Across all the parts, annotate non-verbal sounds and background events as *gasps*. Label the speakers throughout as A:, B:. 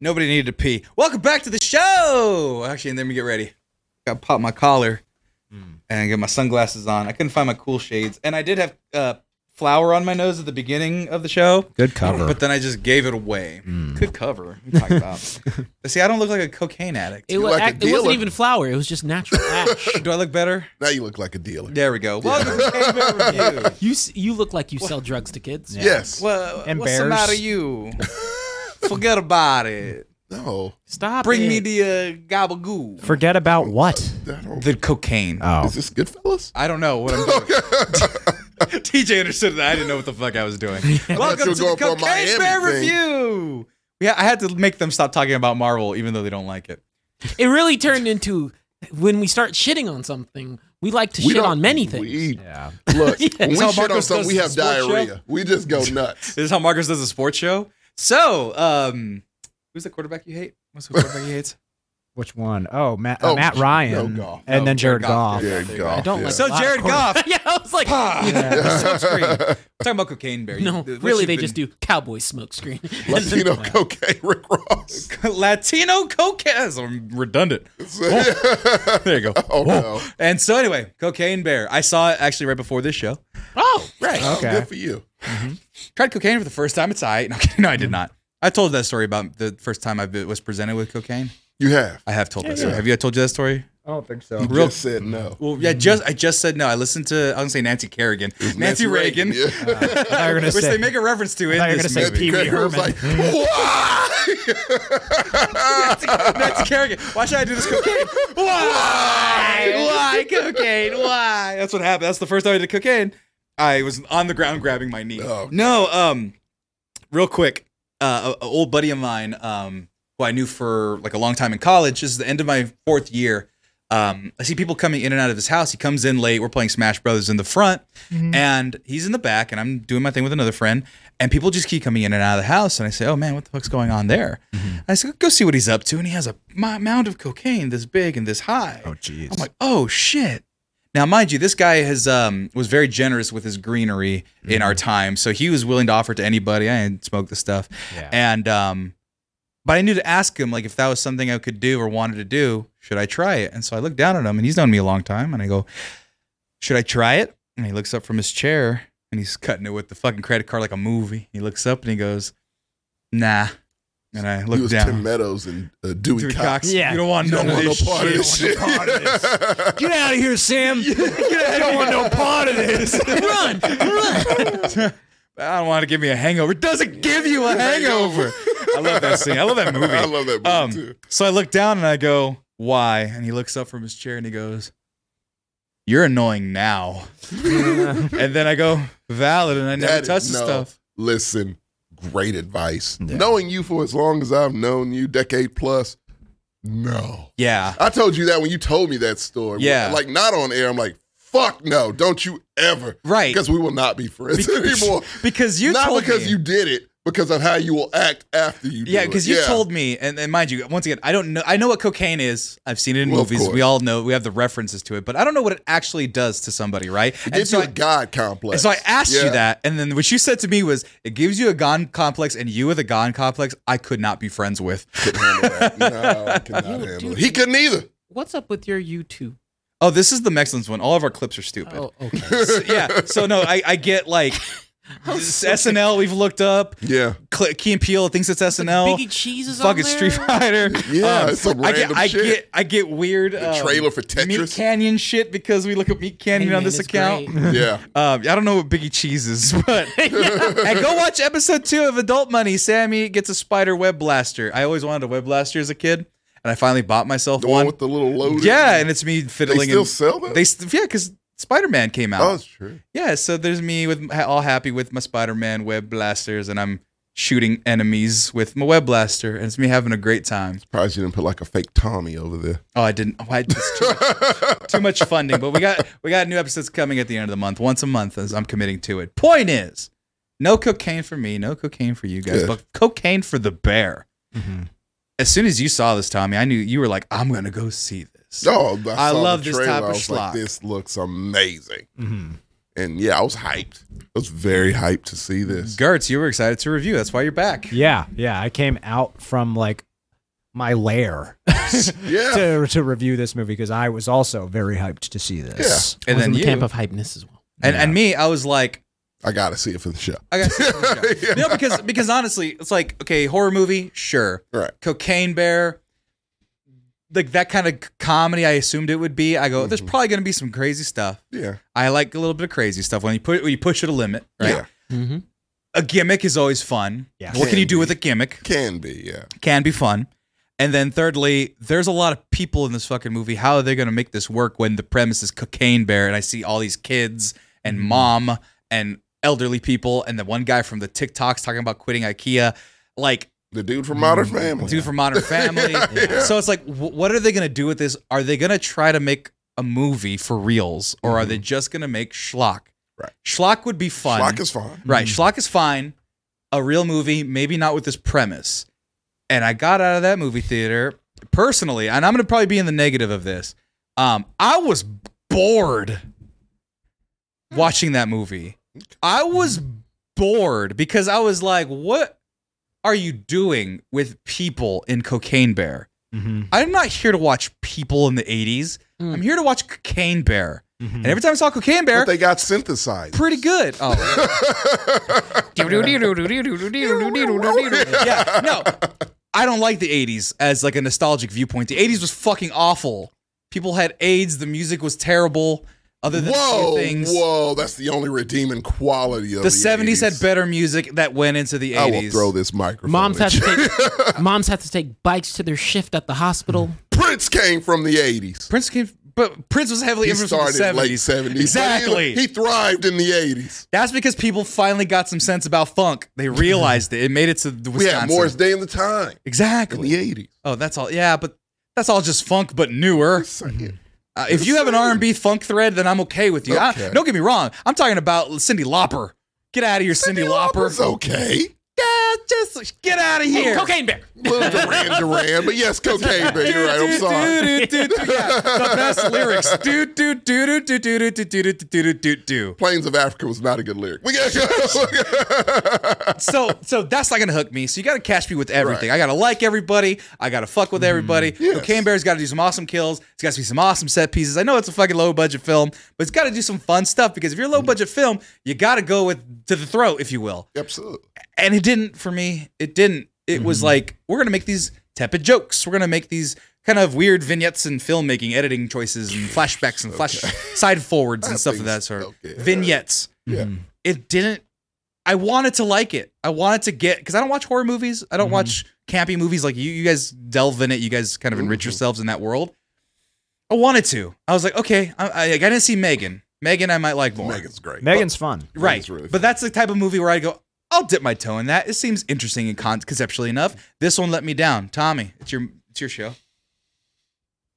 A: Nobody needed to pee. Welcome back to the show. Actually, and then we get ready. Got to pop my collar
B: Hmm.
A: and get my sunglasses on. I couldn't find my cool shades, and I did have uh, flour on my nose at the beginning of the show.
C: Good cover.
A: But then I just gave it away.
B: Hmm.
A: Good cover. What are you talking
B: *laughs*
A: about? See, I don't look like a cocaine addict.
B: It, was,
D: like a
B: it wasn't
D: dealer.
B: even flour. It was just natural ash.
A: Do I look better?
D: Now you look like a dealer.
A: There we go. Welcome to Caveman
B: *laughs*
A: Review.
B: you s- you look like you sell drugs to kids.
D: Yes.
A: Well,
C: And
A: what's the
C: bears.
A: matter you? Forget about it.
D: No.
B: Stop.
A: Bring me
B: it.
A: the uh, gabagoo.
C: Forget about what?
D: I don't-
A: the cocaine.
C: Oh.
D: Is this Goodfellas?
A: I don't know what I'm doing. *laughs*
D: *laughs*
A: TJ understood that I didn't know what the fuck I was doing.
D: you
A: Welcome
D: were
A: to the
D: going for a
A: Cocaine Bear
D: Miami thing.
A: Review. Yeah, I had to make them stop talking about Marvel, even though they don't like it.
B: It really turned into when we start shitting on something, we like to shit
D: don't-
B: on many things.
D: We,
C: Yeah.
D: *laughs* Look, when we
A: how
D: shit on
A: Marcos
D: something,
A: does
D: we
A: the
D: have
A: sports show.
D: diarrhea. We just go nuts.
A: This is how Marcus does a sports show. So, um, who's the quarterback you hate? What's the quarterback you hate?
C: Which one? Oh, Matt, uh,
D: Oh,
C: Matt
D: no
C: Ryan.
D: golf.
C: And
A: No,
C: then Jared,
A: Jared
C: Goff.
A: Goff. Yeah.
D: Jared Goff.
B: I don't
D: yeah.
B: like
A: So
B: a lot of
A: Jared
B: quarter-
A: Goff.
B: yeah, I was like,
A: Pah!
C: Yeah.
D: *laughs*
A: Smoke screen. We're talking about cocaine, Barry.
B: no, really, they just do cowboy smoke screen.
D: Latino
B: *laughs*
D: cocaine, Rick Ross.
A: *laughs*
D: *laughs*
A: Latino cocaine. That's redundant. There you go.
D: *laughs* oh no.
A: And so anyway, Cocaine Bear. I saw it actually right before this show.
B: oh,
A: Right.
D: Oh,
C: Okay.
D: Good for you.
A: Tried cocaine for the first time. It's all right. *laughs* No, okay, no I did not. I told that story about the first time I was presented with cocaine.
D: You have.
A: I have told that
D: Yeah.
A: story. Have you told you that story?
C: I don't think so.
A: Real-
D: Just said no.
A: Well, yeah, just I just said no. I listened to I was gonna say Nancy Kerrigan, Mm-hmm. *laughs* Nancy, Reagan, *laughs*
D: Yeah.
C: thought you were gonna
A: which
C: say-
A: they make a reference to in
C: thought you were
A: this
C: gonna say Pee-
A: movie.
C: Wee
D: Craig was
C: Herman.
D: like, why?
A: *laughs* Nancy Kerrigan. Why should I do this cocaine? *laughs* Why? Why cocaine? Why? That's what happened. That's the first time I did cocaine. I was on the ground grabbing my knee.
D: Oh,
A: no, um, real quick, uh, an old buddy of mine, um, who I knew for like a long time in college, this is the end of my fourth year. Um, I see people coming in and out of his house. He comes in late. We're playing Smash Brothers in the front, and he's in the back, and I'm doing my thing with another friend. And people just keep coming in and out of the house, and I say, "Oh man, what the fuck's going on there?" I said, "Go see what he's up to." And he has a m- mound of cocaine this big and this high.
C: Oh, jeez.
A: I'm like, oh shit. Now, mind you, this guy has um, was very generous with his greenery in our
D: Mm-hmm.
A: time, so he was willing to offer it to anybody. I didn't smoke the stuff,
C: Yeah.
A: and um, but I knew to ask him like if that was something I could do or wanted to do. Should I try it? And so I looked down at him, and he's known me a long time, and I go, "Should I try it?" And he looks up from his chair, and he's cutting it with the fucking credit card like a movie. He looks up and he goes, "Nah," and I
D: He
A: look
D: was
A: down.
D: Tim Meadows and uh, Dewey,
A: Dewey
D: Cox.
A: Cox,
B: Yeah.
A: you don't want
D: You
A: none
D: don't
A: of
D: want no
A: this
D: part of
A: shit.
D: this shit. *laughs*
C: Get out of here, Sam. I don't want no part of
E: *laughs*
C: this.
B: run, run.
A: *laughs* I don't want to give me a hangover. It doesn't give you a
D: *laughs*
A: hangover. I love that scene. I love that movie.
D: I love that movie
A: Um,
D: too.
A: So I look down and I go, why? And he looks up from his chair and he goes, you're annoying now. and then I go, valid. And I never
D: That-
A: touch the
D: no.
A: stuff.
D: Listen, great advice. Knowing you for as long as I've known you, decade plus, no.
A: Yeah.
D: I told you that when you told me that story.
A: Yeah.
D: Like, not on air. I'm like, fuck no. Don't you ever.
A: Right.
D: Because we will not be friends *laughs* anymore.
A: Because you
D: not
A: told
D: because
A: me.
D: you did it, because of how you will act after you do
A: yeah,
D: it.
A: because you told me, and, and mind you, once again, I don't know. I know what cocaine is. I've seen it in
D: Well, of
A: movies.
D: course.
A: We all know. We have the references to it, but I don't know what it actually does to somebody, right?
D: It
A: And
D: gives
A: so
D: you
A: I-
D: a God
A: And
D: complex.
A: so I asked
D: Yeah.
A: you that, and then what you said to me was, "It gives you a gon complex, and you with a gon complex, I could not be friends
D: *laughs*
A: with."
D: Couldn't handle
A: *laughs*
D: that. No, I could not
B: You
D: handle
B: do-
D: it. He couldn't either.
B: What's up with your YouTube?
A: oh, this is the Mexicans one. All of our clips are stupid.
B: Oh, okay.
A: So, yeah, so no, I, I get
D: *laughs*
A: like this SNL we've looked up,
D: Yeah.
A: Cl- Key and Peele thinks it's SNL,
B: Biggie Cheese is
A: fucking
B: on there.
A: Street Fighter.
D: *laughs*
A: Um,
D: Yeah, it's some
A: I
D: random
A: get, I
D: shit.
A: get, I get weird. um,
D: trailer for
A: Meat
D: Tetris.
A: Canyon shit because we look at Meat Canyon
B: Hangman
A: on this
B: is
A: account.
B: great.
D: Yeah.
A: Um, I don't know what Biggie Cheese is, *laughs* but and go watch episode two of Adult Money. Sammy gets a spider web blaster. I always wanted a web blaster as a kid, and I finally bought myself
D: The
A: one.
D: one with Oh, the little loaded.
A: yeah, and it's me fiddling.
D: still
A: and-
D: sell that?
A: They st- yeah, because Spider Man came out.
D: Oh, that's true.
A: Yeah, so there's me with ha- all happy with my Spider Man web blasters, and I'm shooting enemies with my web blaster, and it's me having a great time.
D: Surprised you didn't put like a fake Tommy over there.
A: Oh, I didn't. Oh, I, it's too, too much funding, but we got we got new episodes coming at the end of the month, once a month. As I'm committing to it. Point is, no cocaine for me, no cocaine for you guys,
D: Good.
A: but cocaine for the bear. As soon as you saw this, Tommy, I knew you were like, I'm gonna go see this.
D: Oh, I,
A: I
D: saw
A: love
D: the
A: this
D: trailer.
A: type of
D: I was
A: schlock.
D: Like, this looks amazing.
E: Mm-hmm.
D: And yeah, I was hyped. I was very hyped to see this.
A: Gertz, you were excited to review. That's why you're back.
C: Yeah, yeah. I came out from like
E: my lair *laughs*
D: Yeah.
E: to, to review this movie because I was also very hyped to see this.
A: and
B: was in
A: then
B: the
A: you
B: camp of hypeness as well.
A: and, and me, I was like,
D: I gotta see it for
A: *laughs*
D: the show.
A: I got you know because because honestly, it's like okay, horror movie, sure,
D: Right.
A: Cocaine Bear, like that kind of comedy. I assumed it would be. I go, there's probably gonna be some crazy stuff.
D: Yeah.
A: I like a little bit of crazy stuff when you put when you push it a limit, right?
D: Yeah.
B: Mm-hmm.
A: A gimmick is always fun.
E: Yeah.
A: What can you do
D: Can
A: with a gimmick?
D: Can be, yeah.
A: Can be fun. And then thirdly, there's a lot of people in this fucking movie. How are they going to make this work when the premise is cocaine bear and I see all these kids and mom and elderly people and the one guy from the TikToks talking about quitting IKEA, like
D: The dude from Modern Family.
A: Mm, dude from
D: *laughs*
A: Modern Family. So it's like, wh- what are they going to do with this? Are they going to try to make a movie for reals or are they just going to make schlock?
D: Mm-hmm. Right.
A: Schlock would be fun.
D: Schlock is fine.
A: Right. Schlock is fine. A real movie, maybe not with this premise. And I got out of that movie theater personally, and I'm going to probably be in the negative of this. Um, I was bored watching that movie. I was bored because I was like, what are you doing with people in Cocaine Bear?
E: Mhm.
A: I'm not here to watch people in the 80s. I'm here to watch Cocaine Bear. And every time I saw Cocaine Bear,
D: But they got synthesized.
A: pretty good. Oh. yeah, no. I don't like the 80s as like a nostalgic viewpoint. The 80s was fucking awful. People had AIDS, the music was terrible, other than a
D: whoa,
A: few things.
D: whoa, that's the only redeeming quality of
A: The,
D: the
A: 70s
D: 80s.
A: had better music that went into the 80s.
D: I will throw this microphone.
B: Moms have
D: at
B: to
D: you.
B: take *laughs*
D: *laughs*
B: moms have to take bikes to their shift at the hospital.
D: Prince came from the 80s.
A: Prince came but Prince was heavily
D: He
A: influenced from the
D: started
A: 70s.
D: late 70s. but he-
A: Exactly.
D: He, thrived in the 80s.
A: That's because people finally got some sense about funk. They realized it. It made it to the
D: *laughs* We
A: Wisconsin.
D: had Morris Day in the time in
A: exactly.
D: the 80s.
A: Oh, that's all. Yeah, but that's all just funk but newer.
D: Saying.
A: Uh, if you have an
D: Sure.
A: R&B funk thread, then I'm okay with you. I-
D: Okay.
A: don't get me wrong. I'm talking about Cindy Lauper. Get out of here, Cindy, Lauper.
D: It's okay.
A: Yeah, just get out of here.
B: Oh, Cocaine bear.
D: Little Duran Duran, but yes, cocaine, but you're right. I'm
A: Do,
D: sorry.
A: do, do, do, yeah, the best lyrics. Do do do do do do do do do do do do do do.
D: Plains of Africa was not a good lyric. We got
A: So so that's not gonna hook me. So you gotta catch me with everything. I gotta like everybody. I gotta fuck with everybody.
D: Mm-hmm. Yes.
A: Cocaine Bear's gotta do some awesome kills. It's gotta be some awesome set pieces. I know it's a fucking low budget film, but it's gotta do some fun stuff because if you're a
D: Mm-hmm.
A: low budget film, you gotta go with to the throat, if you will.
D: Absolutely.
A: and it didn't for me. It didn't. It was like we're gonna make these tepid jokes. We're gonna make these kind of weird vignettes and filmmaking, editing choices, and flashbacks and flash *laughs* side forwards and stuff of that sort.
D: Okay.
A: Vignettes. Mm-hmm.
D: Yeah.
A: It didn't. I wanted to like it. I wanted to get because I don't watch horror movies. I don't watch campy movies like you. You guys delve in it. You guys kind of enrich yourselves in that world. I wanted to. I was like, okay. I, I, I didn't see Megan. Megan, I might like more.
D: Megan's great.
E: Megan's fun.
A: Right.
D: It's really
A: but that's the type of movie where I go, I'll dip my toe in that. It seems interesting and con- conceptually enough. This one let me down. Tommy, it's your it's your show.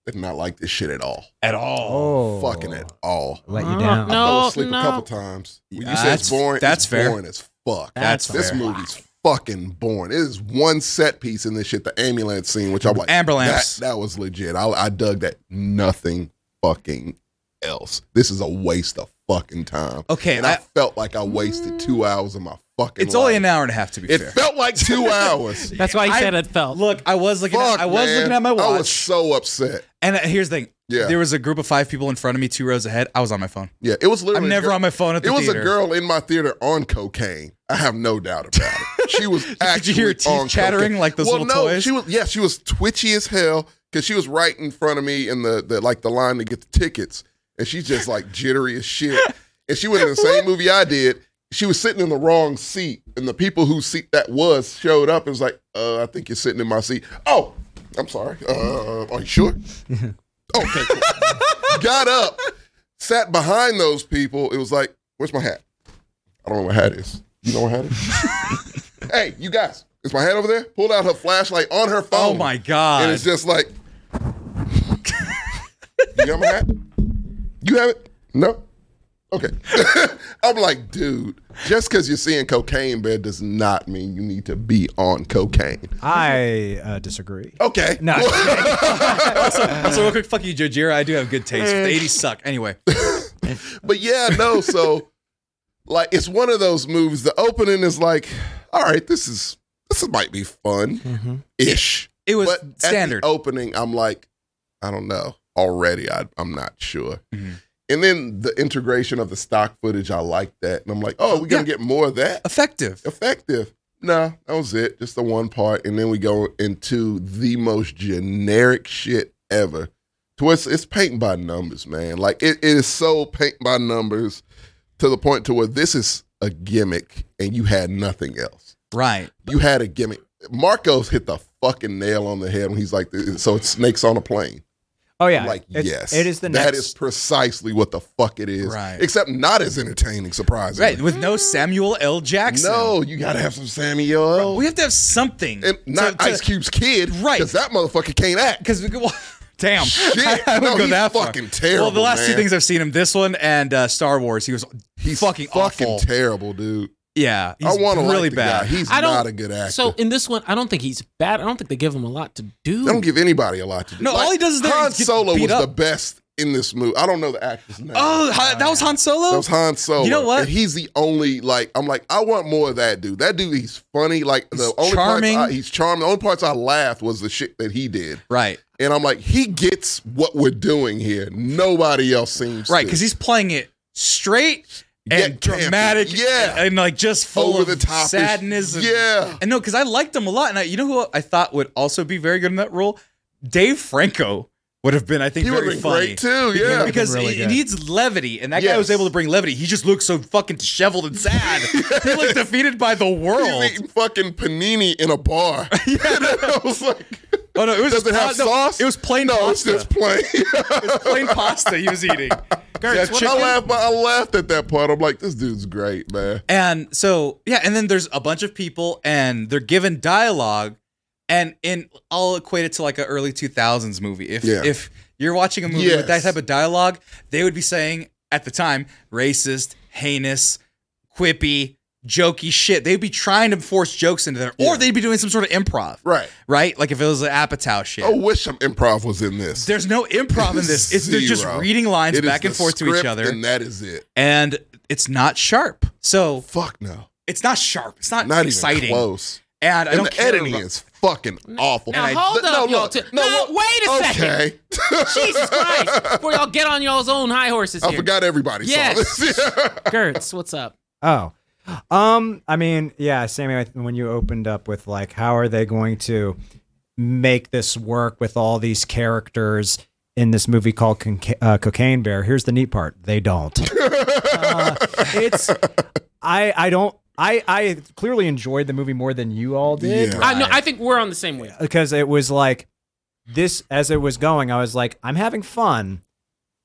D: Did not like this shit at all.
A: At all.
E: Oh,
D: Fucking at all.
E: Let
B: Oh,
E: you down.
D: I
B: No,
D: fell asleep
B: no.
D: a couple times. When you
A: Yeah,
D: said it's
A: Uh, that's-
D: boring,
A: that's
D: it's
A: fair.
D: boring as fuck.
A: That's
D: this
A: fair.
D: movie's fucking boring. It is one set piece in this shit, the ambulance scene, which I'm like,
A: Amber lamps.
D: that, that was legit. I, I dug that. Nothing fucking else. This is a waste of fucking time.
A: Okay,
D: and I,
A: I-
D: felt like I wasted two hours of my fucking.
A: It's only
D: life.
A: an hour and a half to be
D: It
A: fair. *laughs*
D: felt like two hours.
B: That's why he
A: I-
B: said it felt.
A: Look, I was looking at,
D: Fuck,
A: I was
D: man.
A: looking at my
D: I was
A: watch.
D: so upset.
A: and uh, here's the thing.
D: Yeah.
A: There was a group of five people in front of me, two rows ahead. I was on my phone.
D: Yeah, it was
A: I'm
D: literally. a
A: never
D: girl-
A: on my phone at the
D: It was
A: theater.
D: a girl in my theater on cocaine. I have no doubt about it. She was
A: *laughs*
D: actually
A: Did you hear her teeth
D: on
A: chattering
D: cocaine.
A: like those
D: well,
A: little
D: no,
A: toys?
D: She was yeah, she was twitchy as hell because she was right in front of me in the, the like the line to get the tickets, and she's just like jittery as shit. And she went in the same movie I did. She was sitting in the wrong seat, and the people whose seat that was showed up and was like, uh, "I think you're sitting in my seat." Oh, I'm sorry. Uh, are
A: *laughs*
D: you sure? okay. Cool. Got up, sat behind those people. It was like, "Where's my hat?" I don't know what hat is. You know what hat is?
A: *laughs*
D: hey, you guys, is my hat over there? Pulled out her flashlight on her phone.
A: Oh my
D: And
A: god.
D: it's just like, you got my hat? You have it? No. Okay. *laughs* I'm like, dude, just because you're seeing cocaine bed does not mean you need to be on cocaine.
E: I uh, disagree.
D: Okay.
E: No.
A: also, real quick, fuck you, Jojira. I do have good taste. but The 80s suck. Anyway.
D: But yeah,
A: *laughs*
D: no. So, like, it's one of those Mm-hmm. movies. The opening is like, all right, this is this might be fun ish.
A: It was
D: but at the oh
A: standard.
D: opening, I'm like, I don't know already. I, I'm not sure.
A: Mhm.
D: And then the integration of the stock footage, I like that, and I'm like, oh, we're gonna get more of that.
A: Effective.
D: Effective. No, that was it. Just the one part, and then we go into the most generic shit ever. To it's, it's paint by numbers, man. Like it, it is so paint by numbers to the point to where this is a gimmick, and you had nothing else
A: Right.
D: you had a gimmick. Marcos hit the fucking nail on the head when he's like, so it's snakes on a plane.
E: Oh yeah,
D: like,
E: It's-
D: yes.
E: it is the
D: That
E: next.
D: is precisely what the fuck it is.
A: Right.
D: Except not as entertaining, surprisingly.
A: Right. With no Samuel L. Jackson.
D: No, you gotta have some Samuel.
A: We have to have something.
D: And not Ice Cube's kid.
A: Right.
D: Because that motherfucker can't act.
A: Because we could. Well, *laughs* damn. *laughs*
D: Shit.
A: I would
D: No,
A: go
D: he's
A: that far.
D: fucking terrible.
A: well, the last two
D: man.
A: things I've seen him, this one and uh, Star Wars, he was
D: he's
A: fucking
D: fucking
A: awful.
D: terrible, dude.
A: yeah, he's
D: I want to
A: really
D: like the
A: bad.
D: Guy. He's
B: I don't-
D: not a good actor.
B: So in this one, I don't think he's bad. I don't think they give him a lot to do.
D: they don't give anybody a lot to do.
A: No, all he does is that
D: Han
A: he's get
D: Solo
A: beat
D: was
A: up.
D: the best in this movie. I don't know the actor's name.
A: Oh, Ha- that was Han Solo.
D: That was Han Solo.
A: You know what?
D: And he's the only like I'm like I want more of that dude. That dude, he's funny. Like
A: He's
D: the only
A: charming.
D: parts I, he's charming. The only parts I laughed was the shit that he did.
A: right,
D: And I'm like, he gets what we're doing here. Nobody else seems
A: right,
D: to.
A: because he's playing it straight and
D: Yet campy.
A: dramatic,
D: Yeah.
A: and, like just full
D: over
A: of
D: the top
A: sadness. and-
D: yeah,
A: and no, because I liked him a lot, and I, you know who I thought would also be very good in that role? Dave Franco would have been, I think,
D: he would have
A: very
D: been
A: funny.
D: great too. Oh, Yeah,
A: because
E: really
A: he, he
E: good.
A: needs levity, and that guy was
D: Yes.
A: able to bring levity. He just looks so fucking disheveled and
D: *laughs*
A: sad. he looked defeated by the world.
D: He's eating fucking panini in
A: *laughs*
D: a bar. *laughs* yeah, I was like,
A: Oh no, it was
D: does it have
A: no,
D: sauce?
A: It was plain
D: no,
A: pasta.
D: it's just plain.
A: plain pasta he was
D: *laughs*
A: eating.
B: Gertz, what-
D: I laughed. I laughed at that part. I'm like, this dude's great, man.
A: And so, yeah, and then there's a bunch of people and they're given dialogue and in I'll equate it to like an early 2000s movie. If
D: Yeah.
A: if you're watching a movie with that
D: Yes.
A: type of dialogue, they would be saying at the time racist, heinous, quippy, jokey shit. They'd be trying to force jokes into there or
D: Yeah.
A: they'd be doing some sort of improv.
D: Right. Oh.
A: Right? Like if it was an Apatow shit.
D: I wish some improv was in this.
A: There's no improv in this. It's they're just
D: Zero.
A: reading lines
D: It is
A: back and
D: the
A: forth to each
D: script,
A: other.
D: and that is it.
A: and it's not sharp. So
D: Fuck no,
A: it's not sharp. It's not,
D: not
A: exciting.
D: even close.
A: And I
D: and
A: don't
D: the
A: care
D: editing
A: about-
D: is fucking awful.
B: Now,
A: And I-
B: hold
D: Th-
B: up, y'all.
D: look,
B: T- no,
D: look,
B: wait a second.
D: okay. *laughs*
B: Jesus Christ! Before y'all get on y'all's own high horses
D: I
B: here.
D: forgot everybody
B: Yes.
D: saw this. *laughs*
B: Gertz, what's up?
E: Oh. Um, I mean, yeah, Sammy, I- when you opened up with like, how are they going to make this work with all these characters in this movie called Conca- uh, Cocaine Bear? Here's the neat part. They don't. Uh, it's, I, I don't, I, I clearly enjoyed the movie more than you all did.
D: Yeah.
B: I know. I think we're on the same wave.
E: because it was like this as it was going i was like i'm having fun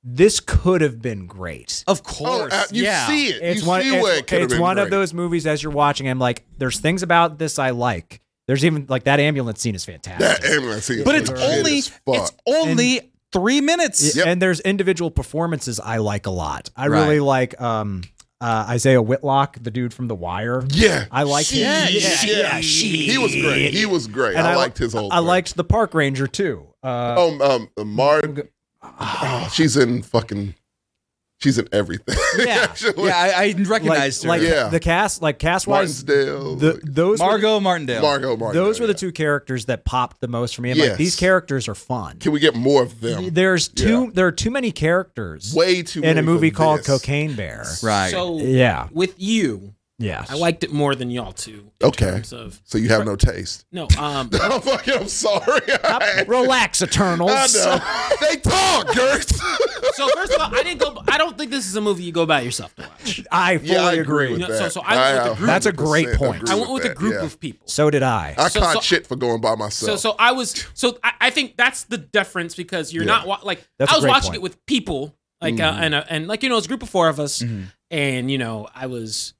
E: this could have been great
A: Of
D: oh,
A: course,
D: uh, you
A: yeah.
D: see it.
E: it's
D: you
E: one,
D: see
E: it's,
D: where it could have
E: it's
D: been
E: one of
D: great.
E: those movies as you're watching i'm like there's things about this i like there's even like that ambulance scene is
D: That
E: fantastic
D: ambulance scene
A: but
D: was
A: it's
D: shit
A: only
D: as
A: it's
D: fuck.
A: only three minutes.
E: Y- and there's individual performances i like a lot i
A: Right.
E: really like um uh, isaiah whitlock the dude from the wire
D: yeah.
E: I like
D: Shit.
E: him. Yeah,
A: yeah,
D: He was great. He was great. I,
E: I-
D: liked his whole.
E: i
D: thing.
E: liked the park ranger too uh
D: Um, um, Marg. Oh, she's in fucking. She's in everything. *laughs*
E: Yeah.
D: actually.
A: Yeah, I, I recognized
E: like,
A: her.
E: like
D: Yeah.
E: the cast like cast wise
D: Martinsdale.
E: the, those were-
A: Margot Martindale.
D: Margot Martindale.
E: those were the
D: yeah.
E: two characters that popped the most for me. I'm
D: Yes.
E: like, these characters are fun.
D: Can we get more of them?
E: There's too
D: Yeah.
E: there are too many characters
D: Way too
E: in
D: many
E: a movie
D: for
E: called
D: this.
E: Cocaine Bear.
A: Right.
B: So
E: Yeah.
B: with you,
E: Yes.
B: I
D: *laughs*
B: liked it more than y'all two. in
D: Okay.
B: Terms of
D: So you have no taste. *laughs*
B: no, um,
D: I'm fucking. I'm sorry. *laughs* I
E: Relax, Eternals.
D: know. *laughs* they talk, Gert.
B: so first of all, I didn't go. I don't think this is a movie you go by yourself to watch.
E: *laughs* I fully
D: yeah, I
E: agree.
D: agree with
B: No,
D: that.
B: so- so I went with the group.
E: That's a great
D: 100%
E: point.
D: agree
B: I went with a
D: that,
B: group
D: yeah.
B: of people.
E: So did I.
D: I
B: So-
D: caught
B: so-
D: shit for going by
B: So
D: myself.
B: so I was so I, I think that's the difference because you're
D: Yeah.
B: not wa- like
E: That's
B: I
E: a
B: was
E: great
B: watching
E: point. Mm-hmm.
B: it with people like uh, and uh, and like you know it's a group of four of us and you know I was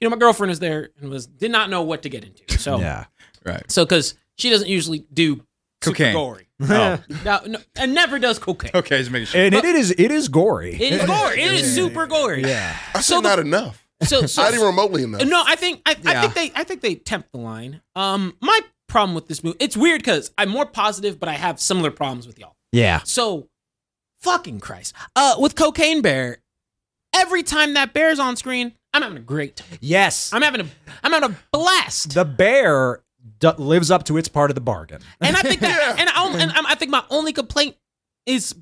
B: you know my girlfriend was there and was did not know what to get into so
E: Yeah.
A: Right.
B: so because she doesn't usually do
A: Cocaine.
B: super gory
A: Oh.
B: now, no, and never does cocaine
A: okay, just making sure.
E: And it is it is gory.
B: it is gory it is super gory
E: yeah.
D: I said
B: so the-
D: not enough.
B: so so
D: Not even remotely enough.
B: No, I think I, I
A: Yeah.
B: think they I think they tempt the line. Um, my problem with this movie, it's weird because I'm more positive, but I have similar problems with y'all.
E: Yeah.
B: So, fucking Christ, uh, with Cocaine Bear, every time that bear's on screen, I'm having a great time.
E: Yes.
B: I'm having a I'm having a blast.
E: the bear d- lives up to its part of the bargain.
B: And I think that, and, I, and I I think my only complaint is,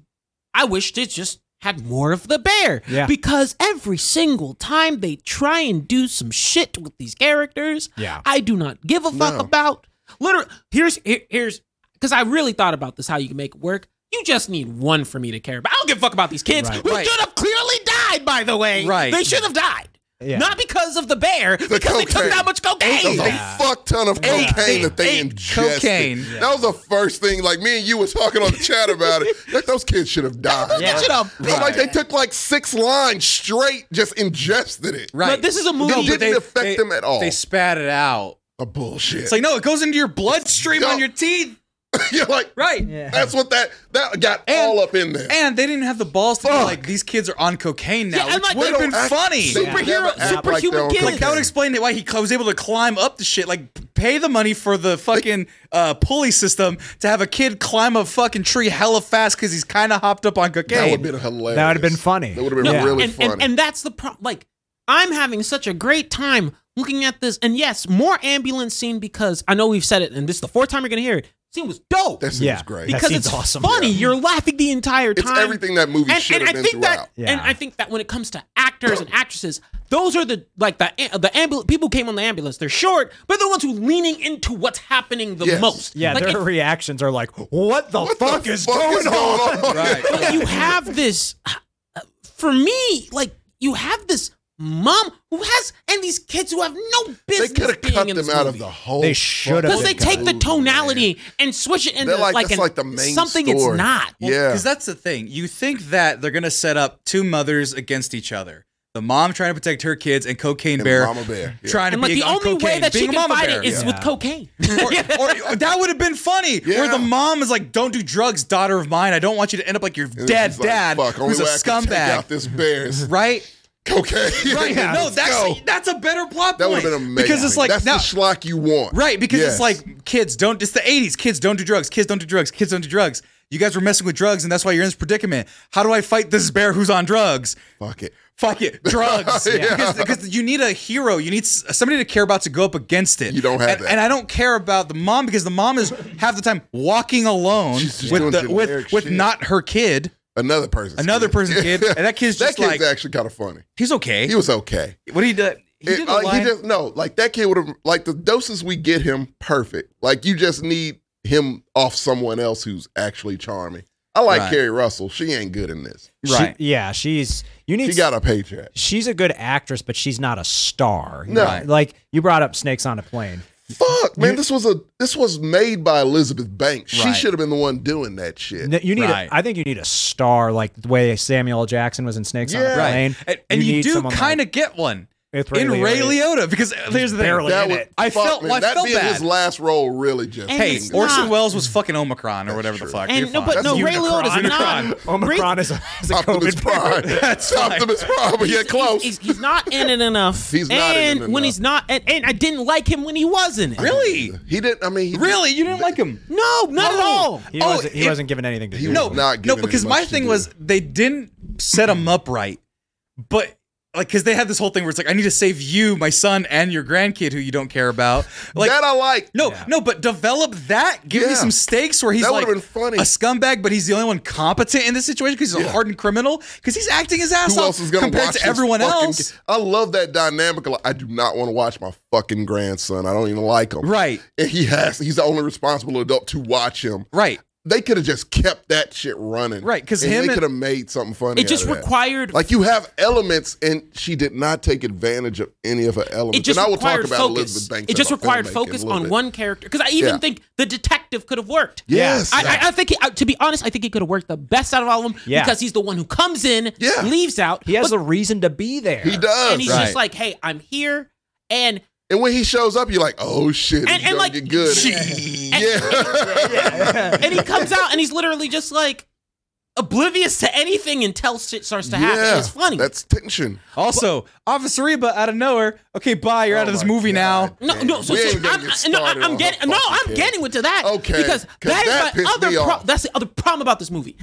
B: I wish they just had more of the bear.
E: Yeah.
B: Because every single time they try and do some shit with these characters,
E: Yeah.
B: I do not give a fuck
D: No.
B: about. Literally, here's here, here's because I really thought about this how you can make it work. You just need one for me to care about. I don't give a fuck about these kids
E: Right.
B: who
A: Right.
B: should have clearly died. By the way,
A: Right.
B: They should have died.
E: Yeah.
B: Not because of the bear, because they took
D: cocaine.
B: that much cocaine.
D: That was a fuck ton of cocaine
A: eight-
D: that they
A: eight
D: ingested.
A: cocaine.
D: That was the first thing. Like me and you were talking on the chat
B: *laughs*
D: about it. Like those kids should have died.
B: Yeah.
D: Like,
B: Should have
D: Like, they took like six lines straight, just ingested it.
A: Right.
B: But this is a movie.
A: but
D: didn't affect them at all.
A: They spat it out.
D: A bullshit.
A: It's like no, it goes into your bloodstream
D: Don't-
A: on your teeth.
D: *laughs* you're like
A: Right.
D: that's what that that got
A: And-
D: all up in there.
A: And they didn't have the balls to be
D: Fuck.
A: like these kids are on cocaine now,
B: Yeah, and,
A: which
B: like,
A: would have
B: they
A: been
D: don't act-
A: funny.
D: they
A: Like,
D: never
B: Superhero,
D: act like they're
B: superhuman
D: on
B: kids.
D: cocaine.
A: that would explain it why he cl- was able to climb up the shit. Like p- pay the money for the fucking uh, pulley system to have a kid climb a fucking tree hella fast because he's kind of hopped up on cocaine.
D: that would have been hilarious.
E: That would've been funny.
D: That would have been
E: No,
D: really
B: and,
D: funny.
B: And, and that's the problem. Like, I'm having such a great time looking at this. And yes, more ambulance scene because I know we've said it, and this is the fourth time you're gonna hear it. Scene was dope
D: that seems
E: Yeah.
D: great.
E: That
B: because
E: scene's
B: it's
E: awesome.
B: funny. You're laughing the entire
D: it's
B: time.
D: everything that movie
B: And,
D: should
B: and
D: have
B: I
D: been
B: think
D: throughout.
B: that, and
E: Yeah.
B: I think that when it comes to actors and actresses, those are the like the the ambulance people who came on the ambulance. They're short, but they're the ones who leaning into what's happening the
D: Yes.
B: most.
E: yeah,
B: like
E: their
B: if-
E: reactions are like, "What the
D: What the
E: fuck is
D: fuck
E: going on?"
A: right.
E: *laughs*
B: But you have this for me like you have this mom who has and these kids who have no
D: They
B: business
D: could have
B: being
D: cut
B: in
D: them
B: this
D: out of
B: movie.
D: the whole.
E: They should have
B: because
E: Well,
B: they
E: they
B: take the tonality and switch it into
D: They're
B: like,
D: like, that's
B: an-
D: like the main
B: something
D: story.
B: it's not
D: yeah,
A: Because that's the thing. You think that they're gonna set up two mothers against each other. The mom trying to protect her kids and cocaine
D: And
A: bear
D: Mama Bear, yeah.
A: trying to
B: and like
A: be
B: the
A: on
B: only
A: cocaine,
B: way that she
A: being a
B: can
A: mama
B: fight
A: bear.
B: it is
E: Yeah.
B: with
D: *laughs*
B: cocaine *laughs*
A: or, or- or that would have been funny where
D: Yeah.
A: the mom is like don't do drugs daughter of mine i don't want you to end up like your
D: And
A: dead
D: she's like,
A: dad
D: Fuck, only
A: who's a
D: way I can take
A: scumbag
D: out this bear is
A: *laughs* right
D: cocaine.
A: *laughs* right no
D: Let's
A: that's
D: go.
A: that's a better plot
D: that
A: point
D: would have been amazing.
A: because it's like
D: that's
A: now
D: the schlock you want,
A: right because
D: Yes.
A: it's like kids don't it's the 80s kids don't do drugs kids don't do drugs kids don't do drugs you guys were messing with drugs and that's why you're in this predicament how do i fight this bear who's on drugs
D: fuck it.
A: Fuck it, drugs.
D: *laughs* Yeah.
A: because, because you need a hero. You need s- somebody to care about to go up against it.
D: You don't have
A: and,
D: that.
A: And I don't care about the mom because the mom is half the time walking alone
D: She's just doing
A: with the,
D: generic
A: with with
D: shit.
A: not her kid.
D: Another person,
A: Another person's
D: *laughs*
A: kid, and that kid's just
D: that kid's
A: like-
D: actually kind of funny.
A: He's okay.
D: He was okay.
A: what he did? He
D: It-
A: did a
D: like,
A: line-
D: he just no, like that kid would have like the doses we get him perfect. Like you just need him off someone else who's actually charming. I like
A: Right.
D: Carrie Russell. She ain't good in this.
E: She-
A: Right.
E: yeah, she's you need
D: She got a paycheck.
E: she's a good actress, but she's not a star.
D: No.
E: Right. Like you brought up Snakes on a Plane.
D: Fuck, man, this was a this was made by Elizabeth Banks. She
A: Right.
D: should have been the one doing that shit.
E: No, You need
A: Right.
E: a, I think you need a star like the way Samuel L. Jackson was in Snakes on a
D: Yeah.
A: *laughs* right.
E: Plane.
A: And, and you,
E: need
A: do
E: someone
A: kind
E: like-
A: of get one
E: with
A: in Ray Liotta because there's the thing.
E: barely
D: that
E: in
D: was
E: it.
A: I
D: fuck,
A: felt-
D: man,
A: I
D: that
A: felt
D: being
A: bad.
D: his last role really just
B: And
A: Hey,
B: it's
D: dinged it.
A: Orson
B: not-
A: Welles was fucking Omicron or whatever the
D: true.
A: fuck. You're
B: and no
A: fine.
B: but no
D: That's
B: Ray Liotta
D: Unicron.
B: is not
E: Omicron is a, is a
D: Optimus
E: COVID virus.
D: Prime.
A: *laughs* That's fine.
D: Optimus Prime. But yeah,
B: He's-
D: close.
B: He's, he's not in it enough.
D: *laughs* He's not in it
B: and when
D: enough.
B: he's not, and, and I didn't like him when he was in it.
A: really,
D: he didn't. I mean, he
A: really, you didn't like him.
B: No, not at all.
E: *laughs* He
A: Oh,
E: wasn't he
A: it-
E: wasn't given anything to
D: he
E: do.
A: no,
D: was not
A: no,
D: given it
A: because
D: much
A: my
D: to
A: thing
D: do.
A: was they didn't set him up right, but like because they had this whole thing where it's like I need to save you, my son, and your grandkid who you don't care about. Like
D: that I like.
A: no,
E: Yeah.
A: no, but develop that. Give me
D: Yeah.
A: some stakes where he's
D: That
A: like
D: would've been funny.
A: a scumbag, but he's the only one competent in this situation because he's a
D: Yeah.
A: hardened criminal because he's acting his ass
D: Who
A: off
D: else is gonna
A: compared
D: watch
A: to
D: this
A: everyone
D: fucking
A: else.
D: kid? I love that dynamic. a lot. I do not want to watch my fucking grandson. I don't even like him.
A: Right,
D: And he has. He's the only responsible adult to watch him.
A: right,
D: They could have just kept that shit running.
A: Right, 'cause
D: And
A: him
D: they
A: and-
D: could have made something funny.
B: It just
D: out of that.
B: required
D: Like you have elements, and she did not take advantage of any of her elements.
B: It just
D: and I will talk
B: required
D: about
B: focus.
D: Elizabeth Banks.
B: It just
D: and her
B: required
D: filmmaking
B: focus
D: a little
B: on
D: bit.
B: one character because I even
D: Yeah.
B: think the detective could have worked.
D: Yes,
B: I, I, I think, he, I- to be honest, I think he could have worked the best out of all of them
E: Yeah.
B: because he's the one who comes in,
D: Yeah.
B: leaves out,
E: He has
B: but-
E: a reason to be there.
D: he does.
B: and he's
A: Right.
B: just like, "Hey, I'm here," and
D: And when he shows up, you're like, oh
B: and,
D: shit, he's
B: and
D: gonna
B: like,
D: get good. *laughs*
B: *laughs*
D: yeah,
B: and he comes out and he's literally just like oblivious to anything until shit starts to happen.
D: yeah.
B: It's funny.
D: That's tension.
A: Also, Officer Reba out of nowhere. Okay, bye. You're out of
D: Oh
A: this
D: my
A: movie
D: God.
A: now.
B: No,
D: Damn,
B: no, so,
D: we
B: so
D: ain't
B: I'm,
D: gonna get
B: I- no,
D: started
B: I'm
D: on
B: getting
D: her
B: no,
D: fucking
B: I'm
D: kids.
B: getting into that.
D: Okay,
B: because
D: 'cause that
B: that is
D: pissed
B: my
D: me
B: other pro-
D: off.
B: that's the other problem about this movie.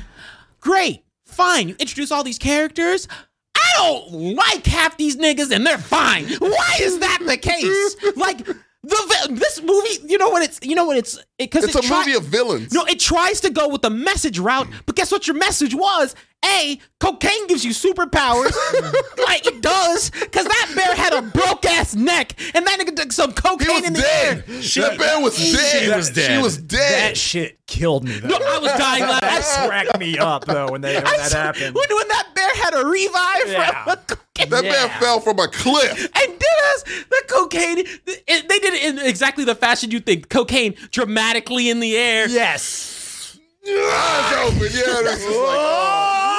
B: Great, fine, you introduce all these characters. I
D: *laughs*
B: don't like half these niggas, and they're fine. Why is that the case? like. The vi- this movie, you know what it's you know what it's because
D: It's
B: it
D: a
B: tri-
D: movie of villains.
B: No, it tries to go with the message route, but guess what? Your message was a cocaine gives you
D: *laughs*
B: superpowers, like it does, because that bear had a broke ass neck, and that nigga took some
D: he was
B: cocaine in the air.
D: dead. that bear was dead.
A: was dead.
D: She was dead.
E: That shit killed me. Though.
B: No, I was dying laughing. I swear-
E: that cracked me up though when they when
B: I
E: that
B: swear-
E: happened.
B: When, when that bear had a revive
E: Yeah.
B: from a cocaine.
D: that
E: Yeah.
D: bear fell from a cliff.
B: and did us the cocaine. It, they did it in exactly the fashion you think. Cocaine dramatically in the air.
E: Yes.
D: Eyes open. Yeah, that's just like,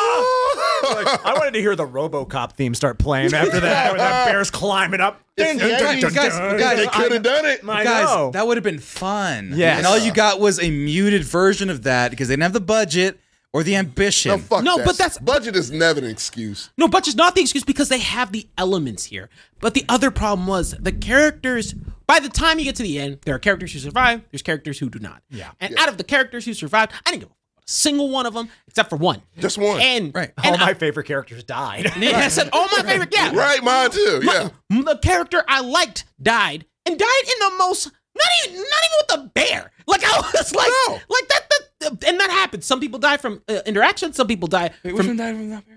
D: oh.
E: I wanted to hear the RoboCop theme start playing after that. When that bear's climbing up.
A: Dun, dun, dun, dun, guys,
D: they
A: guys,
D: could have done it.
E: My- I
A: guys,
E: know.
A: that would have been fun.
E: Yes.
A: And all you got was a muted version of that because they didn't have the budget or the ambition.
D: No, fuck
B: No,
D: that.
B: but that's-
D: budget is never an excuse.
B: No, but just not the excuse because they have the elements here. But the other problem was the characters. By the time you get to the end, there are characters who survive. There's characters who do not.
E: Yeah.
B: And out of the characters who survived, I didn't give a single one of them except for one.
D: Just one.
B: And
A: Right.
E: All
B: And I,
E: my favorite characters died.
B: I said all my favorite. Yeah.
D: *laughs* Right, mine too. Yeah.
B: the character I liked died and died in the most not even not even with the bear. Like I was *laughs* like
D: No.
B: like that, that and that happens. Some people die from uh, interaction. Some people die from
A: died from that bear?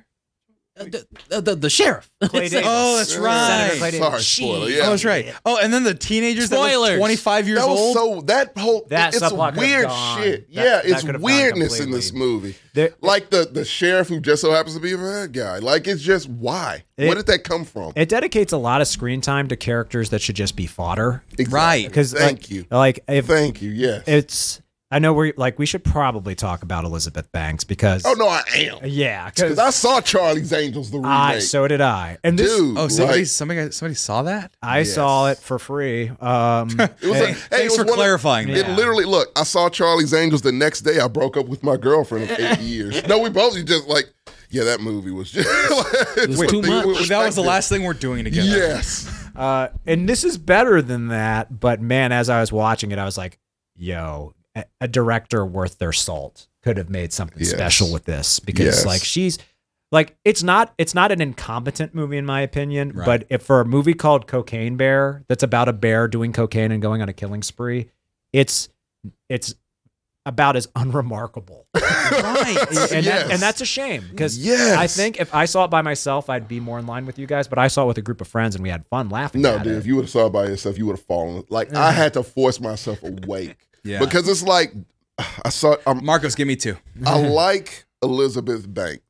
B: uh, the, uh, the the sheriff. *laughs*
E: Clay
B: It's like-
E: Davis.
A: Oh, that's right.
E: Clay Davis.
D: Sorry,
B: She-
D: spoiler.
A: Oh,
D: Yeah.
A: that's right. Oh, and then the teenagers that
B: Spoilers.
A: were 25 years
D: that was
A: old.
D: so that whole
E: That
D: it's
E: subplot could've
D: weird
E: gone.
D: shit.
E: That-
D: yeah,
E: that
D: it's
E: could've gone
D: weirdness in
E: completely.
D: this movie.
E: There-
D: like the the sheriff who just so happens to be a bad guy. Like it's just why?
E: It-
D: Where did that come from?
E: It dedicates a lot of screen time to characters that should just be fodder.
A: right.
E: Because
D: Thank
E: like,
D: you.
E: Like if
D: Thank you. Yes.
E: it's, I know we're like we should probably talk about Elizabeth Banks because
D: oh no, I am.
E: yeah,
D: Because
E: because
D: I saw Charlie's Angels the remake.
E: I so did I and this
D: Dude,
A: Oh, somebody,
D: like,
A: somebody, somebody saw that?
E: I saw it for free. Um,
D: *laughs* it was
A: Hey,
D: a- hey, it
A: thanks
D: was
A: for
D: one of-
A: clarifying
D: It
A: that.
D: literally look. I saw Charlie's Angels the next day. I broke up with my girlfriend
A: *laughs*
D: of eight years. No, we both just like, yeah, that movie was just *laughs* it
B: was too much.
A: That was the last thing we're doing together.
D: Yes,
E: uh, and this is better than that, but man, as I was watching it, I was like, "Yo, a, a director worth their salt could have made something
D: Yes.
E: special with this because,
D: Yes.
E: like, she's like, it's not it's not an incompetent movie in my opinion,
A: Right.
E: but if for a movie called Cocaine Bear that's about a bear doing cocaine and going on a killing spree, it's it's about as
D: *laughs*
E: unremarkable,
A: Right.
E: and,
D: Yes.
E: that, and that's a shame because
D: yes.
E: I think if I saw it by myself, I'd be more in line with you guys. But I saw it with a group of friends, and we had fun laughing.
D: No,
E: at
D: dude,
E: it.
D: if you would have saw it by yourself, you would have fallen. Like I had to force myself awake
A: *laughs* yeah.
D: because it's like I saw. I'm,
A: Marcos, give me two. *laughs*
D: I like Elizabeth Banks.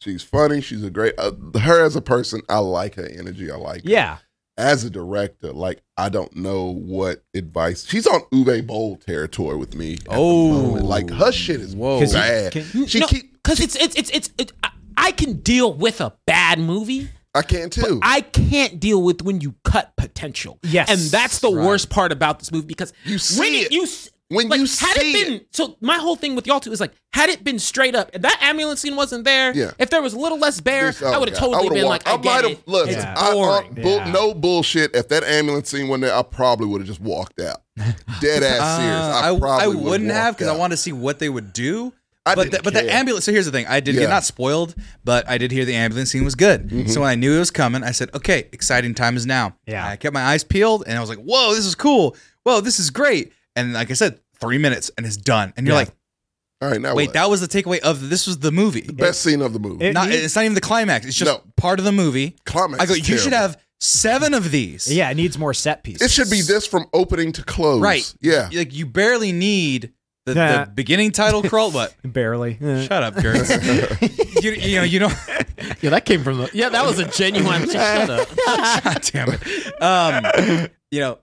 D: She's funny. She's a great. Uh, her as a person, I like her energy. I like. her.
E: yeah,
D: As a director, like I don't know what advice. She's on Uwe Boll territory with me. at the
A: Oh.
D: moment. like her shit is
A: Whoa.
E: 'Cause he-
D: bad.
E: can-
D: she
B: no,
D: keep.
B: because it's it's it's it's. It, I, I can deal with a bad movie.
D: I can't too.
B: I can't deal with when you cut potential.
E: Yes.
B: and that's the
A: Right.
B: worst part about this movie because
D: You see
B: when
D: it.
B: you s-
D: when
B: like
D: you
B: had
D: see
B: it been so my whole thing with y'all two is like had it been straight up if that ambulance scene wasn't there
D: Yeah.
B: if there was a little less bear
D: This- oh,
B: I would have
D: God.
B: totally
D: would've
B: been
D: walked-
B: like I,
D: might
B: get
D: have
B: it
D: look.
B: it's
E: Yeah.
D: I- I-
B: boring
E: Yeah.
D: bull- No bullshit. If that ambulance scene went there, I probably would have just
A: *laughs*
D: walked out. Dead ass serious.
A: Uh, I,
D: I, probably
A: I
D: would've
A: wouldn't have
D: walked
A: because I
D: out.
A: wanted to see what they would do.
D: I
A: but
D: didn't
A: the, but the
D: care.
A: ambulance. So here's the thing: I did
D: Yeah. Mm-hmm.
A: get not spoiled, but I did hear the ambulance scene was good. So when I knew it was coming, I said, "Okay, exciting time is now."
E: Yeah.
A: I kept my eyes peeled, and I was like, "Whoa, this is cool! Whoa, this is great!" And like I said, three minutes, and it's done. And you're
E: Yeah.
A: like,
D: All right, now
A: "Wait,
D: what?
A: that was the takeaway of this was the movie.
D: best scene of the movie.
E: It-
A: Not,
E: needs-
A: it's not even the climax. It's just
D: No.
A: part of the movie."
D: Climax
A: I go,
D: is
A: "You should
D: terrible.
A: have seven of these."
E: yeah, it needs more set pieces.
D: It should be this from opening to close.
A: Right.
D: Yeah.
A: like you barely need the,
E: Yeah.
A: the beginning title crawl, but.
E: barely. Eh.
A: Shut up, Gertz. you, you know, you don't.
B: yeah that came from the yeah that was a
D: *laughs*
B: genuine shut up
A: God damn it. Um, you know,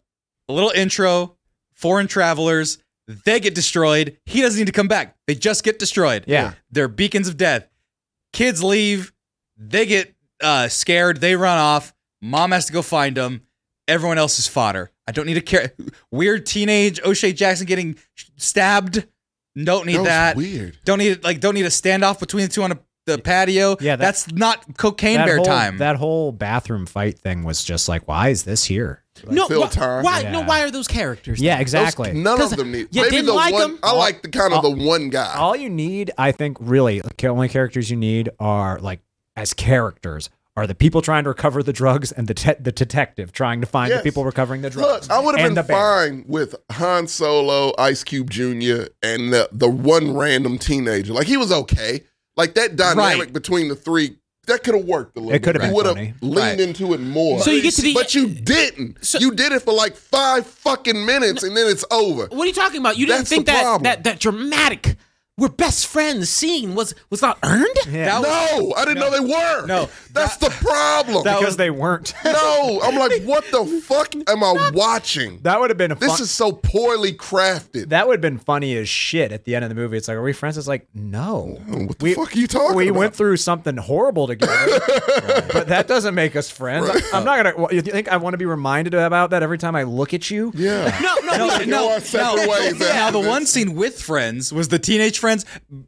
A: a little intro, foreign travelers, they get destroyed. He doesn't need to come back. They just get destroyed.
E: Yeah.
A: They're beacons of death. Kids leave. They get uh, scared. They run off. Mom has to go find them. Everyone else is fodder. I don't need to care. Weird teenage O'Shea Jackson getting stabbed. Don't need
D: That was
A: that.
D: weird.
A: Don't need like don't need a standoff between the two on a, the patio.
E: Yeah, that-
A: that's not cocaine
E: That
A: bear
E: whole,
A: time.
E: That whole bathroom fight thing was just like, why is this here?
B: no
D: Phil
B: why,
D: Tarr.
B: why no
E: Yeah.
B: why are those characters
E: Yeah,
D: Those-
E: exactly.
D: none
B: 'Cause
D: of them need.
B: you
D: Maybe
B: didn't
D: the
B: like
D: one.
B: them?
D: I like the kind of the one guy.
E: All you need, I think, really, the only characters you need are like as characters are the people trying to recover the drugs and the te- the detective trying to find
D: Yes.
E: the people recovering the drugs.
D: Look, I would have
E: and
D: been
E: the bear.
D: fine with Han Solo, Ice Cube Jr., and the, the one random teenager. Like he was okay. Like that dynamic
B: Right.
D: between the three, that could have worked a little.
E: It could have
D: bit.
E: been
D: You would
E: funny.
D: have leaned
A: Right.
D: into it more.
B: So you get to the-
D: but you didn't.
B: So-
D: you did it for like five fucking minutes, and then it's over.
B: What are you talking about? You didn't
D: That's
B: think
D: the
B: that,
D: problem.
B: that that dramatic "we're best friends" scene was was not earned?
A: That was-
D: No, I didn't know they were.
A: No.
D: that's the problem.
A: that
E: because
A: was-
E: they weren't. *laughs*
D: no, I'm like, what the fuck am I watching?
E: That would have been a fun.
D: This is so poorly crafted.
E: that would have been funny as shit at the end of the movie. It's like, are we friends? It's like, no.
D: what the fuck are you talking
E: We
D: about?
E: went through something horrible
D: *laughs*
E: together, but that doesn't make us friends. I, am not gonna. Well, you think I want to be reminded about that every time I look at you?
D: yeah.
B: No, no, no.
A: No,
D: go
A: no,
D: our separate
A: no.
D: ways
A: Now,
D: after
A: the
D: this.
A: one scene with friends was the teenage friends.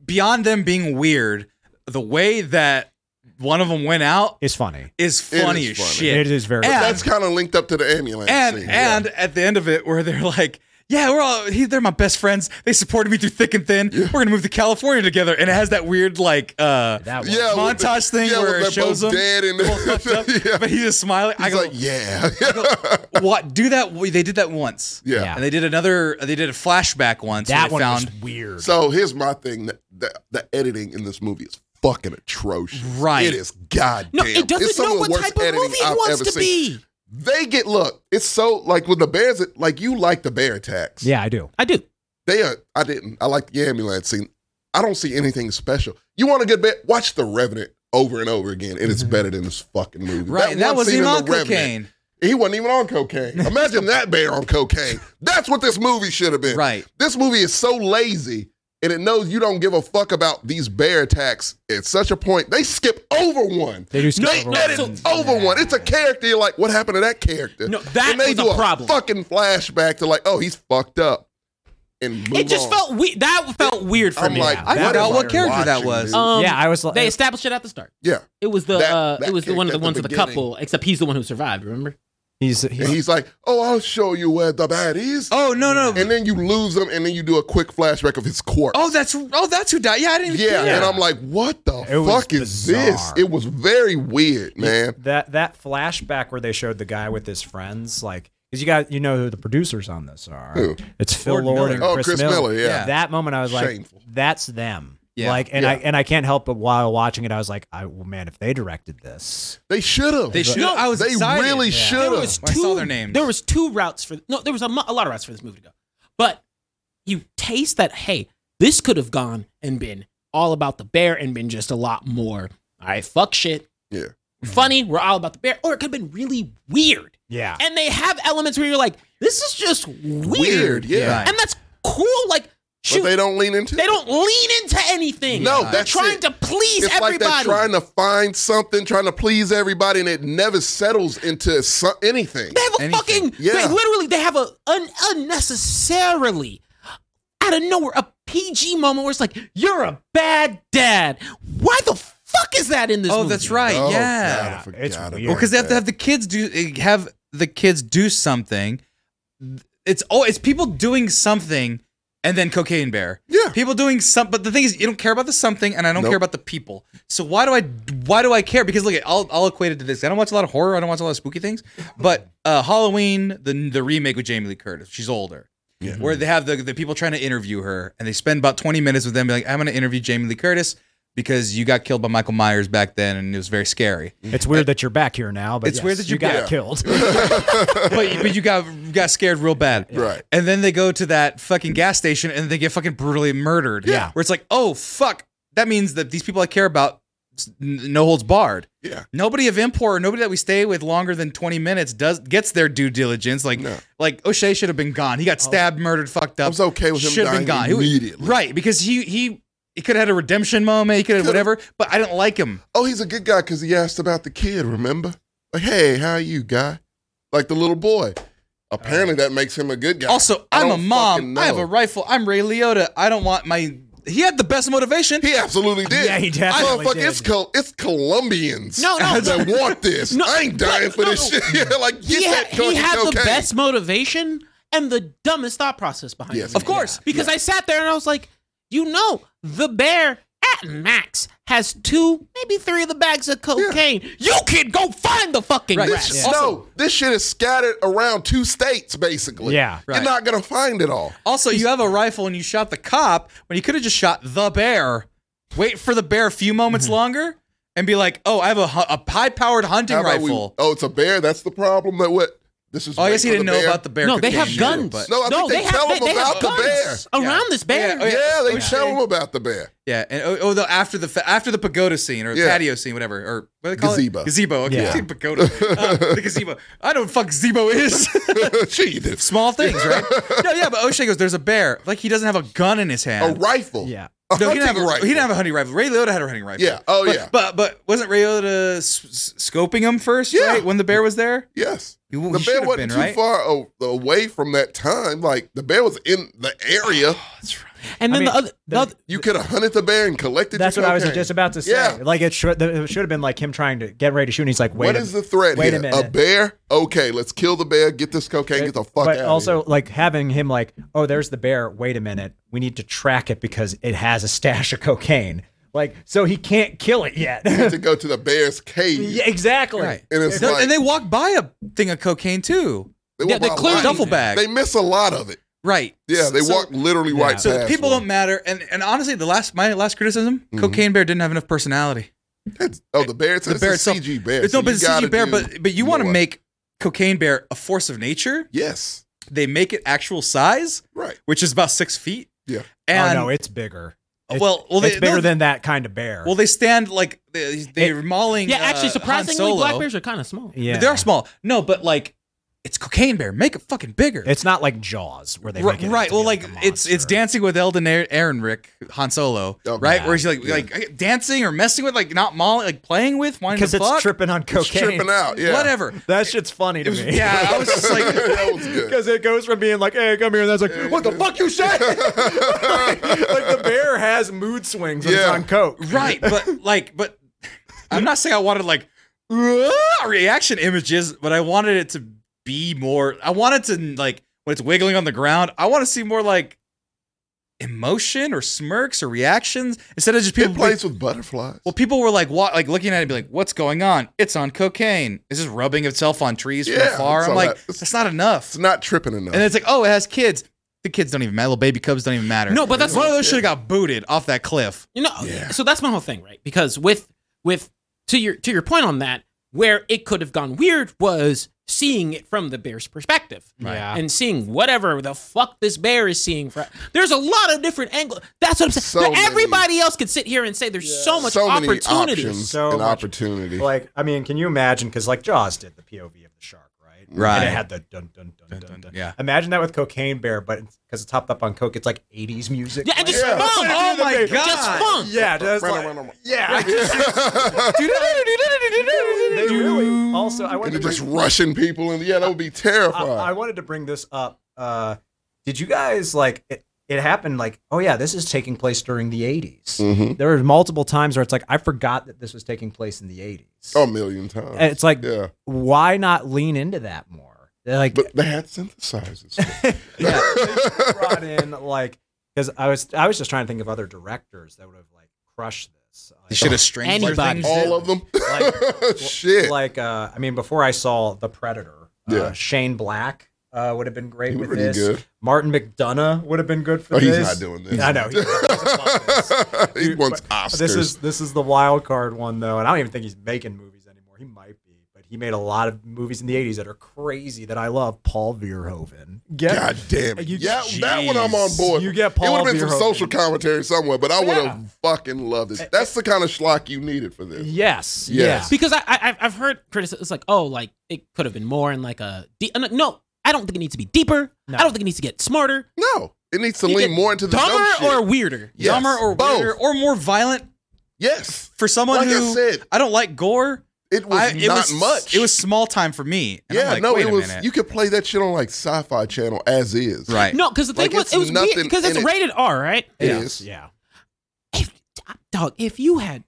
A: Beyond them being weird, the way that one of them went out
E: It's funny.
A: is
D: is
A: funny as
D: funny.
A: shit.
E: It is very
A: And-
D: That's kind of linked up to the ambulance.
A: and
D: scene.
A: and at the end of it, where they're like, "Yeah, we're all he, they're my best friends. They supported me through thick and thin. We're gonna move to California together." And it has that weird like uh
E: That one.
D: yeah, with
A: montage
D: the-
A: thing
D: yeah,
A: where
D: with
A: it
D: they're
A: shows
D: both
A: them
D: dead and
A: all fucked up,
D: *laughs* yeah.
A: but he's just smiling. I
D: He's
A: go,
D: like, yeah,
A: "What? Do that? They did that once."
D: *laughs* yeah.
E: Yeah.
A: And they did another. They did a flashback once. where
E: That
A: they
E: one
A: found,
E: was weird.
D: So here's my thing: the, the, the editing in this movie is fucking atrocious.
A: Right.
D: It is goddamn.
B: No, it
D: it's
B: doesn't
D: some
B: know
D: the
B: what
D: worst
B: type of
D: editing
B: movie it
D: I've
B: wants
D: ever
B: to
D: seen.
B: be.
D: They get look. It's so like with the bears. it- Like you like the bear attacks.
E: Yeah, I do.
B: I do.
D: They are. I didn't. I like the ambulance scene. I don't see anything special. You want a good bet? Watch The Revenant over and over again, and
B: Mm-hmm.
D: it's better than this fucking movie.
A: right. and that
D: one
A: wasn't
D: scene
A: even
D: in
A: on
D: The Revenant,
A: cocaine.
D: He wasn't even
B: *laughs*
D: on cocaine. Imagine that bear on cocaine. That's what this movie should have been.
A: Right.
D: This movie is so lazy and it knows you don't give a fuck about these bear attacks at such a point. They skip over one.
E: They do skip
D: They
E: over
D: let
E: one.
D: it over one. It's a character. You're like, what happened to that character?
B: No, that
D: and they
B: was
D: do
B: a problem.
D: fucking flashback to like, oh, he's fucked up. And move
B: It just
D: on.
B: felt weird. That felt weird for
D: I'm
B: me.
D: like,
E: Yeah,
A: I
D: what
A: forgot
D: am
A: what
D: I
A: character that
D: watching,
A: was.
D: dude?
B: Um,
E: yeah, I was like,
B: they established it at the start.
D: yeah,
B: It was the
D: That-
B: uh,
D: that
B: it was the
D: kicked
B: one of
D: at
B: the
D: the
B: ones of the
D: beginning.
B: couple, except he's the one who survived. Remember?
E: he's,
D: and
E: he's
D: he's like, oh, I'll show you where the bad is.
A: Oh no no.
D: And then you lose him, and then you do a quick flashback of his corpse.
A: oh that's oh that's who died. Yeah, I didn't. Even
D: Yeah,
A: care.
D: and I'm like, what the
E: It was
D: fuck is this?
E: bizarre.
D: It was very weird, man.
E: that that flashback where they showed the guy with his friends, like, because you got you know who the producers on this are.
D: Who?
E: It's Phil
A: Lord
E: Lord,
A: Miller.
E: and
D: Oh,
E: Chris,
D: Chris Miller, yeah.
A: Yeah.
E: That moment, I was
D: Shameful.
E: like, that's them.
A: Yeah.
E: Like, and I
D: Yeah.
E: and I can't help but while watching it, I was like, I well, man, if they directed this,
D: They should have.
A: They should. I was
D: They
A: excited.
D: really
B: There
D: should have.
B: was two.
A: I saw their names.
B: There was two routes for no. There was a, mo- a lot of routes for this movie to go, but you taste that. Hey, this could have gone and been all about the bear and been just a lot more. All right, fuck shit.
D: Yeah.
B: Mm-hmm. Funny, we're all about the bear, or it could have been really weird.
E: yeah,
B: And they have elements where you're like, this is just weird,
D: Weird, yeah.
A: Yeah.
B: and that's cool. Like, shoot,
D: But they don't lean into
B: they
D: it.
B: don't lean into anything.
D: No,
B: they're
D: that's
B: trying
D: it.
B: to please
D: It's like
B: everybody.
D: they're trying to find something, trying to please everybody, and it never settles into so- anything.
B: They have a
A: Anything.
B: fucking.
D: Yeah.
B: They literally they have a un, unnecessarily out of nowhere a PG moment where it's like you're a bad dad. Why the fuck is that in this?
A: Oh,
B: movie?
A: that's right.
D: Oh,
A: yeah.
D: God, I
E: Yeah,
D: forgot
E: it's
D: about
E: weird.
A: Well, because they have to have the kids do have the kids do something. It's oh, it's people doing something, and then cocaine bear.
D: Yeah.
A: people doing some. But the thing is, you don't care about the something, and I don't
D: Nope.
A: care about the people. So why do I why do I care? Because look, I'll I'll equate it to this. I don't watch a lot of horror. I don't watch a lot of spooky things. But uh, Halloween, the the remake with Jamie Lee Curtis, she's older.
D: Yeah.
A: Where they have the, the people trying to interview her, and they spend about twenty minutes with them, be like, "I'm going to interview Jamie Lee Curtis because you got killed by Michael Myers back then, and it was very scary."
E: it's weird that you're back here now, but
A: It's
E: yes,
A: weird that
E: you
A: you-
E: got
A: yeah.
D: *laughs*
E: killed.
A: but but you got got scared real bad,
D: Right.
A: And then they go to that fucking gas station and they get fucking brutally murdered.
E: Yeah.
A: where it's like, oh fuck, that means that these people I care about, s- n- no holds barred.
D: Yeah.
A: Nobody of import, or nobody that we stay with longer than twenty minutes does gets their due diligence. Like
D: No.
A: like O'Shea should have been gone. He got stabbed, murdered, fucked up.
D: I was okay with him
A: Should have been
D: dying
A: gone He was-
D: immediately.
A: right? Because he he. He could have had a redemption moment. He could have
D: Could've.
A: whatever, but I didn't like him.
D: Oh, he's a good guy because he asked about the kid, remember? Like, hey, how are you, guy? Like the little boy.
E: Uh,
D: Apparently, that makes him a good guy.
A: Also,
D: I
A: I'm a
D: don't fucking
A: mom. I have
D: know.
A: a rifle. I'm Ray Liotta. I don't want my. He had the best motivation.
D: He absolutely did.
E: Yeah, he definitely
D: Motherfucker,
E: did.
D: It's, Col- it's Colombians
B: No, no,
D: that want this.
B: No,
D: I ain't dying
B: but-
D: for this
B: no.
D: shit. *laughs* Yeah, like, get
B: He had,
D: that
B: he
D: fucking
B: had the
D: cocaine.
B: best motivation and the dumbest thought process behind
D: Yes,
B: it.
D: Of
A: course.
B: Because I sat there and I was like, you know, the bear. eh, Fat Max has two, maybe three of the bags of cocaine. You can go find the fucking
A: Right.
B: rats.
D: This, No, this shit is scattered around two states, basically.
E: Yeah,
A: right.
D: You're not gonna find it all.
A: Also, you have a rifle and you shot the cop when you could have just shot the bear. Wait for the bear a few moments
D: Mm-hmm.
A: longer and be like, oh, I have a, hu- a high powered hunting
D: How about we-
A: rifle.
D: oh, it's a bear. That's the problem. That what? This is.
A: oh, I
D: wait
A: guess he
D: for the
A: didn't know
D: bear.
A: about the bear.
B: No, they
A: cocaine
B: have
A: shit,
B: guns.
A: but-
D: No, I think they, tell him about the bear.
B: guns around this bear.
A: Yeah,
D: Yeah, they
A: Oh,
D: tell
A: shit.
D: him about the bear. *laughs*
A: yeah, and oh, oh, the, after the fa- after the pagoda scene or
D: Yeah.
A: patio scene, whatever, or what do they call
D: Gazebo.
A: it? Gazebo. Okay, *laughs*
E: Yeah.
A: pagoda. Uh,
D: *laughs*
A: the gazebo. I don't know what fuck gazebo is. *laughs*
D: Gee, this-
A: Small things, right? No, yeah, but O'Shea goes, "There's a bear." Like he doesn't have a gun in his
D: a
A: hand.
D: rifle.
E: Yeah.
D: a
A: no, he
D: hunting
A: didn't have a,
D: rifle.
A: he didn't have a hunting rifle. Ray Liotta had a hunting rifle.
D: Yeah. Oh
A: but,
D: yeah.
A: But but wasn't Ray Liotta s- s- scoping him first?
D: Yeah.
A: Right when the bear was there.
D: yes.
A: He,
D: The bear wasn't too
A: right?
D: far o- away from that time. Like the bear was in the area.
B: And then
E: I mean,
B: the other, the
E: the-
B: other
D: You could have hunted the bear and collected.
E: That's
D: your
E: what I was
D: cocaine.
E: just about to say.
D: Yeah.
E: Like it should it should have been like him trying to get ready to shoot. And he's like, wait.
D: What
E: a
D: is the threat
E: wait a
D: here?
E: minute.
D: bear? Okay, let's kill the bear. Get this cocaine. Get the fuck out.
E: but
D: of
E: also
D: here.
E: like having him like, oh, there's the bear. Wait a minute, we need to track it because it has a stash of cocaine. Like, so he can't kill it yet.
D: to go to the bear's cave.
E: *laughs* yeah, exactly.
A: Right.
D: And it's
A: No,
D: like,
A: and they walk by a thing of cocaine too.
D: they,
B: yeah,
D: walk
B: they
D: by a
B: clearly-
D: lot.
A: Duffel bag.
D: They miss a lot of it.
A: right.
D: Yeah, they
A: So-
D: walk literally
E: yeah.
D: right
A: So
D: past.
A: people
D: one.
A: don't matter. And and honestly, the last my last criticism,
D: Mm-hmm.
A: Cocaine Bear didn't have enough personality.
D: That's- oh, the bear. It's,
A: The
D: it's
A: bear
D: a
A: itself.
D: CG bear.
A: It's
D: so
A: no, but
D: you
A: it's
D: gotta
A: CG Bear,
D: do-
A: but but you
D: you
A: want
D: know
A: to
D: what?
A: make Cocaine Bear a force of nature.
D: Yes,
A: They make it actual size,
D: right.
A: which is about six feet.
D: Yeah.
A: And
E: oh no, it's bigger. It's,
A: well, well, they,
E: it's bigger
A: no,
E: than that kind of bear.
A: well, they stand like they, they're mauling.
B: yeah,
A: uh,
B: actually,
A: Han
B: surprisingly,
A: Solo.
B: black bears are kind of small.
E: yeah,
A: They are small. No, but like it's Cocaine Bear. Make it fucking bigger.
E: It's not like Jaws where they
A: Ri-
E: make it out
A: right.
E: to
A: Well,
E: be
A: like
E: a
A: it's it's
E: monster.
A: dancing with Elden Ehrenrich, Han Solo,
D: Oh,
A: right?
D: God.
A: Where he's like
D: Yeah.
A: like dancing or messing with, like not mauling, like playing with, wanting
E: because
A: to
E: it's
A: fuck,
E: tripping on cocaine.
D: It's tripping out. Yeah,
A: whatever.
E: That shit's funny to
A: It was-
E: me.
A: yeah, I was just
E: *laughs*
A: like,
D: that was good.
E: Because it goes from being like, "Hey, come here," and that's like, "What the fuck you *laughs* said?" like, the bear has mood swings when it's
D: Yeah.
E: on coke.
A: right,
D: *laughs*
A: but like, but I'm not saying I wanted like "Whoa!" reaction images, but I wanted it to be more. I wanted to like when it's wiggling on the ground. I want to see more like emotion or smirks or reactions instead of just people
D: It plays with butterflies.
A: Well, people were like, wa- like looking at it, and be like, "What's going on? It's on cocaine. It's just rubbing itself on trees
D: Yeah,
A: from afar."
D: it's
A: I'm
D: all
A: like,
D: that. It's-
A: "That's not enough."
D: It's not tripping enough.
A: and it's like, "Oh, it has kids. The kids don't even matter. Little baby cubs don't even matter."
B: No, but that's-
A: one of those should have got booted off that *laughs* cliff.
B: You know,
D: Yeah.
B: so that's my whole thing, right? Because with with to your to your point on that, where it could have gone weird was seeing it from the bear's perspective,
A: Right.
E: Yeah.
B: and seeing whatever the fuck this bear is seeing. From there's a lot of different angles. That's what I'm
D: So
B: saying. Now,
D: many.
B: everybody else could sit here and say there's so much
D: so many
B: opportunity.
D: options
E: So
D: and
E: much.
D: opportunity.
E: Like, I mean, can you imagine? Because like Jaws did the POV of the shark, right?
A: Right.
E: And it had the dun dun dun dun. dun.
A: yeah.
E: Imagine that with Cocaine Bear, but because it's hopped up on coke, it's like '80s music.
B: Yeah, and just
D: Yeah.
B: fun.
A: Oh my
B: Just
A: God.
B: fun.
E: yeah, just
D: Run,
E: like-
D: run, run.
E: yeah. *laughs* They really- Also, I
D: and
E: wanted
D: they're
E: to
D: just
E: bring,
D: rushing people, and yeah, that would be
E: I,
D: terrifying.
E: I wanted to bring this up. Uh, did you guys like it? It happened like, oh yeah, this is taking place during the '80s.
D: Mhm.
E: There were multiple times where it's like, I forgot that this was taking place in the '80s.
D: A million times.
E: And it's like,
D: Oh, yeah,
E: why not lean into that more? They're like,
D: but they had synthesizers.
E: *laughs* yeah, they brought in like because I was I was just trying to think of other directors that would have like crushed this. Like,
A: They should have strangled
B: Anybody.
A: things.
D: *laughs* All of them. *laughs* Shit.
E: Like uh, I mean, before I saw The Predator, uh,
D: Yeah.
E: Shane Black uh, would have been great
D: He
E: with
D: would've been
E: this.
D: good.
E: Martin McDonough would have been good for
D: Oh, he's
E: this.
D: not doing this.
E: I know. he- he's above this.
D: *laughs* he wants
E: But
D: Oscars.
E: This is this is the wild card one though, and I don't even think he's making movies anymore. He might be, but he made a lot of movies in the '80s that are crazy that I love. Paul Verhoeven. Get,
D: God damn it.
E: You-
D: yeah, that one I'm on
A: Jeez.
D: board.
E: You get
D: It
E: Paul
D: would have been some
E: Verhoeven.
D: social commentary somewhere, but I would have fucking loved it. That's the kind of schlock you needed for this.
E: Yes.
D: Yes.
E: Yeah.
B: because I, I I've- I've heard criticism. It's like, oh, like it could have been more and like a de- uh, no. I don't think it needs to be deeper.
E: No.
B: I don't think it needs to get smarter,
D: No, it needs to
B: You
D: lean
B: get
D: more into the dumb
B: dumber,
D: shit.
B: or weirder.
D: Yes.
A: dumber or
D: Both.
A: weirder or more violent
D: Yes.
A: for someone
D: Like I
A: who
D: said,
A: I don't like gore.
D: It was
A: I,
D: not much.
A: It was small time for me. And I'm
D: yeah,
A: like,
D: no,
A: wait
D: it
A: a
D: was.
A: minute.
D: You could play that shit on like Sci-Fi Channel as is.
A: right.
B: No, because the thing
D: Like,
B: was,
D: it's
B: it was weird
D: nothing
B: because it's
D: in it.
B: rated R, right?
D: It
E: Yeah.
D: is.
E: Yeah.
B: If, dog, if you had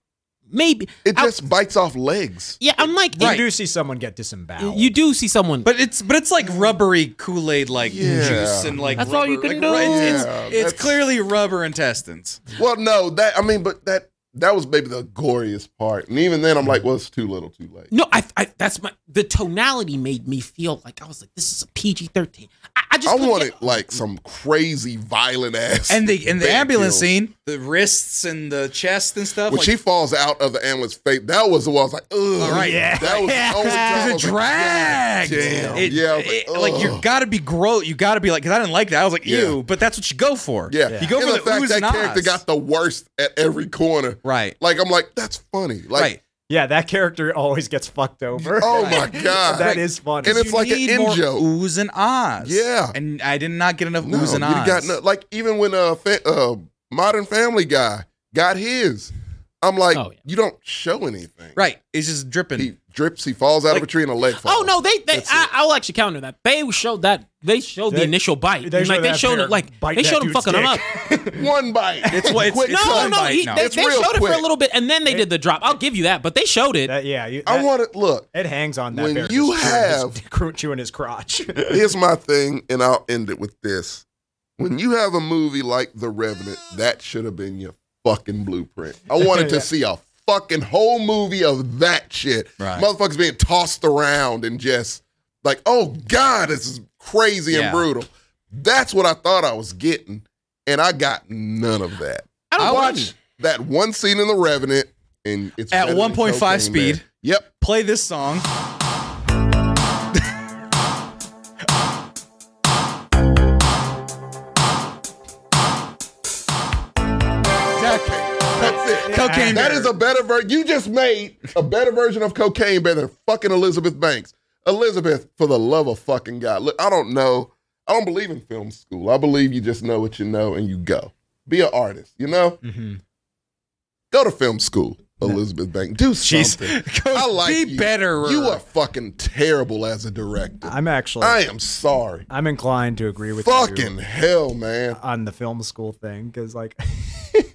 B: maybe,
D: It
B: I-
D: just bites off legs.
B: yeah, I'm like,
E: You
A: Right.
E: do see someone get disemboweled.
B: you do see someone,
A: But it's but it's like rubbery Kool Aid like
D: Yeah.
A: juice and like
B: That's all you
A: rubber- like,
B: can do.
A: right, It's,
D: Yeah,
A: it's
D: that's-
A: clearly rubber intestines.
D: Well, no, that I mean, but that that was maybe the goriest part. And even then, I'm like, well, it's too little, too late.
B: No, I, I that's my the tonality made me feel like I was like this is a PG thirteen. I, I just
D: I
B: couldn't get- oh,
D: wanted like some crazy violent ass.
A: And the in the
D: band
A: ambulance
D: kills.
A: scene, the wrists and the chest and stuff. *laughs*
D: When
A: like,
D: she falls out of the ambulance, face that was the one I was like, ugh.
A: All right.
D: yeah. That was the
A: *laughs*
D: only time I
A: it
D: was like, God
A: dragged.
D: damn.
A: It-
D: yeah, I was
A: it-
D: like,
A: like,
D: ugh.
A: you gotta be gross. You gotta be like, because I didn't like that. I was like,
D: Yeah.
A: ew. But that's what you go for.
D: Yeah,
A: you go
D: and
A: for
D: the
A: the,
D: fact
A: oohs
D: that
A: and ahs.
D: character got the worst at every corner.
A: right,
D: Like I'm like, that's funny. Like,
A: right.
E: Yeah, that character always gets fucked over. *laughs*
D: oh my god,
E: that is funny.
D: And it's
A: You
D: like an
A: need
D: in
A: more
D: joke.
A: oohs and ahs.
D: Yeah.
A: and I did not get enough
D: no,
A: oohs
D: you
A: and ahs.
D: got no, like even when uh, fa- uh Modern Family Guy got his, I'm like,
B: Oh, yeah.
D: you don't show anything.
A: right, it's just dripping.
D: He drips. He falls out of a
A: Like-
D: tree and a leg. Falls.
B: Oh no, they they
D: That's
B: I, I'll actually counter that. They showed that they showed the
E: They-
B: initial bite.
E: they
B: They like
E: showed
B: they
E: that
B: showed
E: pair
B: it like
E: bite
B: they
E: that
B: showed him
E: dude's
B: fucking him up.
E: dick.
D: *laughs* one bite.
A: It's what- it's-
D: Quick
A: it's
B: No,
A: one
D: cut.
B: no,
A: bite,
B: he,
A: no.
B: they,
D: It's
B: they
D: real
B: showed it for a
D: quick.
B: little bit, and then they did the drop. I'll give you that, but they showed
E: *laughs*
B: it.
E: That- yeah, you,
D: I
E: that-
D: want to look.
E: It hangs on that.
D: When
E: bear
D: you
E: just chewing
D: have-
E: his, cr- chewing his crotch. *laughs*
D: Here's my thing, and I'll end it with this. When you have a movie like The Revenant, that should have been your fucking blueprint.
A: *laughs*
D: I wanted to see a fucking whole movie of that shit.
A: Right.
D: Motherfuckers being tossed around and just like, oh God, this is crazy and
A: Yeah.
D: brutal. That's what I thought I was getting, and I got none of that.
B: I don't
A: I
B: blame
A: watched-
D: That one scene in The Revenant, and it's
A: At
D: better than
A: 1.5
D: Cocaine Bear.
A: speed.
D: Yep.
A: Play this song.
D: *laughs* Okay, that's it.
A: Cocaine.
D: That
A: Bear.
D: is a better version. You just made a better version of cocaine better than fucking Elizabeth Banks. Elizabeth, for the love of fucking God. Look, I don't know. I don't believe in film school. I believe you just know what you know and you go. Be an artist, you know?
E: Mm-hmm.
D: Go to film school, Elizabeth Banks. Do
A: Jeez.
D: something.
E: *laughs*
A: Go-
D: I like
A: be
D: you.
A: better.
D: You are fucking terrible as a director.
E: I'm actually, I,
D: I am sorry.
E: am inclined to agree with you.
D: Fucking hell, man.
E: on the film school thing because like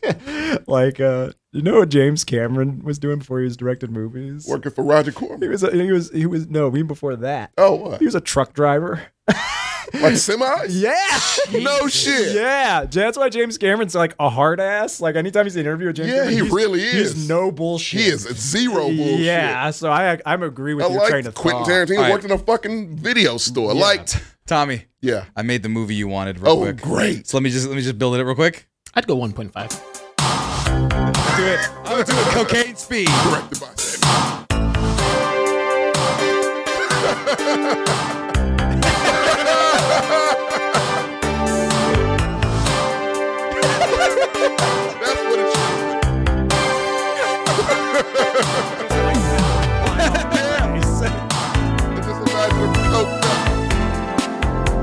E: *laughs* like uh you know what james cameron was doing before he was directed movies
D: Working for Roger
E: he
D: Corman.
E: was a, he was he was no even before that
D: Oh, what?
E: he was a truck driver
D: Like
E: *laughs*
D: semis?
E: yeah
D: No shit.
E: yeah that's why james cameron's like a hard ass like anytime he's interviewed with james
D: Yeah,
E: Cameron,
D: he
E: he's-
D: really
E: he's
D: is.
E: no bullshit
D: He is zero bullshit.
E: yeah so i i'm agree with
D: I
E: your train
D: like
E: of
D: Quentin
E: thought.
D: Tarantino
A: All right.
D: worked in a fucking video store. Like,
A: Tommy.
D: yeah.
A: I made the movie you wanted real
D: Oh,
A: quick.
D: great.
A: So let me just let me just build it up real quick.
B: you. I'd go 1.5.
A: Do it. I'm doing cocaine speed.
D: Directed by Sam. That's what it should have
E: *laughs*
D: been. Just imagine him coked up.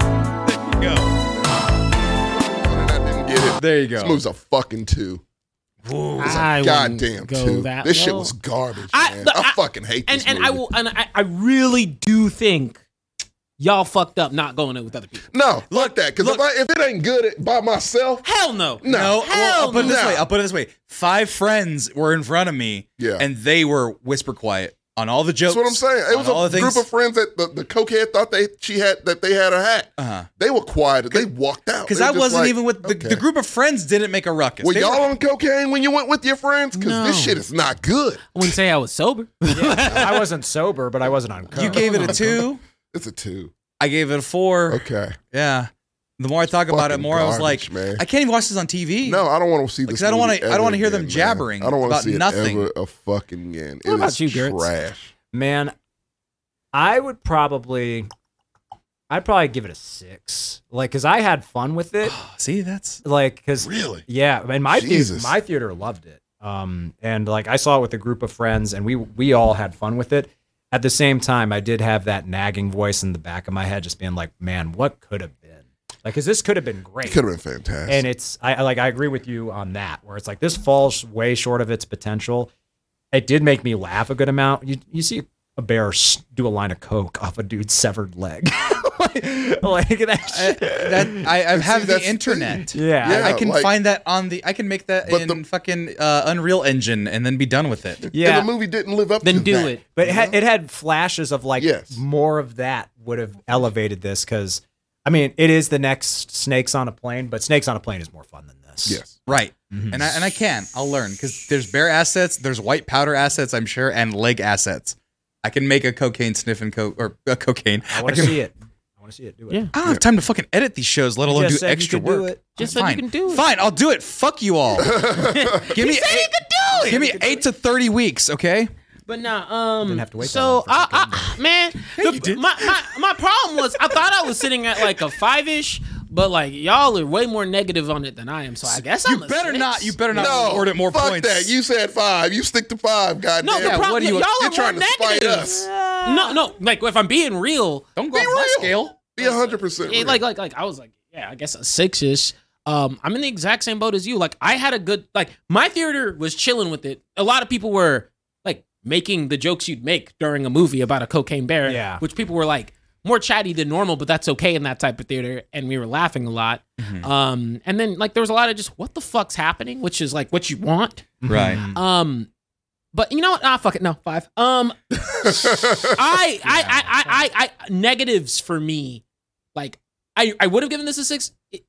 A: Go.
D: And I didn't get it.
A: There you go.
D: This movie's a fucking two. It's a
B: I wouldn't
D: goddamn
B: go
D: two.
B: that
D: This shit
B: low.
D: was garbage,
B: I-
D: man.
B: look,
D: I,
B: I-
D: fucking hate
B: And
D: this
B: and
D: movie.
B: I will and I, I really do think y'all fucked up not going in with other people.
D: No, look that. Because if,
A: look-
D: I- if it ain't good at- by myself,
B: Hell no.
A: No, well, I'll
B: Hell
A: put it this
D: no.
A: way. I'll put it this way. Five friends were in front of me,
D: Yeah.
A: and they were whisper quiet on all the jokes.
D: that's what I'm saying. It
A: on all
D: was
A: the
D: a
A: things-
D: group of friends that the, the cokehead thought they she had that they had a hat.
A: Uh-huh.
D: They were quiet. They walked out.
A: Because
D: They
A: I
D: were just
A: wasn't
D: like,
A: even with the,
D: okay.
A: the group of friends. Didn't make a ruckus.
D: Were
A: They
D: y'all on cocaine when you went with your friends? Because
B: No.
D: this shit is not good.
B: I wouldn't say I
A: *laughs*
B: was sober.
E: i wasn't sober but i wasn't on coke.
A: you gave it a two.
D: It's a two.
A: I gave it a four.
D: Okay.
A: Yeah. The more I talk about it,
D: Fucking
A: more I was
D: garbage,
A: like,
D: man.
A: I can't even watch this on TV.
D: No, I don't want to see this.
A: Because I don't
D: want
A: wanna- I don't wanna hear them jabbering
D: I don't want to
A: about
D: see it
A: nothing.
D: ever a fucking again. It is
B: What about you, Gertz?
D: trash.
E: Man, I would probably, I'd probably give it a six. Like, cause I had fun with
D: *gasps*
E: it.
A: See, that's
E: Like, cause
D: Really?
E: yeah, and my theater,
D: Jesus.
E: my theater loved it. Um, and like I saw it with a group of friends, and we we all had fun with it. At the same time, I did have that nagging voice in the back of my head, just being like, "Man, what could have been? Like, cause this could have been great."
D: It could have been fantastic.
E: and it's I I- like I agree with you on that, where it's like this falls way short of its potential. It did make me laugh a good amount. You you see a bear s- do a line of coke off a dude's severed leg, *laughs* like, like that.
A: I,
E: Shit.
A: that I,
D: *laughs*
A: I have
D: that's the
A: the
D: thing.
A: internet.
E: yeah,
D: Uh, Yeah.
A: I can
D: like-
A: find that on the. I can make that
D: But
A: in
D: the-
A: fucking uh, Unreal Engine and then be done with it.
E: yeah.
D: And the movie didn't live up.
B: Then
D: to
B: do
D: that.
B: it.
E: But it had, it had flashes of like
D: Yes.
E: more of that would have elevated this because I mean, it is the next Snakes on a Plane, but Snakes on a Plane is more fun than this.
D: Yes.
A: Right. And I and I can. I'll learn because there's bear assets, there's white powder assets, I'm sure, and leg assets. I can make a cocaine sniff and coke or a cocaine.
E: I
A: I,
E: want to
A: can,
E: see it. I want to see it. Do it.
B: Yeah.
A: I don't have time to fucking edit these shows, let alone
E: Just
A: do
E: said you
A: extra
E: could do
A: work.
E: it.
B: Just
A: Fine.
B: said you can do it.
A: Fine, I'll do it. Fuck you
D: *laughs*
A: all. give me eight,
B: do
A: give me eight to thirty weeks, okay?
B: But no, um,
E: Didn't have to wait that long
B: so
E: for
B: I,
E: it to come
A: *laughs*
B: I, man, the- my, my my problem was I thought I was sitting at like a five ish, but like y'all are way more negative on it than I am. So I guess
A: You
B: I'm a
A: better
B: six.
A: not. You better not
D: No,
A: award it more
D: fuck
A: points.
D: that. You said five. You stick to five. Goddamn.
B: No, the problem
A: what are you-
B: y'all
D: You're
B: are
D: trying
B: more
D: to spite
B: negative.
D: us.
B: No, no, like if I'm being real,
A: don't go off
D: Be
A: my
D: real.
A: scale.
D: Be hundred percent.
B: it- like like like I was like, yeah, I guess a six ish. Um, I'm in the exact same boat as you. Like I had a good like my theater was chilling with it. A lot of people were like making the jokes you'd make during a movie about a cocaine bear.
E: Yeah.
B: Which people were like more chatty than normal, but that's okay in that type of theater. And we were laughing a lot. Um, and then like there was a lot of just what the fuck's happening, which is like what you want.
E: Mm-hmm.
A: Right.
B: Um, but you know what? Ah, fuck it. No, five.
E: *laughs*
B: Um, I, I, I, I, I, I, negatives for me, like I, I would have given this a six. It,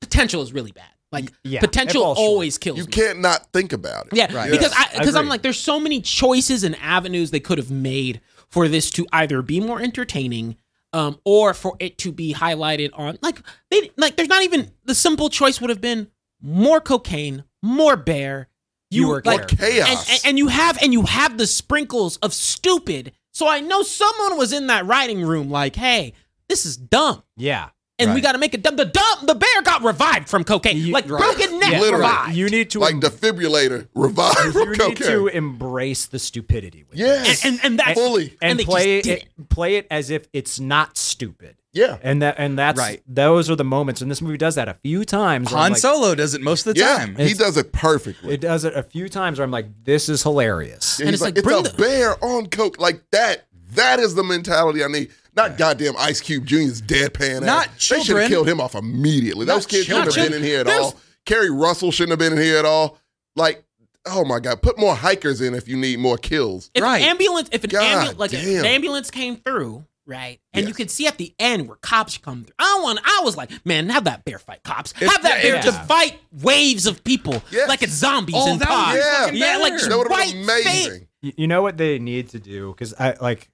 B: potential is really bad. Like
E: yeah,
B: potential
E: it falls short.
B: always kills
D: you
B: me.
D: can't not think about it.
B: Yeah,
A: Right.
B: because I because I'm
E: agreed.
B: like, there's so many choices and avenues they could have made for this to either be more entertaining, um, or for it to be highlighted on like they like there's not even the simple choice would have been more cocaine, more bear.
E: You were
B: like
E: care.
B: and,
D: Chaos.
B: and, and you have and you have the sprinkles of stupid. So I know someone was in that writing room like, hey, this is dumb.
E: Yeah.
B: And we
A: Right.
B: got to make it dumb. The dumb, the bear got revived from cocaine.
E: You-
B: like
E: right.
B: broken neck
E: Yeah.
D: Literally.
B: revived.
E: You need to
D: like
E: em-
D: defibrillator *laughs* revived
E: you
D: from
E: need
D: cocaine.
E: to embrace the stupidity with it.
B: and,
D: yes.
B: and, and that's
D: Fully.
E: and,
B: and they
E: play
B: just did
E: it, play it as if it's not stupid.
D: yeah.
E: And that and that's
A: Right.
E: those are the moments, and this movie does that a few times. where I'm
A: Han
E: like-
A: Solo does it most of the
D: Yeah.
A: time.
D: He does it perfectly.
E: it does it a few times where I'm like, this is hilarious.
D: and
B: it's
D: he's like,
B: like,
D: it's
B: bring
D: a
B: the-
D: bear on coke. Like that. That is the mentality I need. Not goddamn Ice Cube Jr.'s deadpan.
A: Not
D: ass. They should have
A: children.
D: killed him off immediately. Those
A: Not
D: kids shouldn't have
B: children.
D: been in here at
B: There's-
D: all. Kerry Russell shouldn't have been in here at all. Like, oh my God. Put more hikers in if you need more kills.
B: If
A: Right.
B: an ambulance, if an
D: God
B: ambulance, like a-
D: damn.
B: an ambulance came through, right, and you
D: Yes.
B: could see at the end where cops come through. I want. I was like, man, have that bear fight cops.
A: It's-
B: have that bear
A: yeah.
B: just fight waves of people
D: Yes.
B: like it's zombies
A: Oh,
B: and
A: that would
B: pods.
A: be
D: Yeah.
A: fucking
B: Yeah, like,
A: better.
D: That would have
B: Right
D: been
B: face.
D: amazing.
E: You, you know what they need to do because I like,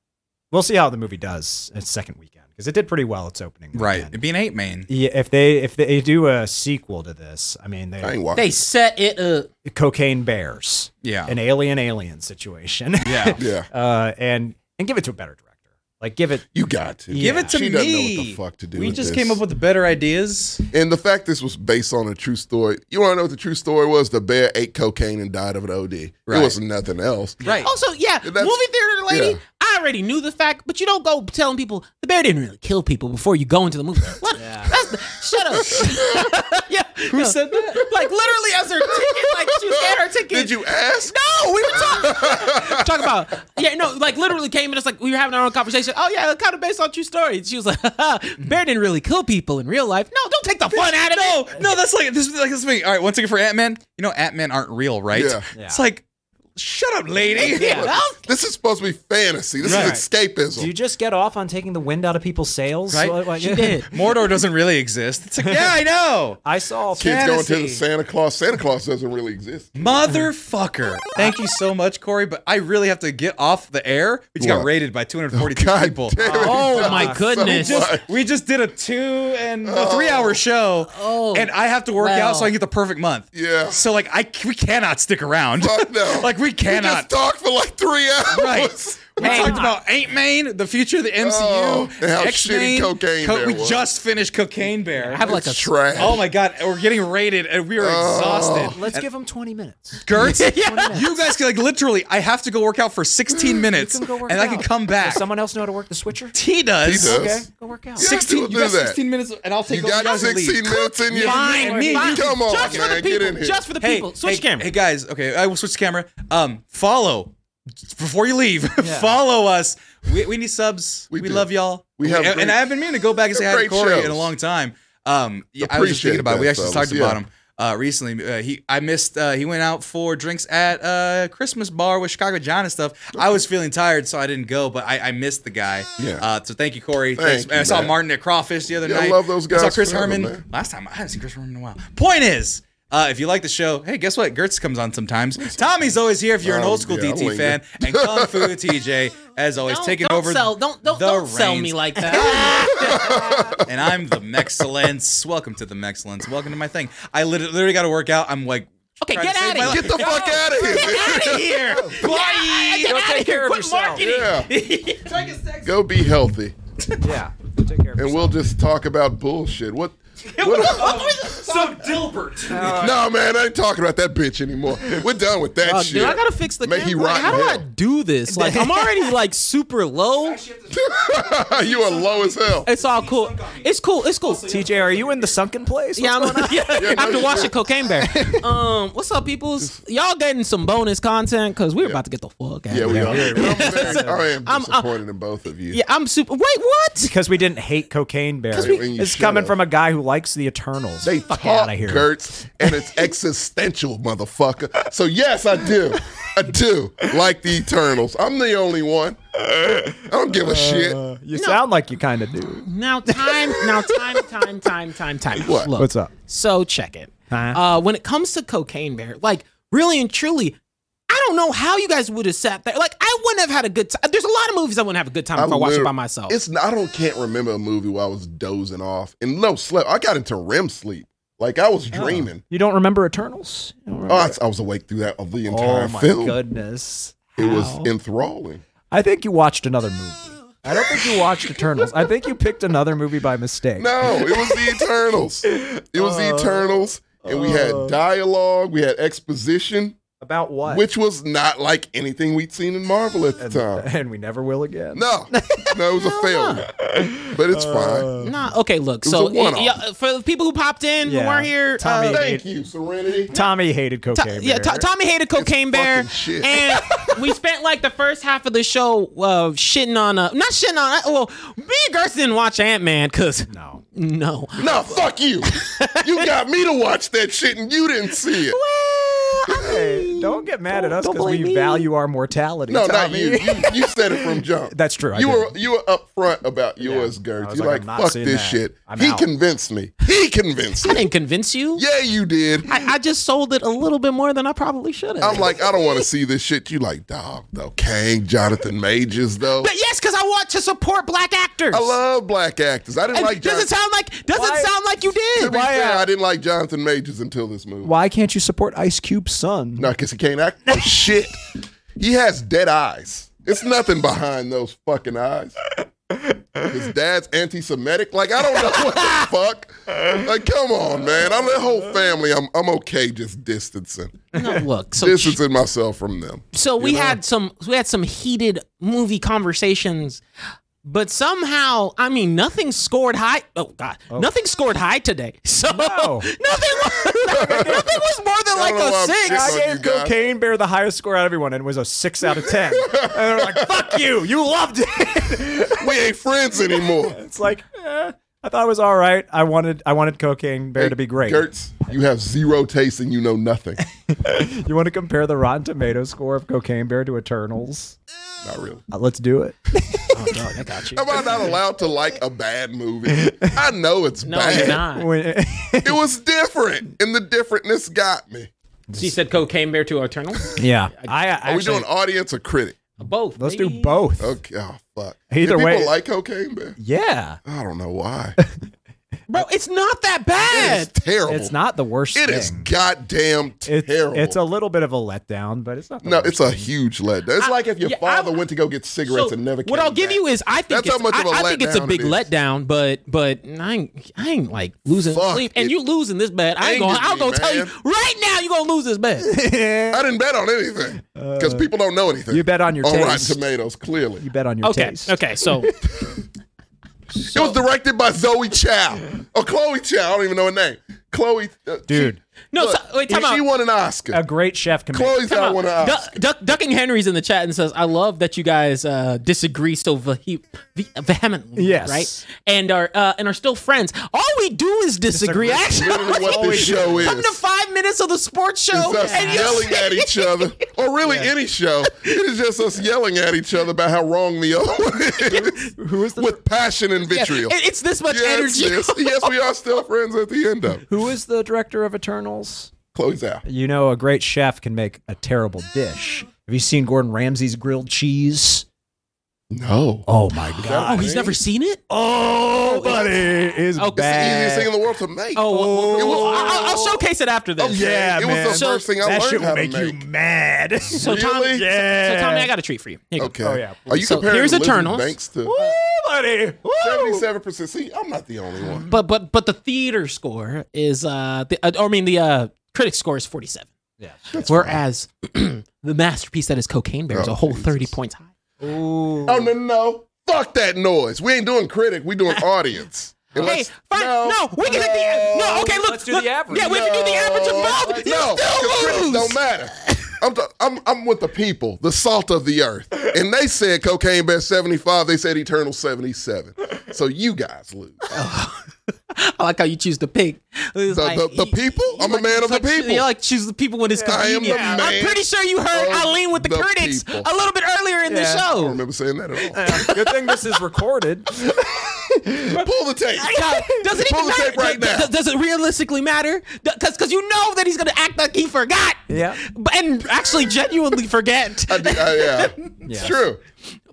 E: we'll see how the movie does its second weekend because it did pretty well its opening.
A: Right.
E: weekend.
A: It'd be an eight main.
E: Yeah, if they if they do a sequel to this, I mean,
D: I
E: they
D: ain't watching.
B: They set it up.
E: cocaine bears,
A: Yeah.
E: an alien alien situation. *laughs*
A: yeah.
D: Yeah.
E: uh, and and give it to a better director. Like give it.
D: You got
A: *laughs*
D: to.
A: Give it to
D: she
A: me.
D: doesn't know what the fuck to do.
A: We
D: with
A: just
D: this.
A: came up with better ideas.
D: And the fact this was based on a true story, you want to know what the true story was? The bear ate cocaine and died of an OD.
A: Right.
D: It was nothing else.
A: Right.
B: Also, yeah,
D: That's-
B: movie theater lady.
D: yeah.
B: I already knew the fact, but you don't go telling people the bear didn't really kill people before you go into the movie. What? That's the, shut up. *laughs* yeah.
A: Who
D: *laughs*
A: said that?
B: Like literally, as her ticket, like she was at her ticket.
D: Did you ask?
B: No, we were talking talk *laughs* about yeah, no, like literally came and it's like we were having our own conversation. Oh yeah, kind of based on true story. She was like, *laughs* Bear didn't really kill people in real life. No, don't take the fun out of
A: no, *laughs*
B: it.
A: no, that's like this is like this thing. All right, one second for Ant Man. You know, Ant Man aren't real, right?
D: Yeah.
A: It's like, shut up,
D: *laughs*
A: lady.
B: Yeah, I'll-
D: This is supposed to be fantasy. This
A: Right.
D: is escapism.
E: Do you just get off on taking the wind out of people's sails?
A: Right?
E: Like- like- *laughs*
B: she did.
A: *laughs* Mordor doesn't really exist. It's like, yeah, I know.
E: I saw
D: Kids going to the
A: fantasy.
D: Santa Claus. Santa Claus doesn't really exist.
A: Motherfucker. Thank you so much, Corey. But I really have to get off the air. We just got
D: What?
A: rated by 242
D: God
A: people.
D: damn it. *laughs*
B: Oh,
D: That
B: my
D: was
B: goodness.
D: much.
A: Just- we just did a two and
D: Oh.
A: a three hour show.
B: Oh.
A: and I have to work out so
B: Wow.
A: I can get the perfect month.
D: Yeah.
A: So like I c- we cannot stick around.
B: *laughs*
D: Fuck no.
A: *laughs* like we
D: We
A: cannot.
D: just talked for like three hours.
A: Right. We talked about Ain't Main, the future of the MCU,
D: Oh, and how shitty
A: X-Men,
D: Cocaine Bear
A: We
D: was.
A: just finished Cocaine Bear.
B: I have like a
D: It's trash.
A: oh my god, we're getting rated and we are
D: Oh. *laughs*
A: exhausted.
E: Let's give them 20 minutes.
A: Gertz,
E: minutes.
A: you guys can like literally. I have to go work out for 16 minutes,
E: You can go work
A: and I
E: out.
A: can come back.
E: Does someone else know how to work the switcher?
A: T does.
D: He does.
E: Okay, go work out.
D: Yeah.
A: 16.
D: do
A: You got
D: that.
A: 16 minutes, and I'll take
D: You
A: over.
D: got
A: guys can
D: 16
A: leave.
D: minutes in you.
B: Fine,
A: me and
B: fine.
A: you-
D: Come on,
B: just for
D: man,
B: the
D: get
B: people.
D: in here.
B: Just for the people. Switch
A: hey,
B: camera.
A: Hey guys, okay, I will switch the camera. Um, follow before you leave. *laughs* follow us. We, we need subs. We,
D: We do.
A: love y'all.
D: We have
A: and,
D: great-
A: and I haven't meaning to go back and say hi to
D: great
A: Corey in a
D: shows.
A: long time. Um, yeah, I was just
D: Appreciate
A: thinking about it. we
D: that,
A: actually
D: fellas,
A: talked
D: yeah.
A: about him. uh, recently. Uh, he I missed. Uh, he went out for drinks at a Christmas bar with Chicago John and stuff. I was feeling tired, so I didn't go, but I, I missed the guy.
D: Yeah.
A: Uh, so thank you, Corey.
D: Thank
A: Thanks.
D: you,
A: And I saw
D: man.
A: Martin at Crawfish the other
D: Yeah, I
A: night.
D: love those
A: I saw
D: guys
A: Chris
D: forever,
A: Herman
D: man.
A: last time. I haven't seen Chris Herman in a while. Point is. Uh, if you like the show, hey, guess what? Gertz comes on sometimes. Tommy's always here if you're an
D: Oh,
A: old school
D: yeah, I'll
A: DT
D: linger.
A: fan. And Kung Fu
B: *laughs*
A: TJ, as always,
B: Don't,
A: taking
B: don't
A: over
B: Sell, don't don't,
A: the
B: don't sell
A: reins.
B: me *laughs* like that.
A: and I'm the
B: *laughs*
A: Mexcellence. Welcome to the Mexcellence. Welcome to my thing. I lit- literally got to work out. I'm like,
B: Okay,
A: trying to
B: get
A: save
B: outta
A: my
B: here.
A: life.
D: Get the fuck out of here. man.
B: Out of here. *laughs* Bye.
C: Go take care of
B: Quit
C: yourself.
B: marketing. *laughs*
D: *laughs* Yeah. Go be healthy.
E: Yeah. Take care of
D: And
E: yourself.
D: we'll just talk about
B: *laughs*
D: bullshit. What?
C: So
E: *laughs*
C: Dilbert.
B: Oh,
D: *laughs* No, man, I ain't talking about that bitch anymore. We're done with that
B: Dog,
D: shit.
B: dude, I
D: *laughs*
B: gotta fix the
D: May he
B: camera. Like,
D: rot
B: how
D: in
B: do I
D: hell.
B: do
D: *laughs*
B: this? Like, I'm already like super low.
D: you are low as hell.
B: It's all cool. It's cool. It's cool.
E: TJ, are you in the sunken place?
B: Yeah, *laughs* I'm, yeah, after
D: no
B: watching
D: shit.
B: Cocaine
D: *laughs*
B: Bear. Um, what's up, peoples? Y'all getting some bonus content because we're about to get the fuck out.
D: Yeah,
B: of
D: we
B: here.
D: are. I'm
B: *laughs*
D: very- I am
B: I'm- uh,
D: disappointed in both of you.
B: Yeah, I'm super. Wait, what?
E: Because we didn't hate Cocaine Bear.
D: we- When you
E: It's
D: shut
E: coming
D: up.
E: from a guy who likes the Eternals.
D: They
E: Fuck
D: talk,
E: outta here.
D: Kurtz,
B: *laughs*
D: and it's existential, motherfucker. So yes, I do. I do like the Eternals. I'm the only one. I don't
B: Uh,
D: give a shit.
E: You sound like you kind of do.
B: Now time. Now time.
D: *laughs*
B: Time. Time. Time. Time.
D: What?
B: Look,
E: What's up? Uh-huh.
B: So check it.
E: Huh?
B: Uh, when it comes to Cocaine Bear, like really and truly. I don't know how you guys would have sat there. Like, I wouldn't have had a good time. There's a lot of movies I wouldn't have a good time if I watched it
D: literally-
B: by myself.
D: It's I don't can't remember a movie where I was dozing off and no slept. I got into REM sleep. Like I
B: Oh.
D: was dreaming.
E: You don't remember Eternals? You don't
D: Oh,
E: remember Oh
D: I, I was awake through that of the entire film.
E: goodness.
D: It
B: Oh How?
D: was enthralling.
E: I think you watched another movie. I don't think you watched Eternals. I think you picked another movie by mistake.
D: No, it was the Eternals. It was
E: Uh,
D: the Eternals, and we had dialogue. We had exposition,
E: About uh. what?
D: which was not like anything we'd seen in Marvel at the
E: and,
D: time.
E: *laughs* and we never will again.
D: No, no, it was a failure, but
E: Uh,
D: it's fine.
B: Nah, okay, look.
D: was
B: So,
D: a one-off.
B: yeah, for the people who popped in, who
E: Yeah.
B: weren't here,
E: Tommy
B: uh,
D: Thank you, Serenity.
E: Tommy hated
B: To-
E: cocaine.
B: yeah,
E: Bear.
B: To- Tommy hated cocaine bear,
D: fucking shit.
B: and
E: *laughs*
B: we spent like the first half of the show uh, shitting on uh, not shitting on. Well, me and Gerson didn't watch Ant Man because
E: No.
B: *laughs* no.
D: No, fuck you. You got me to watch that shit, and you didn't see it.
E: Hey, don't get mad at us because we value our mortality.
D: No, not
E: Tommy.
D: you. you. You said it
E: *laughs*
D: from jump.
E: That's true, I
D: you
E: did.
D: were you were upfront about yours,
E: I
D: Gert.
E: was
D: You
E: like,
D: like,
E: I'm not
D: fuck
E: seeing
D: this
E: that.
D: shit.
E: I'm
D: he
E: out.
D: convinced me. He convinced
B: I
D: me.
B: didn't convince you.
D: Yeah, you did.
B: I, I just sold it a little bit more than I probably should have.
D: I'm like, I don't want to see this shit. You like, dog, though. Kang, Jonathan Majors, though.
B: but yes, because I want to support black actors.
D: I love black actors. I didn't
B: And
D: like
B: doesn't
D: Jonathan.
B: sound like doesn't
E: Why-
B: sound like you
D: To
B: did.
D: be fair, I didn't like Jonathan Majors until this movie.
E: Why can't you support Ice Cube's son? *laughs*
D: No, because he can't act for shit. He has dead eyes. It's nothing behind those fucking eyes. His dad's anti-Semitic. Like I don't know what the fuck. Like come on, man. I'm the whole family. I'm I'm okay just distancing,
E: *laughs*
B: No, look, so
D: distancing myself from them.
B: so we had some we had some heated movie conversations but somehow i mean nothing scored high oh god nothing scored high today so
E: No.
B: *laughs* nothing was, nothing was more
D: *laughs*
B: than like
D: know why
B: a
D: I'm
B: six
D: pissed.
E: I
D: on
E: gave
D: you guys.
E: Cocaine Bear the highest score out of everyone and it was a six out of
D: *laughs*
E: ten. and they're like, "Fuck you! You loved it." *laughs*
D: We ain't friends anymore.
E: it's like, eh, I thought it was all right. I wanted, I wanted Cocaine Bear to be great.
D: Gertz, you have zero taste and you
E: *laughs*
D: know nothing.
E: You want to compare the Rotten Tomato score of Cocaine Bear to Eternals?
D: Not really.
E: Uh, let's do *laughs* it. Oh, *laughs*
D: Am I not allowed to like a bad movie? I know it's
B: no
D: bad.
B: you're
E: *laughs*
B: not
E: When-
D: It was different, and the differentness got me.
B: she said cocaine bear to eternal
E: yeah, I,
D: Are
E: actually,
D: we doing audience or critic?
B: both
E: let's do
B: baby.
E: both.
D: Okay. Oh fuck.
E: Either
D: Do people
E: way-
D: like cocaine, man.
E: Yeah,
D: I don't know
E: *laughs*
D: why.
B: bro it's not that
D: It's
B: bad
D: terrible.
E: it's not the worst.
D: Oh. It
E: thing.
D: is goddamn
E: It's,
D: terrible.
E: it's a little bit of a letdown, but it's not. The
D: no.
E: worst
D: It's a
E: thing.
D: huge letdown. It's
B: I-
D: like if your
B: yeah,
D: father
B: I-
D: went to go get cigarettes
B: So,
D: and never.
B: what I'll give you is I think
D: That's how
B: it's,
D: much
B: I,
D: of a
B: I think it's a
D: letdown
B: big
D: it is.
B: letdown, but but I ain't, I ain't like losing
D: Fuck,
B: sleep, and
D: it
B: you losing this bad. I ain't gonna
D: angered
B: I'll
D: me,
B: go tell you
D: man.
B: right now you're gonna lose this bad.
D: I didn't bet on anything because people don't know anything.
E: Uh, you bet on your
D: on Rotten
E: taste.
D: Tomatoes. Clearly,
E: You *laughs* bet on your
B: okay,
E: taste.
B: okay, so
D: it was directed by Zoe Chow or Chloe Chow. I don't even know her name. Chloe, uh,
E: Dude,
D: she-
B: No,
D: Look,
B: so, wait,
D: he-
B: time
D: She
B: out.
D: won an Oscar.
E: A great chef can make
D: Chloe's
B: Time
D: got
B: out.
D: one an Oscar.
B: Duck- Duck- Ducking Henry's in the chat and says, "I love that you guys uh, disagree so vehe- ve- vehemently,
E: Yes.
B: right? And are uh, and are still friends. All we do is disagree.
E: Disagree.
D: Literally
B: Actually, *laughs*
D: what this show is.
B: come to five minutes of the sports show
D: It's us
B: and you *laughs*
D: yelling at each other, or really any show. It is just us yelling at each other about how wrong *laughs* the other one is, with passion and vitriol.
B: It- it's this much
D: yes,
B: energy.
D: yes, yes, we are still friends at the end of it.
E: Who is the director of Eternals?
D: Chloe's out.
E: You know, a great chef can make a terrible dish. Have you seen Gordon Ramsay's grilled cheese?
D: No.
E: Oh my
B: Oh,
E: god!
B: he's never seen it.
E: Oh, buddy, is
B: Oh, 'cause the
D: It's the
E: bad.
D: easiest thing in the world to make.
B: Oh, well, well,
D: It was-
B: well, I- I'll, I'll showcase it after this.
D: Okay,
E: yeah,
D: It
E: man.
D: was the
B: So
D: first thing I
E: that
D: learned
E: shit
D: how
E: will
D: to
E: make, you
D: *laughs*
E: mad.
B: So, Tom,
D: Really?
E: Yeah.
B: so Tommy, I got a treat for you. Here you go.
D: Okay.
E: Oh, yeah.
D: Are you
B: So
D: comparing
B: here's
D: Lizzie
B: Eternals.
D: Banks to
E: Woo, buddy. Woo.
D: seventy-seven percent? See, I'm not the only one.
B: But but but the theater score is uh, the, uh or I mean the uh critic score is forty seven.
E: Yeah.
B: Whereas *clears throat* the masterpiece that is Cocaine Bear is
D: Oh,
B: a whole
D: Jesus.
B: thirty points high.
E: Ooh.
D: Oh no, no, no! Fuck that noise. We ain't doing critic.
B: *laughs*
D: We doing audience.
B: Hey,
D: Unless-
B: fine. No, we can hit the average. No, okay, look.
E: Let's do
B: look,
E: the average.
B: Yeah, we have to do the average of both. You
D: Oh, No, 'cause
B: still
D: critics
B: lose.
D: don't matter. I'm, t- I'm I'm with the people, the salt of the earth, and they said cocaine bear 75. They said eternal 77. So you guys
B: *laughs*
D: lose.
B: I like how you choose the pig. The,
D: the- the people? I'm a man of the people.
B: You like choose the people when it's
D: I am
B: convenient.
D: the man
B: I'm pretty sure you heard
D: of
B: Eileen with the,
D: the
B: critics
D: people.
B: a little bit earlier in
E: Yeah.
B: the
D: I don't
B: show.
D: remember saying that at all.
E: Good thing this is
D: *laughs*
E: recorded.
B: Um,
D: Pull the
B: *laughs*
D: tape. *laughs*
B: God, does it
D: Pull
B: even
D: the
B: matter?
D: tape right
B: does,
D: now.
B: does it realistically matter? Because because you know that he's gonna act like he forgot.
E: Yeah.
B: But- and actually genuinely
D: *laughs*
B: forget.
D: I
B: *laughs*
D: did- I- yeah.
E: Yeah.
D: It's true.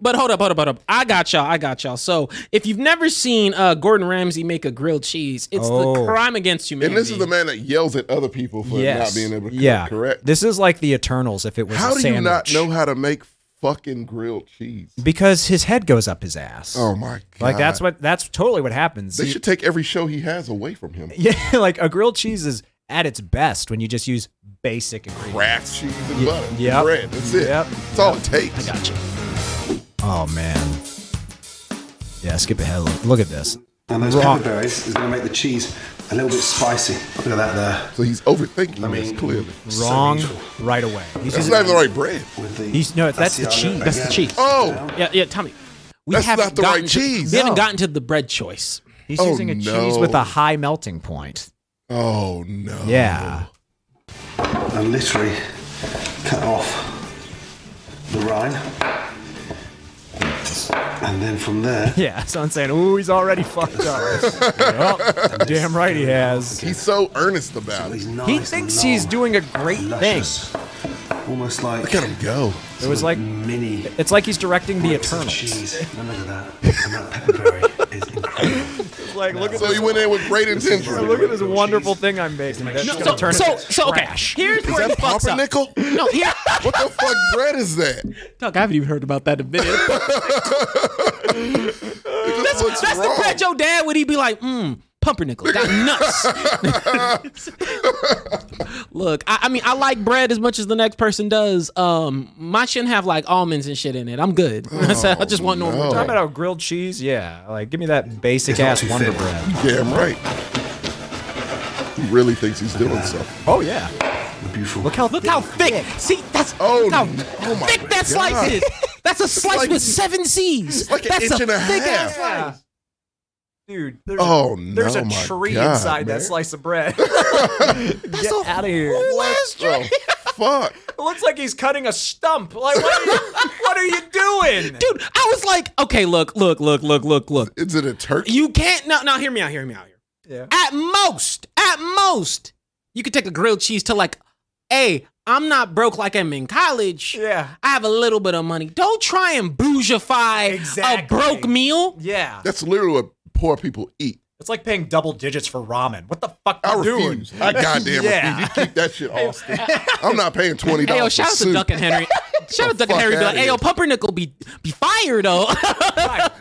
B: But hold up, hold up, hold up. I got y'all. I got y'all. So if you've never seen uh, Gordon Ramsay make a grilled cheese, it's
E: Oh.
B: the crime against humanity.
D: And this is the man that yells at other people for
E: Yes.
D: not being able to
E: yeah.
D: correct.
E: This is like the Eternals if it was
D: How
E: a
D: do you not
E: sandwich.
D: know how to make fucking grilled cheese?
E: Because his head goes up his ass.
D: Oh my god!
E: Like that's what that's totally what happens.
D: they
E: You-
D: should take every show he has away from him.
E: *laughs* yeah, like a grilled cheese is at its best when you just use basic ingredients.
D: Craft cheese and butter, and
E: Yep.
D: bread. That's it.
E: Yep.
D: That's all it takes.
B: Gotcha.
E: Oh man. Yeah, skip ahead. Look, look at this.
F: And those
E: Wrong.
F: pepper berries is going to make the cheese a little bit spicy. Look at that there.
D: So he's overthinking
F: I mean-
D: this clearly.
E: Wrong
F: So neutral.
E: right away. He's
D: That's
E: just,
D: not even the right bread.
F: With the
E: He's- no, that's the cheese.
B: That's the cheese.
D: Oh,
B: Yeah, yeah, Tommy. We
D: That's
B: haven't
D: not the right
B: gotten to-
D: cheese.
B: We haven't
D: No.
B: gotten to the bread choice.
E: he's
D: Oh,
E: using a cheese
D: no.
E: with a high melting point.
D: oh no.
E: Yeah.
F: And literally cut off the rind. And then from there,
E: *laughs* Yeah. So I'm saying, ooh, he's already fucked up. Yup, damn right he has.
D: He's so earnest about it.
F: he's nice
E: He
F: and
E: thinks
F: long
E: he's doing a great
F: and
E: thing.
F: luscious. Almost like
D: Look at him go.
E: It was like
F: mini
E: it's like he's directing the
F: bits of
E: Eternals.
F: cheese. And look at that. And that pepper berry is incredible.
E: Like, look at
D: So he went in with great intentions.
E: Look at this wonderful thing I'm making. That's gonna
B: So,
E: turn
B: so,
E: into
B: so, okay.
E: trash.
B: Here's
D: Is
B: where
D: that
B: it fucks up.
D: pumpernickel?
B: No, here.
D: What the fuck bread is that?
B: Doug, I haven't even heard about that in a minute.
D: It
B: that's
D: just looks
B: that's the
D: wrong.
B: bread your dad would he be like, mmm, pumpernickel, got nuts. *laughs* Look, I, I mean, I like bread as much as the next person does. Um, mine shouldn't have like almonds and shit in it. I'm good. *laughs* so I just want normal
D: Oh, no.
E: Talking
B: bread.
E: about grilled cheese, yeah. Like, give me that basic ass
F: too
E: Wonder
F: thin.
E: Bread.
D: Damn right. He really thinks he's doing something.
E: Oh yeah.
F: The beautiful.
E: Look how
B: Look how thick. See, that's
D: Oh,
B: look how
D: no. Oh, my
B: thick that
D: God.
B: slice is. That's a slice
D: like-
B: with seven C's.
D: like an
B: that's
D: inch and a
B: thick
D: half.
B: ass slice.
E: Dude, there's
D: Oh
E: a,
D: no!
E: there's a
D: my
E: tree
D: God,
E: inside
D: man.
E: that slice of
D: *laughs*
E: bread. Get
B: a
E: out of here.
B: whole
E: What?
B: ass
D: Oh, fuck.
E: It looks like he's cutting a stump. Like, what are you,
D: *laughs*
E: what are you doing?
B: Dude, I was like, okay, look, look, look, look, look, look.
D: Is it a turkey?
B: You can't. No, no. Hear me out. Hear me out. Here.
E: Yeah.
B: At most, at most, you could take a grilled cheese to like, hey, I'm not broke like I'm in college.
E: Yeah.
B: I have a little bit of money. Don't try and bougify a
E: Exactly.
B: broke meal.
E: Yeah.
D: That's literally what poor people eat.
E: It's like paying double digits for ramen. What the fuck
D: I
E: you doing?
D: refuse. I goddamn
E: Yeah.
D: refuse. You keep
B: *laughs*
D: that shit, Austin. I'm not paying twenty
B: Hey, yo,
D: dollars.
B: shout out to Duck and
D: *laughs*
B: Henry. Shout out to Duck and
D: fuck
B: Henry. Be like,
D: outta
B: hey, yo,
D: here.
B: pumpernickel be be fired though. *laughs*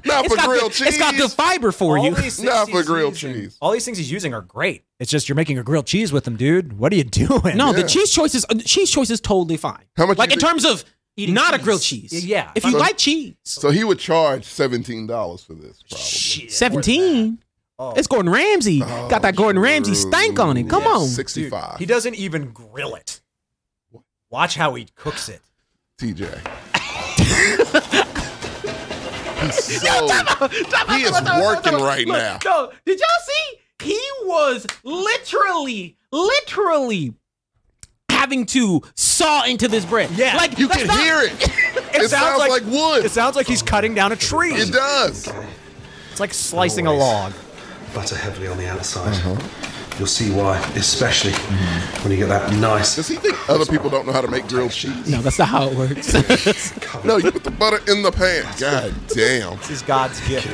D: Not for
B: got
D: grilled
B: good, It's got
D: cheese.
B: good fiber
E: *laughs*
B: for
E: All
B: you.
E: these things
D: Not for
E: he's
D: grilled
E: using-
D: cheese.
E: All these things he's using are great. It's just you're making a grilled cheese with them, dude. What are you *laughs* doing?
B: No, the
D: Yeah.
B: cheese choice is uh, cheese choice is totally fine.
D: How much
B: Like
D: you
B: in
D: think-
B: terms of not a grilled cheese.
E: Yeah.
B: If you
D: So-
B: like cheese,
D: So he would charge seventeen dollars for this, probably. Oh,
E: Shit.
B: seventeen. It's Gordon Ramsay. Got that Gordon Ramsay stank on it. Come
D: Yeah,
B: on.
D: 65.
C: He doesn't even grill it. Watch how he cooks it.
B: *laughs*
D: TJ. He's so. He is working right
B: Look,
D: now.
B: No, did y'all see? He was literally, literally having to saw into this bread.
C: Yeah,
B: like
D: You
B: that's
D: can
B: not-
D: hear it. It, sounds like, wood.
C: It sounds like he's cutting down a tree.
D: It does.
C: It's like slicing
F: Always.
C: a log.
F: Butter heavily on the outside. You'll see why, especially when you get that nice
D: Does he think other people don't know how to make grilled cheese?
B: No, that's not how it
D: *laughs*
B: works.
F: cover.
D: No, you put the butter in the pan. God damn.
C: This is God's gift.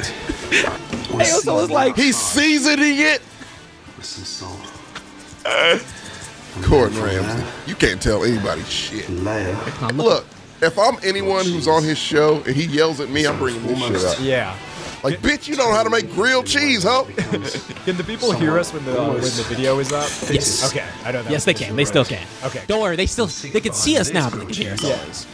F: With
B: I also was
F: seasoning,
B: like,
D: He's seasoning it.
F: with some salt.
D: Gordon Ramsay. You can't tell anybody shit.
F: Layer.
D: Look, if I'm anyone who's on his show and he yells at me, I'm bringing this shit up.
C: Yeah.
D: Like, bitch, you don't know how to make grilled cheese, huh? *laughs*
E: Can the people hear us when the uh, when the video is up?
B: Yes.
E: Okay, I don't know.
B: yes, they can. They still can.
E: Okay.
B: Don't worry. They still they can see us now. But they can hear us.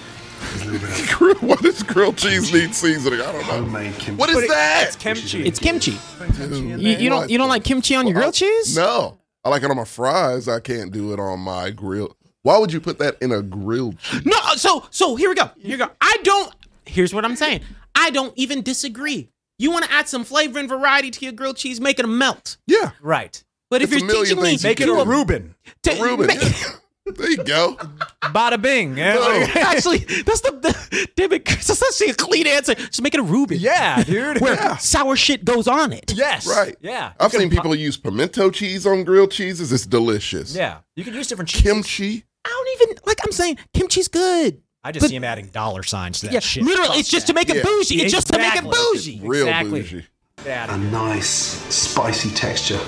D: What does grilled cheese need seasoning? I don't know.
F: Homemade kimchi.
D: What is that?
E: It's kimchi.
B: It's kimchi.
D: Dude,
B: You, you don't you don't like kimchi on your grilled cheese?
D: uh, No, I like it on my fries. I can't do it on my grill. Why would you put that in a grilled cheese?
B: No, uh, so so here we go. Here we *laughs* go. I don't. Here's what I'm saying. I don't even disagree. You want to add some flavor and variety to your grilled cheese, make it a melt.
D: Yeah,
E: Right.
B: But if
D: It's a
B: you're
D: million
B: teaching me,
D: things you
E: Make it
D: Do
E: a
D: a-
E: Reuben.
B: to- *laughs*
D: Reuben. *laughs*
B: ma-
D: there you go.
E: Bada bing. Yeah.
D: No.
B: actually, that's the, the damn it. Chris, That's actually a clean answer. Just make it a Reuben.
E: Yeah, dude.
B: Where sour shit goes on it.
E: *laughs* Yes.
D: Right.
E: Yeah.
D: I've
E: You
D: seen
E: can
D: people use pimento cheese on grilled cheeses. It's delicious.
E: pu- Yeah. You can use different cheese.
D: Kimchi.
B: I don't even like. I'm saying kimchi's good.
E: I just
B: But-
E: see him adding dollar signs to that
B: Yeah,
E: shit.
B: literally, it's just to make it
D: Yeah.
B: bougie. It's just to make it
E: Exactly.
B: bougie.
D: Real
E: Exactly.
D: bougie.
E: That
F: A
E: is-
F: nice, spicy texture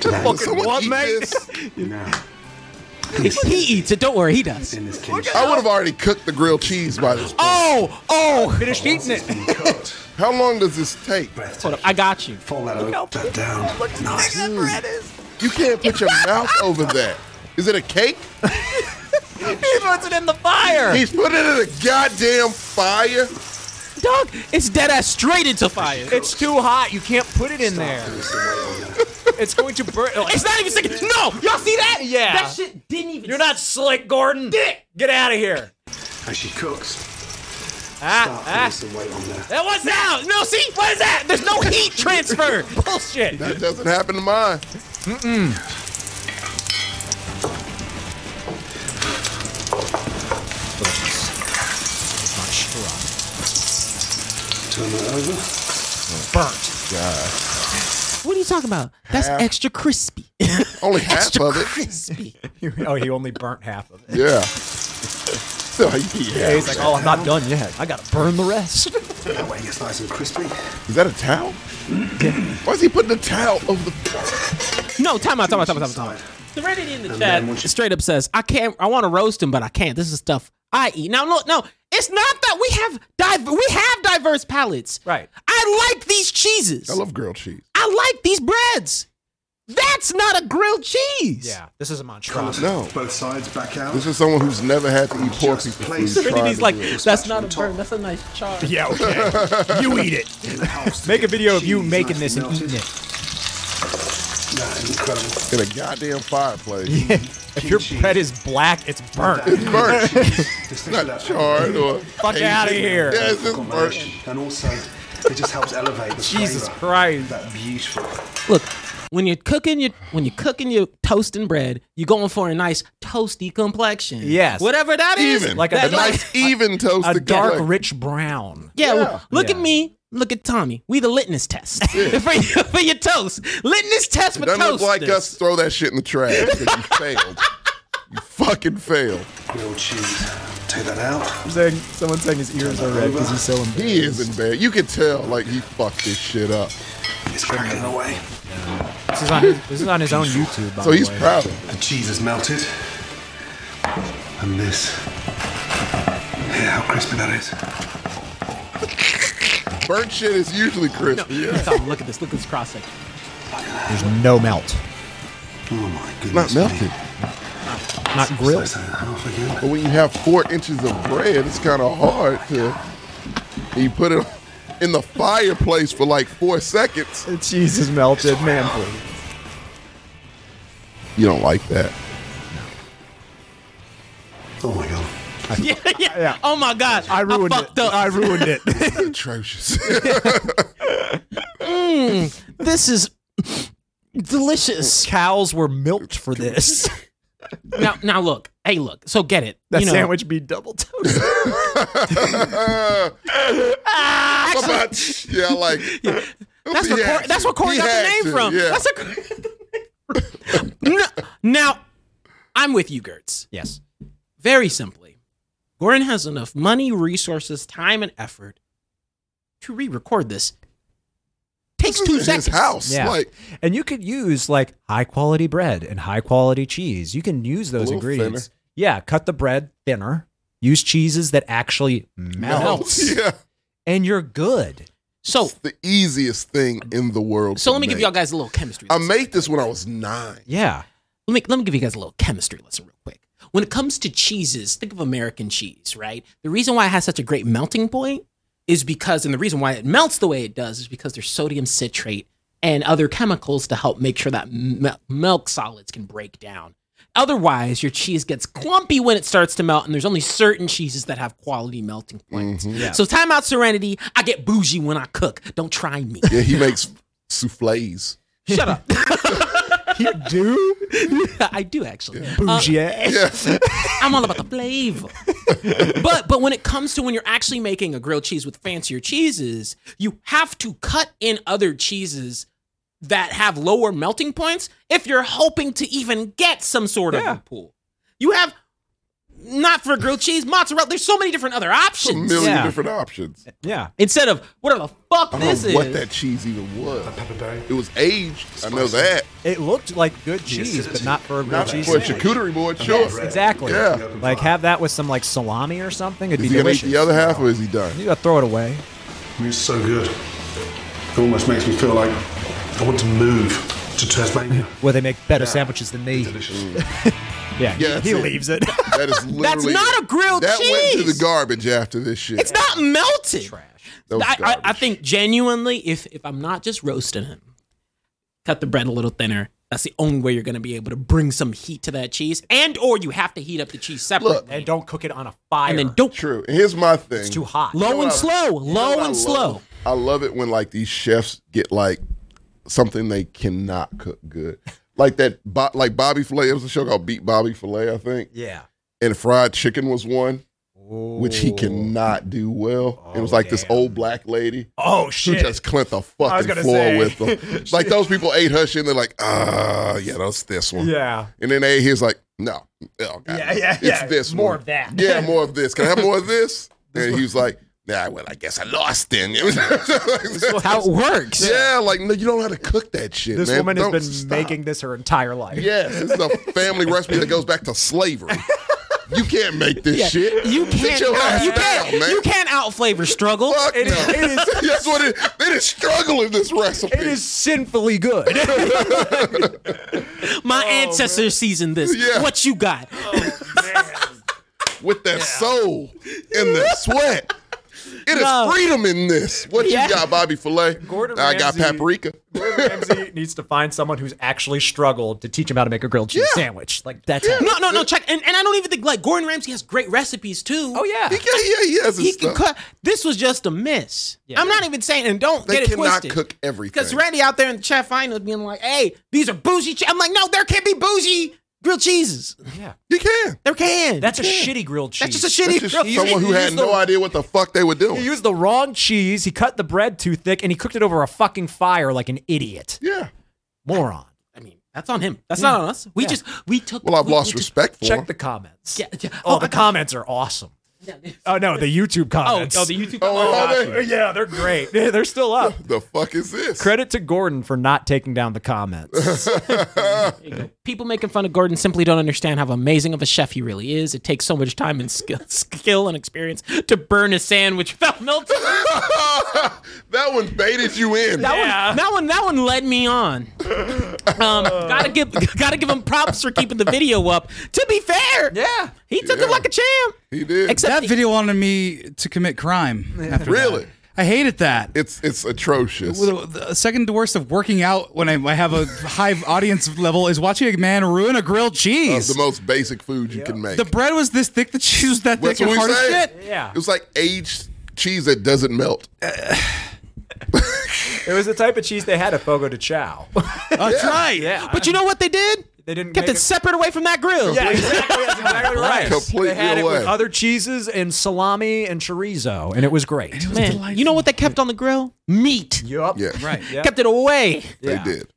F: to that.
D: Did someone
E: What,
D: eat
E: mate?
D: this?
F: Now,
B: He eats it. Don't worry, he does.
F: in this kimchi,
D: I would have already cooked the grilled cheese by this point.
B: Oh, oh.
E: Finished eating it.
F: been cooked.
D: How long does this take?
B: Hold up, I got you.
F: Fold that, over, that down. Nice.
D: You can't put your mouth over that. Is it a cake?
B: He puts it in the fire.
D: He's putting it in a goddamn fire.
B: Dog, it's dead ass straight into fire.
E: It's too hot. You can't put it in there. It's going to burn. like-
B: It's not even second. No, y'all see that?
E: Yeah.
B: That shit didn't even.
E: You're not slick, Gordon. Get out of here.
F: As she cooks,
E: Ah,
F: start putting
E: ah.
F: some weight on there.
B: That was out. No, see, what is that? There's no heat transfer.
E: *laughs* Bullshit.
D: That doesn't happen to mine.
F: Turn that over.
E: Burnt.
B: What are you talking about? That's
D: Half.
B: extra crispy.
D: Only half
B: extra
D: of it.
B: crispy.
E: *laughs* Oh, he only burnt half of it.
D: Yeah. So yeah.
E: He's like, oh, I'm not done yet. I gotta burn the
B: *laughs*
E: rest.
F: That way it gets nice and crispy.
D: Is that a towel? Why is he putting a towel over the?
B: *laughs* No, time out, time out, time out, time out. Serenity in the chat straight up says, I can't, I want to roast him, but I can't. This is stuff I eat. Now, no, no, it's not that we have div- we have diverse palates.
E: Right.
B: I like these cheeses.
D: I love grilled cheese.
B: I like these breads. That's not a grilled cheese.
E: Yeah, this is a Montreal.
D: No.
F: Both sides back out.
D: This is someone who's never had to eat pork
F: Just
D: before.
F: place-
D: He's trying
B: Trinity's
D: to
B: like,
D: do it.
B: that's not a burn. That's a nice char.
E: Yeah, okay. you eat it.
F: It helps to
E: Make a
F: get
E: video of you
F: cheese
E: making
F: nice
E: this and
F: melted.
E: eating it.
F: Nah, incredible.
D: in a goddamn fireplace.
E: If your bread is black, it's burnt.
D: Burnt.
F: It's
D: Not charred or.
E: Fuck outta here.
D: Yeah, it's just burnt.
F: uh, And also, it just helps elevate the
E: Jesus
F: flavor.
E: Christ.
F: That beautiful.
B: Look, when you're cooking your when you're cooking your toast and bread, you're going for a nice toasty complexion.
E: Yes.
B: Whatever that is.
D: Even.
E: Like
D: Like
E: a
D: a,
B: That-
D: nice, even toasted
E: A dark,
D: complexion.
E: rich brown.
B: Yeah, well, look at
E: Yeah.
B: me. Look at Tommy. We the litmus test *laughs* for, your, for your toast. Litmus test for
D: It doesn't
B: toast.
D: look like us. Throw that shit in the trash. 'cause You failed. You fucking failed.
F: Grilled cheese. Take that out.
E: someone saying his ears are red because he's so um, embarrassed.
D: He is in bed. You can tell, like he fucked this shit up.
F: It's cracking away.
E: This is on his, this is on his own YouTube, by
D: So
E: the
D: he's
E: way.
D: proud of it.
F: The cheese is melted. And this. Yeah, how crispy that is.
D: Burnt shit is usually crispy. Yeah.
E: *laughs*
B: Tom, look at this. Look at this cross
D: *laughs*
B: section.
E: There's no melt.
F: Oh my
D: Not
F: goodness.
D: melted.
F: me.
E: Not grilled.
F: Slice that in half again.
D: But when you have four inches of bread, it's kind of hard to. and You put it. in the fireplace for like four seconds.
E: The cheese is melted, man. Please.
D: You don't like that.
F: Oh my god.
B: yeah, *laughs* yeah. Oh my god,
E: I ruined
B: fucked
E: it.
B: up.
E: I ruined it. *laughs*
D: Atrocious. *laughs*
B: this is delicious.
E: Cows were milked for *laughs* this.
B: now, now look. Hey, look. So get it.
E: That
B: you know,
E: sandwich be double toasted.
D: *laughs* But, yeah,
B: *laughs*
D: like
B: Ah, That's what
D: he
B: Corey,
D: had
B: that's
D: to.
B: what Corey
D: He
B: got the
D: had
B: name
D: to,
B: from.
D: yeah.
B: That's a. *laughs* no, now, I'm with you, Gertz.
E: *laughs* yes.
B: Very simply, Goran has enough money, resources, time, and effort to re-record this. Takes
D: this
B: two
D: is
B: seconds.
D: his house.
E: Yeah.
D: Like
E: And you could use like high quality bread and high quality cheese. You can use those
D: little
E: ingredients. Yeah, cut the bread thinner. Use cheeses that actually melt,
D: *laughs* Yeah.
E: and you're good.
B: So,
D: The easiest thing in the world.
B: so
D: to
B: let me give
D: make.
B: y'all guys a little chemistry.
D: I
B: lesson.
D: made this when I was nine.
E: Yeah.
B: let me let me give you guys a little chemistry lesson real quick. When it comes to cheeses, think of American cheese, right? The reason why it has such a great melting point is because, and the reason why it melts the way it does is because there's sodium citrate and other chemicals to help make sure that mel- milk solids can break down. Otherwise, your cheese gets clumpy when it starts to melt, and there's only certain cheeses that have quality melting points.
E: Yeah.
B: So, time out serenity. I get bougie when I cook. Don't try me.
D: Yeah, he makes
B: *laughs*
D: souffles.
B: Shut up.
E: You do?
B: I do actually.
E: Bougie ass.
B: I'm all about the
D: *laughs*
B: flavor. but but when it comes to when you're actually making a grilled cheese with fancier cheeses, you have to cut in other cheeses that have lower melting points if you're hoping to even get some sort
E: Yeah.
B: of a pool. You have not for grilled cheese, mozzarella. There's so many different other
D: A
B: options.
D: million
E: Yeah.
D: different options.
E: Yeah.
B: Instead of whatever the fuck
D: I don't
B: this
D: know
B: is.
D: what that cheese even was.
F: Pepperberry.
D: It was aged. I know that.
E: It looked like good cheese, but
F: acidity.
E: not for a real
D: Not
E: cheese.
D: for a
E: sandwich.
D: charcuterie board, sure.
F: bread.
E: Exactly.
D: Yeah.
E: Like have that with some like salami or something. It'd
D: Is
E: be
D: he gonna eat
E: delicious.
D: the other half or is he done?
B: *laughs*
E: You gotta throw it away.
F: It's so good. It almost makes me feel like I want to move to
E: *laughs*
F: Tasmania.
E: Where they make better sandwiches than me.
F: Delicious.
E: Yeah.
D: Yeah, that's
E: he
D: it.
E: leaves it. *laughs*
D: That is literally
B: not a grilled
D: that went to
B: cheese.
D: the garbage after this shit.
B: It's not melted.
D: That was
B: I, I, I
D: garbage.
B: think genuinely, if if I'm not just roasting him, cut the bread a little thinner. That's the only way you're gonna be able to bring some heat to that cheese, and or you have to heat up the cheese separately,
E: and don't cook it on a fire.
B: and then don't
D: True. And here's my thing.
E: It's too hot.
B: low
D: what
B: and
D: I-
B: slow,
D: You know
B: low
D: what I
B: and
D: love?
B: slow.
D: I love it when like these chefs get like something they cannot cook good. Like that, Bo- like Bobby Filet. It was a show called Beat Bobby Filet, I think.
E: Yeah.
D: And fried chicken was one, which he cannot do well. it was like this old black lady
E: Oh
D: who
E: shit.
D: just clint the fucking
E: gonna
D: floor
E: say.
D: with
E: *laughs*
D: them. like those people ate her shit and they're like, ah, yeah, that's this one.
E: Yeah.
D: And then they ate his like, no, oh, God,
E: Yeah, yeah,
D: it's
E: yeah.
D: this
E: More
D: one.
E: of that.
D: Yeah, more of this. Can I
E: *laughs*
D: have more of this? And he was like, nah, well, I guess I lost then. *laughs*
B: That's how it works.
D: Yeah, like no, you don't know how to cook that shit.
E: This
D: man.
E: woman has
D: Don't
E: been
D: stop.
E: making this her entire life.
D: Yes, this is a family recipe that goes back to slavery. You can't make this
B: Yeah.
D: shit.
B: You
D: Sit
B: can't,
D: your ass
B: out, you
D: down,
B: can't,
D: man.
B: you can't out flavor struggle.
D: Fuck
E: It
D: no.
E: is- it is-
D: *laughs* That's what it. It is struggle in this recipe.
E: It is sinfully good.
D: *laughs*
B: My ancestors seasoned this.
D: Oh, Yeah.
B: What you got?
D: with that soul and the sweat. It is
B: No.
D: freedom in this. What
B: Yeah.
D: you got, Bobby Filet?
E: Gordon
D: I got
E: Ramsay-
D: paprika.
E: Ramsay needs to find someone who's actually struggled to teach him how to make a grilled cheese sandwich. Like that's how-
B: No, no, no. Check. And, and I don't even think like Gordon Ramsay has great recipes too.
E: Oh yeah.
D: He can, *laughs* yeah, he has his
B: he can
D: stuff.
B: cut. This was just a miss. I'm not even saying, and don't
D: They
B: get it
D: cannot
B: twisted.
D: cook everything.
B: Because Randy out there in the chat finals being like, "Hey, these are bougie." Che-. I'm like, "No, there can't be bougie grilled cheeses.
D: You can.
B: There can.
E: That's a
B: There can.
E: shitty grilled cheese.
B: That's just a
D: That's
B: shitty
D: just
B: grilled cheese.
D: someone who
E: you
D: had
E: use
D: no
E: the-
D: idea what the fuck they were
E: He
D: doing.
E: used the wrong cheese. He cut the bread too thick, and he cooked it over a fucking fire like an idiot,
D: yeah.
E: moron.
B: I mean, that's on him. That's not on us. We just we took.
D: Well, I've
B: we-
D: lost
B: we took-
D: respect for
E: Check
D: him.
E: the comments.
B: Yeah, yeah.
E: Oh,
B: Oh,
E: the
B: I-
E: comments are awesome. Oh no, the YouTube
B: Oh,
E: comments.
B: oh, the YouTube.
D: Oh, are they?
E: yeah, they're great. *laughs* Yeah, they're still up.
D: The fuck is this?
E: Credit to Gordon for not taking down the comments.
B: People making fun of Gordon simply don't understand how amazing of a chef he really is. It takes so much time and skill, *laughs* skill and experience to burn a sandwich without melting.
D: *laughs* that one baited you in.
B: That one, that one, that one led
E: *laughs*
B: me on. Um, gotta give, gotta give him props for keeping the video up. To be fair,
E: yeah.
B: he took
D: Yeah.
B: it like a champ.
D: he did.
B: Except
A: That video wanted me to commit crime. After
D: Really?
A: that. I hated that.
D: It's it's atrocious. Uh,
A: Well, the the second worst of working out when I, I have a high audience level is watching a man ruin a grilled
D: Of
A: cheese.
D: the most basic food you can make.
A: the bread was this thick, the cheese was that
D: That's
A: thick,
D: what
A: and
D: we
A: hard as
D: say. *laughs*
A: shit.
E: Yeah.
D: It was like aged cheese that doesn't melt.
E: It was the type of cheese they had at Fogo de Chao.
A: That's right.
E: Yeah.
B: But you know what they did?
E: They didn't
B: Kept
E: make
B: it
E: it-
B: separate away from that grill.
E: Yeah, exactly. That's exactly right.
D: Completely
E: they had it with
D: away.
E: other cheeses and salami and chorizo, and it was great.
B: Man, you know what they kept on the grill? Meat.
E: Yup.
D: Yeah,
A: Right.
E: Yeah.
B: Kept it away.
D: they
E: Yeah.
D: did.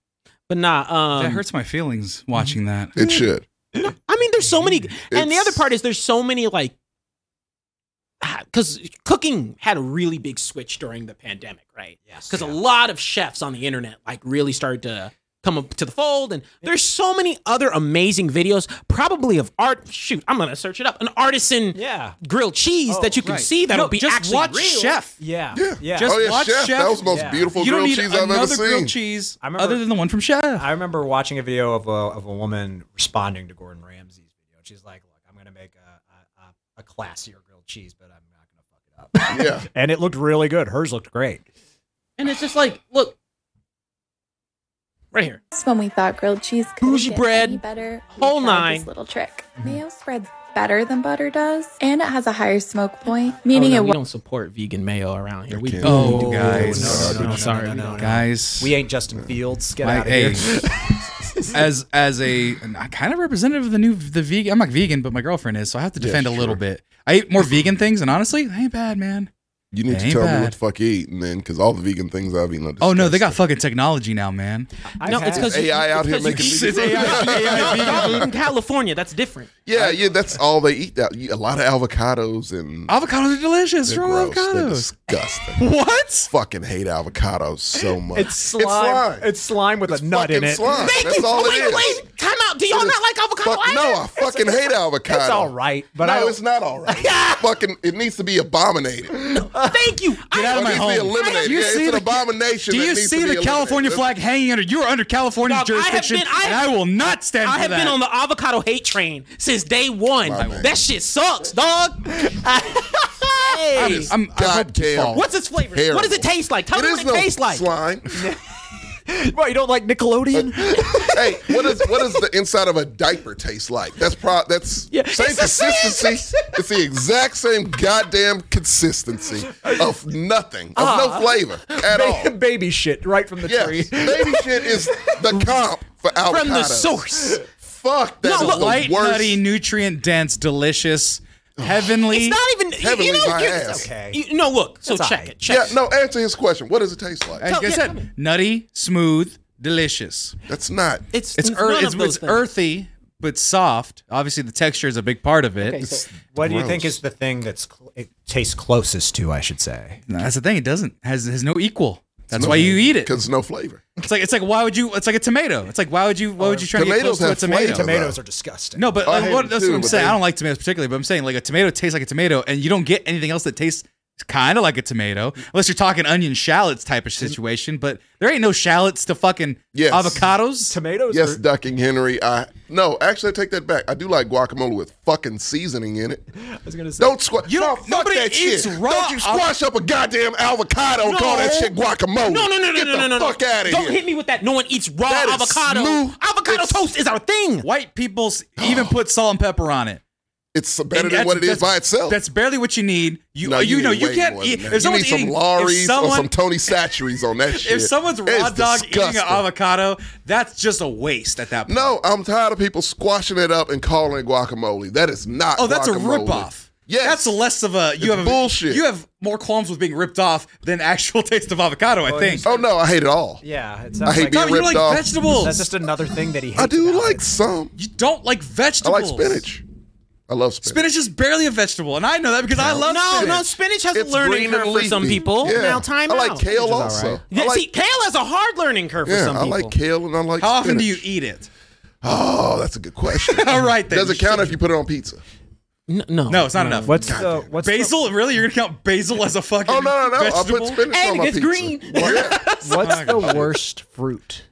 B: But nah, um,
A: That hurts my feelings watching *laughs* that.
D: It should.
B: I mean, there's so many, and the
D: It's-
B: other part is there's so many like, because cooking had a really big switch during the pandemic, right?
E: Yes.
B: Because a lot of chefs on the internet like really started to come up to the fold, and there's so many other amazing videos, probably of art. Shoot, I'm gonna search it up. An artisan
E: Yeah.
B: grilled cheese
E: Oh,
B: that you can
A: Right.
B: see that'll
A: No,
B: be
A: just
B: actually
A: watch
B: real.
A: Chef.
E: Yeah.
D: Yeah.
E: Yeah.
A: Just
D: oh yeah,
A: watch
D: chef.
A: Chef.
D: That was the most
E: Yeah.
D: beautiful
A: you don't
D: grilled
A: need
D: cheese I've
A: another
D: ever
A: grilled
D: seen.
A: cheese
E: I remember-
A: other than the one from Chef.
E: I remember watching a video of a, of a woman responding to Gordon Ramsay's video. She's like, "Look, I'm gonna make a a, a, a classier grilled cheese, but I'm not gonna fuck it up."
D: Yeah,
E: *laughs* and it looked really good. Hers looked great.
B: And it's just like, look, right here.
G: That's when we thought grilled cheese could
B: Bougie
G: get
B: bread,
G: any better. we
B: whole
G: tried
B: nine. Mm-hmm.
G: This little trick. Mayo spreads better than butter does, and it has a higher smoke point, meaning
B: Oh, no,
G: it
B: we don't support vegan mayo around here. We
D: can't.
B: don't
A: Oh,
B: do
A: guys.
B: it.
A: No, no, no, no,
B: sorry.
E: no, no, no.
A: Guys,
E: We ain't Justin Fields. Get
A: My-
E: out of *laughs* here.
A: hey, as as a and I kind of representative of the new the vegan. I'm not vegan, but my girlfriend is, so I have to defend a little bit. I eat more vegan things, and honestly, they ain't bad, man.
D: you need to
A: Ain't
D: tell
A: bad.
D: me what the fuck you eating then, because all the vegan things I've eaten. Are
A: Oh no, they got
D: disgusting.
A: fucking technology now, man.
B: No, it's because
D: AI out here making
A: It's
B: *laughs*
A: AI, AI vegan.
B: in California, that's different.
D: Yeah, yeah, that's all they eat. Out. A lot of avocados and
A: Avocados are delicious.
D: they're
A: Raw
D: gross. They're
A: avocados.
D: disgusting.
A: What?
D: fucking hate avocados so much.
E: It's slime. It's slime with a nut in
D: fucking
E: it. *laughs*
D: slime. that's all it
B: wait,
D: is.
B: wait, time out. Do y'all
D: It is
B: not like avocado
D: fuck-
B: either?
D: No, I fucking hate avocado.
E: It's all right, but
D: no,
E: I
D: *laughs* it's not all right. fucking, it needs to be abominated.
B: Thank you.
A: Get
B: I-
A: out of
D: It
A: my
D: needs to be
A: home.
D: eliminated.
A: Do you
D: Yeah,
A: see
D: it's an
A: the-
D: abomination.
A: Do
D: that
A: you
D: needs to
A: see
D: be
A: the
D: eliminated.
A: California
D: That's-
A: flag hanging under? You are under California's
B: Dog, I have
A: jurisdiction,
B: been- I-
A: and I will not stand
B: I
A: for
B: have
A: that.
B: been on the avocado hate train since day one. That shit sucks, dog. hey.
A: I'm, I hope
D: Goddamn.
A: you fall.
B: What's its flavor?
D: Terrible.
B: What does it taste like? Tell
D: It
B: me
D: is
B: what it
D: no
B: tastes like.
D: slime.
E: What, you don't like Nickelodeon?
D: hey, what is what does the inside of a diaper taste like? That's pro. That's
B: Yeah,
D: same
B: it's the same
D: consistency. it's the exact same goddamn consistency of nothing, of *laughs*
B: Ah.
D: no flavor at
E: *laughs*
D: all.
E: Baby shit right from the tree.
D: Yes, baby shit is the comp for avocados.
B: From the source.
D: Fuck that
B: No,
D: is
B: look-
D: the
A: light,
D: worst.
A: nutty, nutrient dense, delicious, heavenly.
B: It's not even.
D: Heavenly
B: you know,
D: my
B: you
D: ass.
E: Okay.
B: You, no, look. So
E: That's
B: check
E: all right.
B: it. Check
D: Yeah,
B: it.
D: no. Answer his question. What does it taste like?
A: like I
B: yeah,
A: said, nutty, smooth, delicious.
D: That's not.
B: It's,
A: It's,
B: it's
A: ear-
B: none
A: it's,
B: of those
A: it's
B: things.
A: earthy but soft. Obviously, the texture is a big part of it.
E: What do you think is the thing that's cl- it tastes closest to? I should say.
A: No, that's the thing; it doesn't has has no equal. That's why you eat it.
D: Because no flavor.
A: It's like it's like why would you? It's like a tomato. It's like why would you? Why would you try to get close
D: Tomatoes
A: to a
D: have
A: tomato?
D: flavor.
E: Tomatoes are disgusting.
A: No, but
D: Oh, I
A: like,
D: hate
A: what,
D: them
A: that's
D: too,
A: what I'm
D: but
A: saying.
D: they-
A: I don't like tomatoes particularly, but I'm saying like a tomato tastes like a tomato, and you don't get anything else that tastes kind of like a tomato, unless you're talking onion shallots type of situation. But there ain't no shallots to fucking
D: Yes.
A: avocados.
E: Tomatoes.
D: Yes,
E: Are,
D: ducking Henry. I no. Actually, I take that back. I do like guacamole with fucking seasoning
A: *laughs*
D: in it.
E: I was gonna say.
D: Don't squash.
A: You don't-
D: fuck
A: nobody
D: that
A: eats
D: shit.
A: raw
D: Don't you squash up a goddamn avocado and call Oh, that shit guacamole.
B: No, no, no, no,
D: Get
B: no,
D: the
B: no, no, no.
D: Fuck out of
B: Don't
D: here.
B: hit me with that. No one eats raw
D: That is
B: avocado.
D: smooth.
B: Avocado
D: It's-
B: toast is our thing.
A: White people
D: *gasps*
A: s- even put salt and pepper on it.
D: It's better
A: And
D: than
A: that's-
D: what it is
A: that's-
D: by itself.
A: That's barely what you need. You
D: no,
A: you,
D: you,
A: know
D: need
A: you
D: way
A: can't
D: more
A: eat.
D: than
A: If
D: that. you
A: someone's
D: need some
A: eating,
D: Laurie's
A: if someone,
D: or some Tony Satcheries on that
A: *laughs*
D: shit.
A: if someone's
D: It's
A: raw dog eating an
D: disgusting.
A: avocado, that's just a waste at that point.
D: No, I'm tired of people squashing it up and calling it guacamole. That is not.
A: Oh, that's
D: guacamole.
A: a ripoff.
D: Yes,
A: that's less of a you
D: It's
A: have a,
D: bullshit.
A: You have more qualms with being ripped off than actual *laughs* taste of avocado. I think.
D: Oh no, I hate it all.
E: Yeah, it sounds
D: I hate
E: like
D: being
A: Tommy, you
D: ripped
A: like
D: off.
A: vegetables.
E: that's just another thing that he. Hates
D: I do
E: about
D: like
E: it.
D: some.
A: you don't like
D: I
A: vegetables.
D: like spinach. I love spinach.
A: Spinach is barely a vegetable, and I know that because I love
B: no,
A: spinach.
B: no, spinach has a
D: It's
B: learning
D: green
B: curve
D: and
B: for some
D: leafy.
B: people.
D: Yeah.
B: Now time
D: I like
B: out.
D: kale also.
B: Yeah,
D: I like,
B: see, kale has a hard learning curve for
D: yeah,
B: some
D: I
B: people.
D: like kale and I like.
A: How often do you
D: spinach.
A: eat it?
D: Oh, that's a
B: *laughs*
D: good question.
A: All right, then.
D: Does it count if you put it on pizza?
B: N- no,
A: No, it's not enough.
E: What's the what's the-
A: basil? really? You're gonna count basil as a fucking
D: Oh no, no, no!
A: vegetable?
D: I put spinach
B: And
D: on
B: it
D: my
B: gets
D: pizza.
B: green.
D: *laughs* Yeah.
E: what's the worst fruit?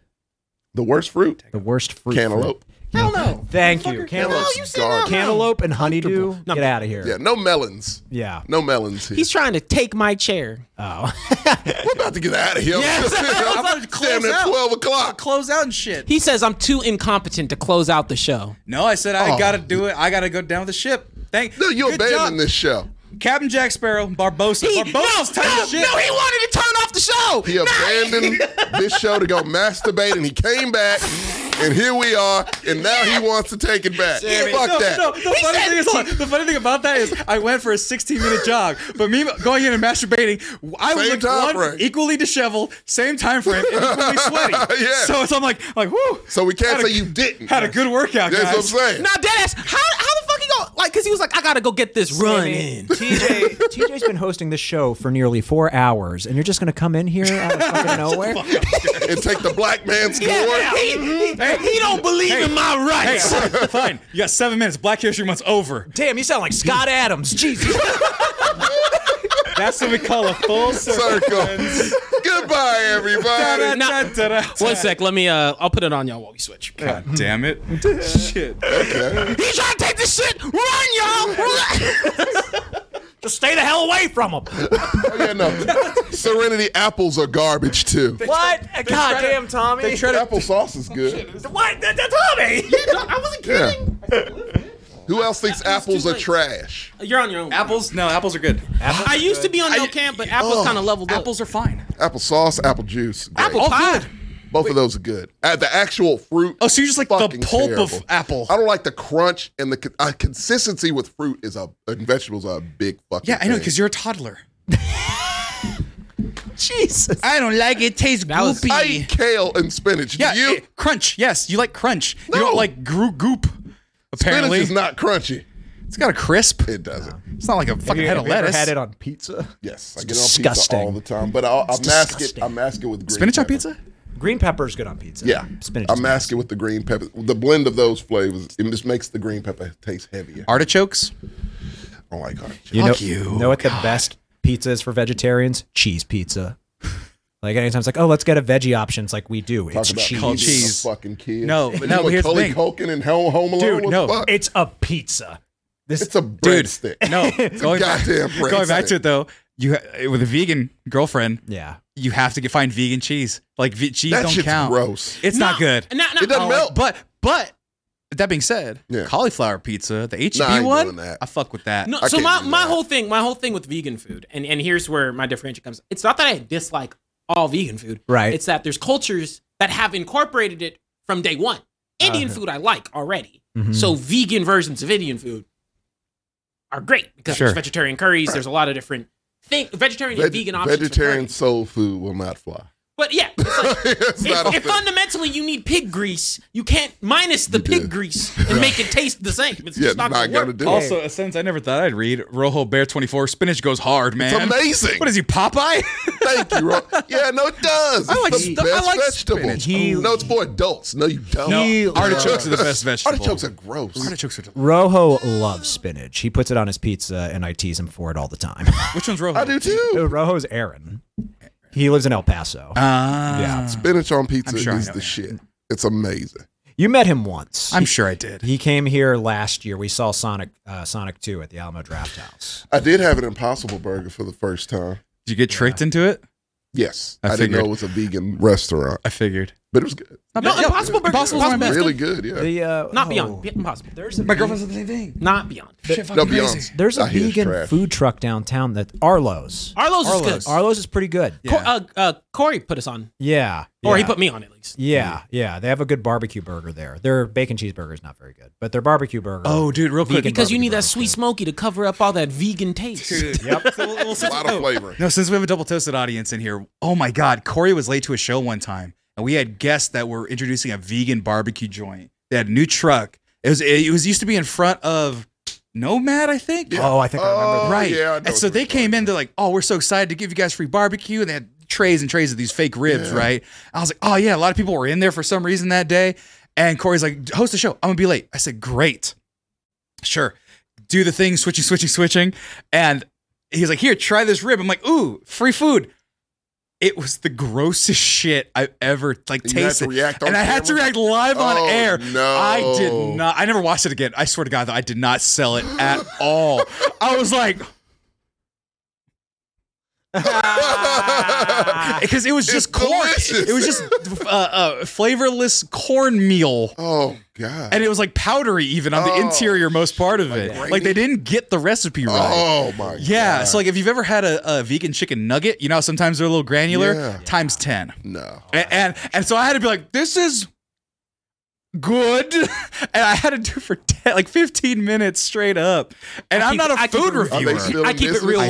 D: The worst fruit?
E: The worst fruit.
D: Cantaloupe.
E: fruit.
B: Hell no.
E: Thank you.
B: Motherfucker.
E: Cantaloupe.
B: No, Oh, you said no, no.
E: Cantaloupe and honeydew.
B: No.
E: Get out of here.
D: Yeah, no melons.
E: Yeah.
D: No melons here.
B: He's trying to take my chair.
D: We're about to get out of here. *laughs*
B: Yes, *laughs* I was
A: about to close
D: Damn, at
A: out.
D: 12 o'clock.
A: Close out and shit.
B: He says I'm too incompetent to close out the show.
A: No, I said I
D: Oh.
A: gotta do it. I gotta go down with the ship. Thank
D: No, you
A: Good
D: abandoned
A: job.
D: this show.
A: Captain Jack Sparrow, Barbosa.
B: He, no, no, no,
A: Barbosa's tight as
B: he
A: shit.
B: wanted to turn off the show.
D: He abandoned
A: *laughs*
D: this show to go masturbate, and he came back, and here we are, and now he wants to take it back. Fuck
A: no,
D: that.
A: No, the funny thing is, hold on. the funny thing about that is, I went for a 16 minute jog, but me going in and masturbating, I was
D: Same
A: looked
D: time
A: one
D: frame.
A: equally disheveled, same time frame, and
D: *laughs*
A: equally sweaty.
D: Yeah.
A: So it's I'm like, like, whoo.
D: So we can't
A: Had a-
D: say you didn't.
A: Had a good workout,
D: That's
A: guys.
D: what I'm saying.
B: Nah, deadass. How how the fuck he go? Oh, Like, cause he was like, I gotta go get
E: *laughs*
B: this run in.
E: TJ, TJ's been hosting this show for nearly four hours, and you're just gonna come in here out of fucking nowhere?
D: and take the
A: *laughs*
D: black man's glory.
B: Yeah, he, he,
D: Mm-hmm.
B: he don't believe in my rights.
D: *laughs*
A: Hey, fine. You got seven minutes. Black History Month's over.
E: Damn, you sound like Scott Adams. Jesus.
A: That's what we call a
D: *laughs*
A: full circle.
D: Circle.
A: *laughs*
D: Goodbye, everybody.
B: Nah,
A: Da-da.
B: one sec, let me. Uh, I'll put it on y'all while we switch.
A: God damn it. Shit.
B: He's trying to take this shit. Run, y'all. Run.
C: Just stay the hell away from him.
D: Oh, yeah, no. Serenity apples are garbage, too.
C: What? God damn, Tommy.
A: They try to
D: Apple sauce is good.
C: what? That, that's Tommy.
B: I wasn't
D: Yeah. Who else thinks apples
B: too
D: are
B: late.
D: trash?
B: You're on your own.
A: apples. No, apples are good.
B: I used to be on no camp, but apples kind of leveled
A: Apples
B: up.
A: are fine.
D: Apple sauce, apple juice. great.
B: Apple pie.
D: Both of those are good. Uh, the actual fruit.
A: Oh, so you just like the
D: fucking
A: pulp of
D: terrible.
A: apple.
D: I don't like the crunch and the con- uh, consistency with fruit is a and vegetables are a big fucking.
A: Yeah, I know,
D: thing.
A: because you're a toddler.
E: *laughs* Jesus.
A: I don't like it. Tastes
B: That was-
D: I eat kale and spinach. Do
A: Yeah,
D: you
A: eh, crunch. Yes, you like crunch. You
D: No.
A: don't like groo goop.
D: spinach
A: Apparently,
D: is not crunchy.
A: it's got a crisp.
D: It doesn't.
A: It's not like a fucking
E: You-
A: head
E: have
A: of
E: you ever
A: lettuce.
E: had it on pizza?
D: Yes, I get it on pizza
E: disgusting.
D: all the time, but I'll, I'll mask it.
E: disgusting.
D: I mask it with green
A: Spinach on
D: pepper.
A: pizza?
E: Green pepper's good on pizza.
D: Yeah,
E: Spinach.
D: I
E: is good.
D: mask it with the green pepper. The blend of those flavors it just makes the green pepper taste heavier. I
A: Artichokes?
D: don't like orange.
E: You know,
A: Fuck you.
E: know what the best pizza is for vegetarians? Cheese pizza. Like anytime it's like, oh, let's get a veggie option. It's like we do.
D: Talk
E: It's
D: about
E: cheese.
A: called
D: being
A: cheese.
D: A fucking kid.
A: No, but
D: You
A: no,
D: know
A: but here's the
D: Macaulay
A: thing.
D: Culkin and Home, Home Alone.
E: Dude,
D: What
A: no.
D: the fuck?
C: It's a pizza.
E: This
D: it's a
A: Dude,
D: breadstick.
A: no.
D: *laughs*
A: going back,
D: goddamn
A: going back to
D: breadstick.
A: it though, you ha- eh, with a vegan girlfriend,
E: yeah.
A: you have to get, find vegan cheese. Like ve- cheese
D: That
A: don't
D: shit's
A: count.
D: gross.
A: It's not good.
B: No, no,
D: It doesn't
A: Oh,
D: melt.
A: But but that being said,
D: Yeah.
A: cauliflower pizza, the HB
D: Nah, I ain't
A: one,
D: doing that.
A: I fuck with that.
B: No,
D: I
B: so
D: can't
B: my,
D: do
B: my
D: that.
B: whole thing, my whole thing with vegan food, and, and here's where my differential comes. It's not that I dislike all vegan food.
E: Right.
B: It's that there's cultures that have incorporated it from day one. Indian
E: Uh-huh.
B: food I like already.
E: Mm-hmm.
B: So vegan versions of Indian food are great because
A: Sure.
B: there's vegetarian curries, there's a lot of different thing vegetarian and
D: Veg-
B: vegan options. for
D: vegetarian
B: curry.
D: soul food will not fly. *laughs*
B: But yeah, it's like,
D: it's
B: if,
D: not a
B: if
D: thing.
B: fundamentally you need pig grease, you can't minus the pig
D: do.
B: grease and make it taste the same. It's
D: Yeah,
B: just not,
D: not
B: gonna
D: gonna
B: work.
D: do it.
A: Also, a sentence I never thought I'd read. Rojo Bear 24. Spinach goes hard, man.
D: amazing.
A: What is he, Popeye?
D: *laughs*
A: *laughs*
D: Thank you, Ron. Yeah, no, it does. It's
A: I like
D: the
A: stu- I
D: best
A: like
D: vegetable.
A: spinach.
E: He-
D: no, it's for adults. No, you don't.
A: No, artichokes are the best vegetable.
D: *laughs* Artichokes are gross.
A: Artichokes are delicious.
E: Rojo loves spinach. He puts it on his pizza, and I tease him for it all the time. *laughs*
A: Which one's Rojo?
D: I do too.
E: Rojo's Aaron. He lives in El Paso.
A: Ah,
E: yeah.
D: Spinach on pizza
A: sure I
D: is
A: know
D: the
A: that.
D: shit. It's amazing.
E: You met him once.
A: I'm sure I did.
E: he came here last year. We saw Sonic uh, Sonic 2 at the Alamo Draft House.
D: I did have an Impossible Burger for the first time.
A: Did you get tricked into it?
D: Yes,
A: I
D: I, didn't know
A: figured.
D: it was a vegan restaurant,
A: I figured.
D: but it was good.
B: No, Impossible Burger.
A: Impossible
B: Impossible
A: Burger. Mm.
B: Burger.
D: Really good. Yeah.
E: The, uh,
B: Not
E: oh,
B: beyond. Be- Impossible. There's a
A: My girlfriend said the same thing.
B: not beyond.
A: Shit,
D: no,
A: fucking
D: Beyonce.
A: crazy.
E: There's a
D: I hear it's
E: vegan
D: trash.
E: food truck downtown that Arlo's.
B: Arlo's, is
A: Arlo's.
B: good.
E: Arlo's is pretty good.
A: Yeah.
B: Co- uh, uh, Corey put us on,
E: Yeah.
B: or he
E: yeah.
B: put me on at least.
E: Yeah, yeah, they have a good barbecue burger there. Their bacon cheeseburger is not very good, but their barbecue burger.
A: Oh, dude, real quick.
E: Vegan
B: Because you need that
E: Barbecue
B: sweet smoky to cover up all that vegan taste.
A: *laughs* Yep.
D: a lot of flavor.
A: No, since we have a double toasted audience in here, oh my God, Corey was late to a show one time, and we had guests that were introducing a vegan barbecue joint. They had a new truck. It was it was used to be in front of Nomad, I think.
E: Oh, I think I remember.
D: Oh,
E: That.
A: right.
D: yeah, I know
A: and
D: what
A: so
D: you're
A: they
D: talking
A: came in. They're like, "Oh, we're so excited to give you guys free barbecue," and they had trays and trays of these fake ribs. Right. I was like, "Oh yeah," a lot of people were in there for some reason that day. And Corey's like, "Host the show. I'm gonna be late." I said, "Great, sure." Do the thing, switching, switching, switching, and he's like, "Here, try this rib." I'm like, "Ooh, free food." It was the grossest *laughs* shit I've ever like
D: And you had to
A: tasted,
D: react on
A: and I had to
D: camera?
A: react live on
D: Oh,
A: air.
D: no.
A: I did not. I never watched it again. I swear to God, though, I did not sell it
D: *laughs*
A: at all. I was like,
D: *laughs*
A: because it was
D: It's
A: just corn. It,
D: delicious.
A: it was just uh, uh, flavorless cornmeal.
D: Oh God.
A: And it was like powdery, even on the
D: Oh,
A: interior most part of it.
D: grainy?
A: Like they didn't get the recipe right.
D: Oh my.
A: Yeah.
D: God.
A: So like if you've ever had a, a vegan chicken nugget, you know how sometimes they're a little granular
D: Yeah.
A: times ten.
D: no.
A: And, and and so I had to be like, this is good. *laughs* and I had to do for 10, like 15 minutes straight up. And
B: I
A: I'm
B: keep-
A: not a
B: I keep
A: food
B: it-
D: Are
A: reviewer.
D: they still
B: I
D: in
B: keep it
D: business?
A: I
B: real
A: don't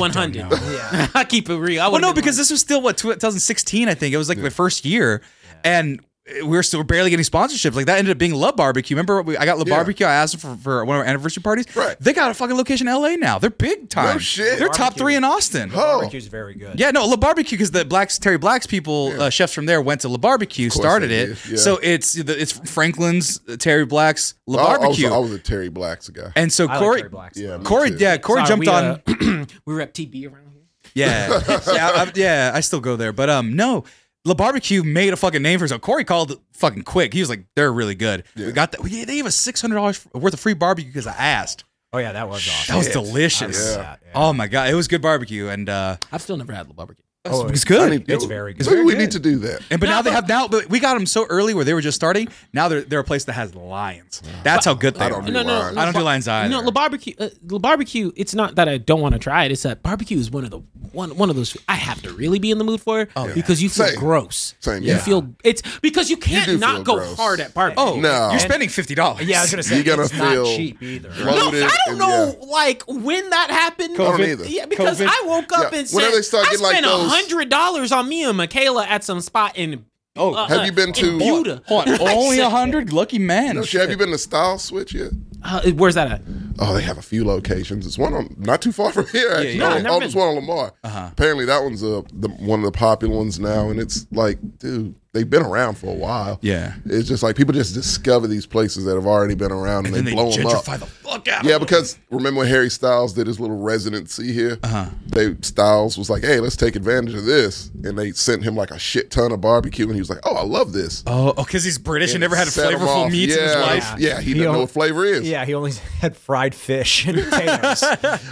A: know.
B: 100. Yeah. *laughs* I keep it real. I
A: well,
B: would've
A: no,
B: been
A: because
B: like-
A: this was still what 2016, I think. It was like my first year, and we were still barely getting sponsorships. Like that ended up being Love Barbecue. Remember, we, I got Love
D: Yeah.
A: Barbecue. I asked them for, for one of our anniversary parties.
D: Right.
A: They got a fucking location in L.A. now. They're big time.
D: shit.
A: They're top three in Austin.
D: Oh.
E: Barbecue's very good.
A: Yeah, no, La Barbecue because the blacks Terry Blacks people uh, chefs from there went to La Barbecue,
D: course
A: started
D: they
A: it.
D: did, yeah.
A: So it's it's Franklin's uh, Terry Blacks La
D: Oh, I- I was-
A: Barbecue,
D: I, was, a Terry Blacks guy.
A: and so
E: I like
A: Corey,
E: Terry Black's.
D: Yeah. me
A: Corey,
D: too.
A: yeah, Corey
B: Sorry,
A: jumped
B: we,
A: on.
B: uh, *clears throat* we rep TB around here.
A: *laughs* Yeah, yeah, I, yeah. I still go there, but um, no. La Barbecue made a fucking name for himself. Corey called fucking quick. He was like, "They're really good. We got that. We, they gave us six hundred dollars worth of free barbecue because I asked.
E: Oh yeah, that was awesome.
A: That was
E: Yeah.
A: delicious.
E: Yeah. Yeah.
A: Oh my god, it was good barbecue, and uh,
B: I've still never had La Barbecue.
E: Oh,
A: it's good.
E: It's very good.
D: Maybe we need to do that.
A: And but now they have now. But we got them so early where they were just starting. Now they're they're a place that has lions. That's how good they
D: I
A: are.
D: don't do
B: No, no,
D: lines.
A: I don't do lines either.
B: No, La Barbecue. Uh, La Barbecue. It's not that I don't want to try it. It's that barbecue is one of the one one of those I have to really be in the mood for
A: Oh,
B: because you feel
D: Same.
B: gross.
D: Same,
B: You
D: yeah.
B: feel it's because you can't
D: do feel
B: not go
D: gross.
B: hard at barbecue.
A: oh
D: No.
A: you're spending fifty dollars.
E: Yeah, I was gonna say
D: You're gonna
E: it's
D: feel-
E: not cheap either.
B: No,
D: Loaded
B: I don't
D: and-
B: know,
D: yeah.
B: like when that happened.
D: I don't either.
B: Yeah, because
A: COVID.
B: I woke up
D: Yeah,
B: and
D: whenever
B: said
D: they start
B: I
D: getting like
B: spent
D: those-
B: hundred dollars on me and Michaela at some spot in.
A: Oh,
B: uh,
D: Have you been
B: in
D: to-
A: hold
B: Buda?
A: on, hold on. only
B: said-
A: a hundred lucky man.
D: No, shit, have you been to Style Switch yet?
B: Uh, where's that at?
D: Oh, they have a few locations. It's one on not too far *laughs* from here. Actually.
A: yeah. Uh-huh. No,
B: I've never
D: oh, there's
B: been.
D: one on Lamar. Apparently, that one's uh, the, one of the popular ones now, and it's like, dude, they've been around for a while.
A: Yeah.
D: it's just like people just discover these places that have already been around and,
A: and
D: they,
A: they
D: blow them up.
A: gentrify the fuck out.
D: Yeah,
A: of them.
D: because remember when Harry Styles did his little residency here? Uh-huh. They Styles was like, "Hey, let's take advantage of this," and they sent him like a shit ton of barbecue, and he was like, "Oh, I love this."
A: oh, because he's British and, never had a
D: Set 'em
A: flavorful
D: off.
A: meat
D: yeah.
A: in his life.
D: Yeah, he didn't
E: He'll-
D: know what flavor is.
E: Yeah, he only *laughs* had fried
A: *laughs*
E: fish and potatoes.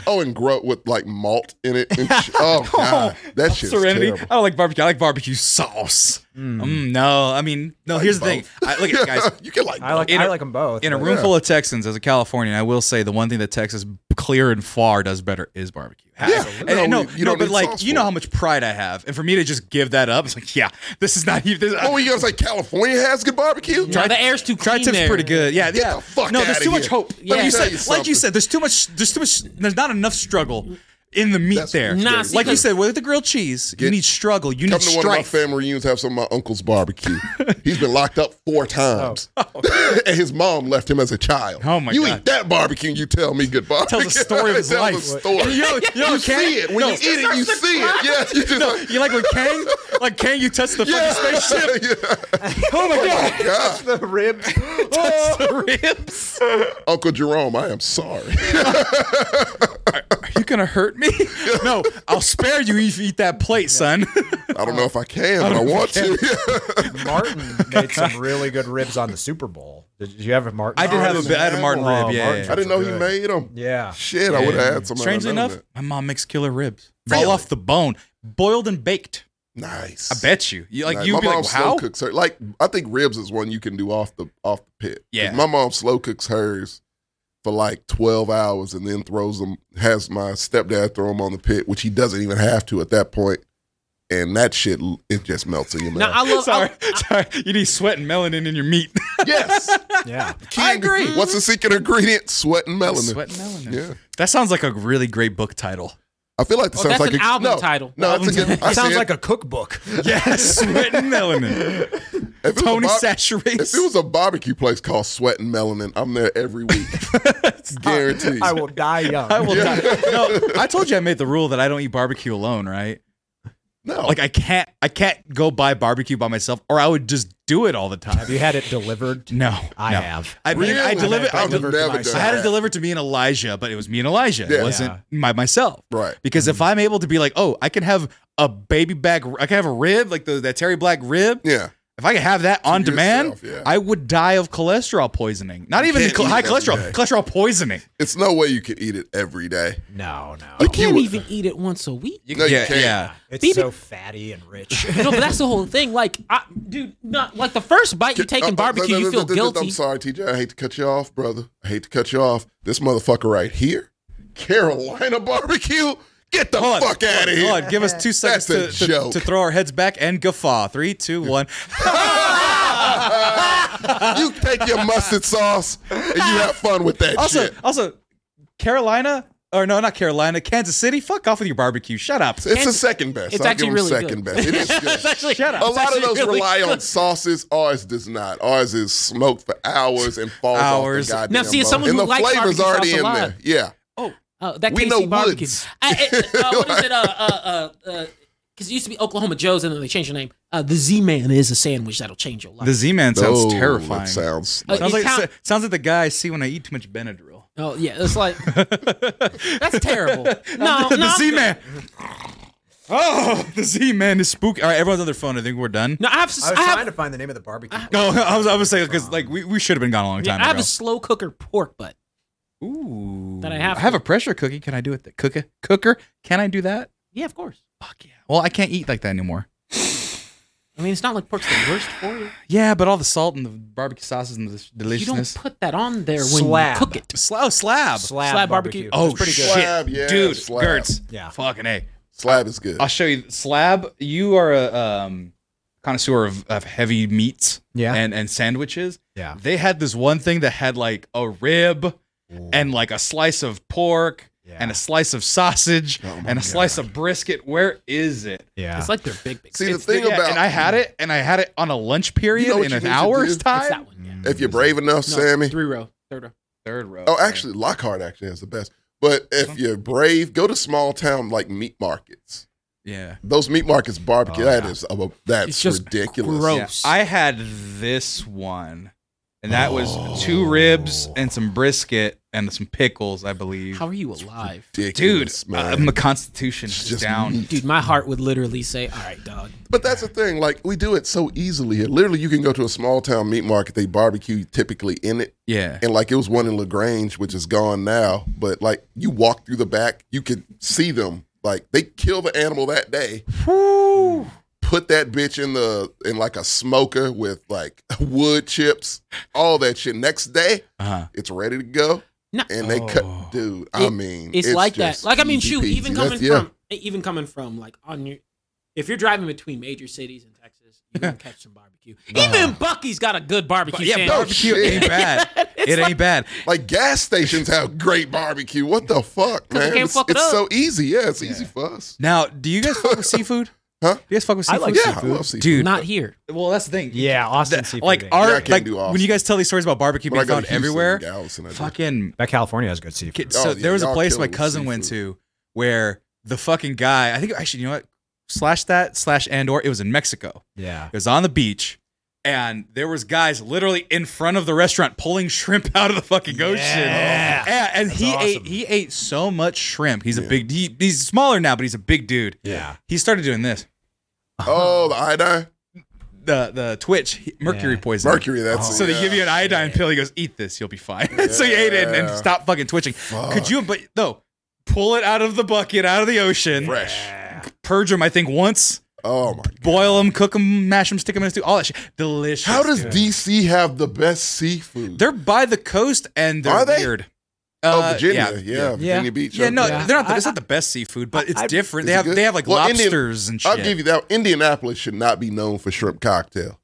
D: Oh, and grow with like malt in it. And sh-
A: *laughs*
D: oh god, that shit's
A: Serenity.
D: terrible. *laughs*
A: I don't like barbecue. I like barbecue sauce. Mm, no, I mean, no. Here's the thing. I, look, at
D: *laughs*
A: guys,
D: you can like,
E: I like
A: In
E: I
A: a-
E: like them both.
A: in a
E: but-
A: room full of Texans, as a Californian, I will say the one thing that Texas clear and far does better is barbecue.
D: Yeah.
A: And- and no,
D: No, you
A: no,
D: don't
A: but
D: need
A: like
D: sauce
A: you
D: for
A: know
D: it.
A: how much pride I have, and for me to just give that up, it's like, yeah, this is not even. This,
D: What were you gonna say? California has good barbecue.
B: No, the air's too
A: Tri
B: clean
A: tip's
B: there.
A: pretty good. Yeah, yeah.
D: the fuck
A: no, there's
D: outta
A: too much
D: here.
A: hope.
D: Let
A: Like
D: me
A: you
D: tell
A: said,
D: you
A: like you
D: something.
A: said, there's too much. There's too much. There's not enough struggle in the meat there.
B: Nah,
A: like you
B: because-
A: said, with the grilled cheese, you
D: Get-
A: need struggle. You
D: Come
A: need
D: to one of my
A: strife.
D: family reunions, have some of my uncle's barbecue. He's been locked up four times.
A: *laughs*
D: *laughs* and his mom left him as a child.
A: Oh, my
D: you
A: God.
D: eat that barbecue and you tell me good barbecue. *laughs*
A: Tells the story of his
D: Tells
A: life. *laughs*
D: the story.
A: You know- you know,
D: see
A: Kang-
D: it. When
A: no.
D: you eat it, you see it. Yeah,
A: *laughs*
D: you just like,
A: You like when Kang, like Kang, you touch the
D: yeah.
A: fucking spaceship.
D: *laughs*
A: Oh my god,
D: God.
E: the ribs.
A: touch the ribs.
D: Uncle Jerome, I
A: *laughs*
D: am sorry.
A: Are you gonna hurt
D: *laughs*
A: me? no, I'll spare you if you eat that plate, son.
D: I don't know if I can, but I want *laughs* to.
E: Martin made some really good ribs on the Super Bowl. Did you have a Martin?
A: I did have a bit. I had a Martin
E: Oh,
A: rib. Yeah.
E: Martin.
A: yeah.
D: I didn't know he
E: Good.
D: made them.
E: Yeah.
D: Shit, I would have had some. had I
A: Strangely
D: known
A: enough,
D: that.
A: my mom makes killer ribs, all off the bone, boiled and baked.
D: nice.
A: I bet you. You like
D: Like,
A: you'd
D: my
A: be
D: mom
A: like,
D: slow
A: wow.
D: cooks her. Like I think ribs is one you can do off the off the pit. 'Cause
A: Yeah.
D: my mom slow cooks hers for like twelve hours and then throws them. Has my stepdad throw them on the pit, which he doesn't even have to at that point. And that shit, it just melts in your
B: Now
D: mouth.
B: I
A: *laughs*
B: love.
A: Sorry,
B: I,
A: sorry. You need sweat and melanin in your
D: *laughs*
A: meat.
D: yes,
E: Yeah.
D: Key ing- What's the secret ingredient? Sweat and melanin.
A: Sweat and melanin.
D: Yeah.
A: That sounds like a really great book title. *laughs*
D: I feel like that
B: Oh,
D: sounds
B: that's
D: like
B: an
D: a,
B: album
D: no,
B: title.
D: No, it's a good. I
E: It sounds
D: said-
E: like a
D: *laughs*
E: cookbook.
A: Yes, sweat and melanin.
D: if it was a
A: Tony
D: bar- If
A: saturates.
D: it was a barbecue place called Sweat and Melanin, I'm there
A: *laughs*
D: every week. Guaranteed.
E: I will die young.
A: I will die. No,
D: *laughs*
A: I told you I made the rule that I don't eat barbecue alone, right?
D: no,
A: Like I can't, I can't go buy barbecue by myself, or I would just do it all the time.
E: Have you had it delivered?
A: No,
E: I
A: no.
E: have.
A: I mean, I
D: Really?
A: delivered. I,
D: I would
A: delivered to
D: never
A: myself.
D: do
A: I had it
D: that.
A: delivered to me and Elijah, but it was me and Elijah. It
D: Yeah.
A: wasn't by myself.
D: Right.
A: Because if I'm able to be like, oh, I can have a baby back, I can have a rib like the that Terry Black rib.
D: Yeah.
A: If I could have that on demand,
D: yourself, yeah.
A: I would die of cholesterol poisoning. Not even the
D: can't
A: cl-
D: eat
A: high
D: that
A: cholesterol,
D: today.
A: cholesterol poisoning.
D: It's no way you could eat it every day.
E: No, no.
B: You
D: Like you
B: can't
D: would-
B: even eat it once a week.
D: No, you can't.
E: It's
B: Beep
E: so fatty and
A: *laughs*
E: rich.
B: No, but that's the whole thing. Like, I, dude, not like the first bite you take
D: Oh,
B: in
D: oh,
B: barbecue,
D: no, no,
B: you
D: no,
B: feel
D: no, no, no,
B: guilty.
D: I'm sorry, TJ. I hate to cut you off, brother. I hate to cut you off. This motherfucker right here, Carolina barbecue. Get the
A: Hold on,
D: fuck out of
A: Hold
D: here.
A: on, give us two seconds to,
D: That's
A: to,
D: a joke.
A: to throw our heads back and guffaw. Three, two, one.
D: *laughs* you take your mustard sauce and you have fun with that
A: also,
D: shit.
A: also, Carolina or no, not Carolina, Kansas City. Fuck off with your barbecue. Shut up.
D: It's the
B: and-
D: second best.
B: it's
D: I'll
B: actually
D: give
B: really
D: them second
B: good.
D: best.
B: *laughs*
D: It is good.
B: Actually,
A: Shut up.
D: A
A: It's
D: lot of
A: actually
D: those
A: really
D: rely
A: good.
D: on sauces. Ours does not. Ours is smoked for hours and falls
A: Hours.
D: off the
B: Now,
D: goddamn
B: see, as
D: bone.
B: someone
D: and
B: who
D: the
B: likes
D: flavor's
B: barbecue
D: already
B: sauce a
D: in
B: lot.
D: there. Yeah.
B: Oh, that
D: We
B: KC
D: know
B: barbecue.
D: woods.
B: I, it, uh, what
D: *laughs*
B: is it? Uh, uh, uh, uh, because it used to be Oklahoma Joe's, and then they changed the name. Uh, the Z Man is a sandwich that'll change your life.
A: *laughs* The Z Man sounds
D: Oh, that
A: terrifying.
D: sounds
B: Uh,
A: sounds
B: it
A: like
B: count-
A: sounds like the guy I see when I eat too much Benadryl. *laughs*
B: oh yeah, it's like that's terrible. No,
A: the
B: no,
A: Z Man. *laughs* Oh, the Z Man is spooky. All right, everyone's on their phone. I think we're done.
B: no.
E: *laughs*
B: I have,
E: I
B: I,
E: was trying
B: have,
E: to find the name of the barbecue.
A: No, *laughs* I was I was saying because like we, we should have been gone a long
B: yeah,
A: time
B: I have
A: ago.
B: a slow cooker pork butt.
A: Ooh,
B: that I have
A: I have
B: to-
A: a pressure cookie. Can I do it? The cooker cooker. Can I do that?
B: Yeah, of course.
A: Fuck yeah. Well, I can't eat like that anymore.
B: I mean, it's not like pork's the worst for you.
A: Yeah, but all the salt and the barbecue sauces and the
B: You don't
A: deliciousness.
B: put that on there when
E: Slab.
B: you cook it.
A: Sla- oh, slab.
E: Slab,
B: Slab
E: barbecue.
B: barbecue.
A: Oh
E: It's pretty good.
A: shit,
D: Slab, yeah,
A: dude,
D: slab.
A: Gertz.
E: Yeah.
A: Fucking a.
D: slab is good.
A: I'll show you slab. You are a um, connoisseur of, of heavy meats.
E: Yeah.
A: And and sandwiches.
E: Yeah.
A: They had this one thing that had like a rib and like a slice of pork.
E: Yeah.
A: And a slice of sausage
D: Oh
A: and a slice of brisket. Where is it?
E: Yeah.
B: It's like they're big, big.
D: See,
B: it's,
D: the thing
A: Yeah,
D: about
A: and I had it, and I had it on a lunch period
D: what
A: in
D: you
A: an
D: need to
A: hour's
D: do?
B: it's
A: time.
B: that one. Yeah.
E: Mm.
D: if you're brave enough,
B: No,
D: Mm. Sammy.
B: Three row, third row.
A: Third row.
D: Oh, actually, Lockhart actually has the best. But if you're brave, go to small town like meat markets.
A: yeah.
D: Those meat markets barbecue.
E: Oh,
D: that
E: yeah.
D: is a that's
B: It's just
D: ridiculous.
B: gross.
A: Yeah, I had this one, and that was two ribs and some brisket and some pickles, I believe.
B: How are you alive,
A: Dude,
D: Ridiculous, man.
A: uh, my constitution
D: It's
A: is
D: just
A: down.
D: meat.
B: dude? My heart would literally say, "All right, dog."
D: But that's the thing. Like we do it so easily here. Literally, you can go to a small town meat market. They barbecue typically in it,
A: Yeah.
D: and like it was one in Lagrange, which is gone now. But like you walk through the back, you could see them. Like they kill the animal that day. Put that bitch in the in like a smoker with like *laughs* wood chips, all that shit. Next day,
A: Uh-huh.
D: it's ready to go.
B: No.
D: And they cut, dude. I
B: It-
D: mean,
B: it's, like that.
D: just
B: Like I mean,
D: easy
B: shoot,
D: peasy.
B: even
D: That's-
B: coming
D: yeah.
B: from even coming from like on your if you're driving between major cities in Texas, you're
D: *laughs*
B: gonna catch some barbecue. Even Bucky's got a good barbecue
A: Yeah,
B: sandwich.
A: barbecue
D: shit.
A: ain't bad. it ain't bad.
D: Like gas stations have great barbecue. What the fuck,
B: they
D: man?
B: can't
D: it's
B: fuck it
D: it's
B: up.
D: so easy. Yeah, it's easy for us.
A: Now, do you guys
D: *laughs*
A: fuck with seafood?
D: Huh?
A: Do you guys fuck with
E: I
A: seafood?
E: like
D: Yeah, I
E: seafood.
D: love seafood.
A: Dude,
B: Not here.
A: well, that's the thing.
E: yeah, Austin
A: That-
E: seafood.
A: like
E: ain't-
A: our
D: Yeah, I can't
A: like
D: do Austin.
A: when you guys tell these stories about barbecue
D: When I
A: being
D: go to
A: found
D: Houston and
A: everywhere,
D: Galveston, I do.
A: fucking
E: But California has good seafood.
A: Kid-
D: Oh,
A: so
D: yeah,
A: there was a
D: y'all
A: place
D: kill
A: my
D: it with
A: cousin went to where the fucking guy, I think actually, you know what? Slash that, slash and or it was in Mexico.
E: Yeah.
A: It was on the beach, and there was guys literally in front of the restaurant pulling shrimp *laughs* out of the fucking ocean.
E: Yeah.
A: Yeah, and
E: That's
A: he
E: awesome.
A: ate he ate so much shrimp. He's a big he, he's smaller now, but he's a big dude.
E: Yeah.
A: He started doing this.
D: Oh, the iodine,
A: The the twitch he- mercury
E: Yeah.
A: poisoning.
D: mercury. That's
A: Oh. So they give you an iodine pill. He goes, "Eat this, you'll be fine." *laughs* so he ate it and, and
D: Yeah.
A: stopped fucking twitching. Could you? But though, pull it out of the bucket, out of the ocean,
D: fresh.
A: purge them. I think once,
D: Oh my!
A: boil them, cook them, mash them, stick them in a stew, all that shit. Delicious.
D: How does
A: dude.
D: DC have the best seafood?
A: They're by the coast and they're
D: Are they?
A: weird.
D: oh,
A: Uh,
D: Virginia, yeah, Virginia
E: Yeah.
D: Beach.
A: Yeah, no,
D: okay.
A: they're not. The, it's not the best seafood, but it's
E: I-
A: different.
D: Is
A: They
D: it
A: have
D: good?
A: they have like
D: Well, Indian-
A: lobsters and shit.
D: I'll give you that. Indianapolis should not be known for shrimp cocktail.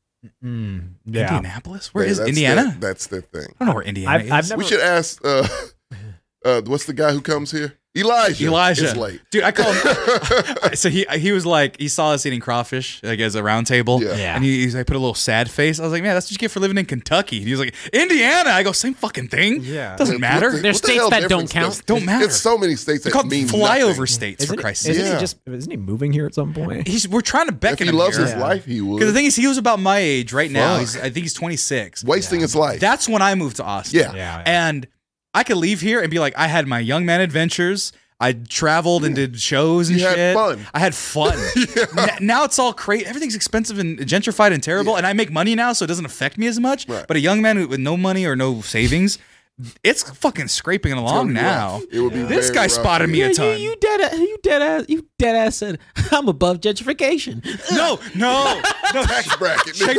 E: Mm, yeah.
A: Indianapolis. Where
D: Yeah,
A: is
D: that's
A: Indiana?
D: their- that's the thing.
A: I don't know where Indiana
E: I've, I've
A: is.
E: never.
D: We should ask uh, *laughs* uh, what's the guy who comes here? Elijah.
A: Elijah,
D: It's late.
A: dude, I call him. *laughs*
D: *laughs*
A: so he he was like he saw us eating crawfish like as a round table,
D: Yeah.
H: Yeah.
A: and he, he's like put a little sad face. I was like, man, that's what you get for living in Kentucky. And he was like, Indiana. I go, same fucking thing.
E: Yeah.
A: doesn't matter.
B: There's
D: the
B: states
D: hell
B: that don't
D: difference
B: count.
D: does-
A: Don't matter.
D: It's so many states
A: They're
D: that
A: called
D: mean
A: flyover
D: nothing.
A: states
E: Isn't,
A: for Christ's
E: he,
A: sake.
E: isn't
D: Yeah.
E: he just? Isn't he moving here at some
D: *laughs*
E: point?
A: He's we're trying to
D: If
A: beckon
D: he
A: him
D: loves
A: here.
D: his life, he would.
A: Because the thing is, he was about my age right now.
D: Fuck.
A: He's, I think he's 26.
D: wasting his life.
A: That's when I moved to Austin.
D: yeah.
E: Yeah.
A: And I could leave here and be like, I had my young man adventures. I traveled and did shows and
D: You had
A: shit.
D: fun.
A: I had
D: *laughs*
A: fun. N- now it's all crazy. Everything's expensive and gentrified and terrible. And I make money now, so it doesn't affect me as much.
D: Right.
A: But a young man with no money or no savings, it's fucking scraping along
D: It's
A: now.
D: rough. It would be
A: This
D: very
A: guy
D: rough.
A: spotted me
B: Yeah,
A: a ton.
B: you, you dead ass, you dead ass, you dead ass said, *laughs* I'm above gentrification.
D: uh,
A: no,
D: *laughs*
A: no, no.
D: Tax bracket.
A: Check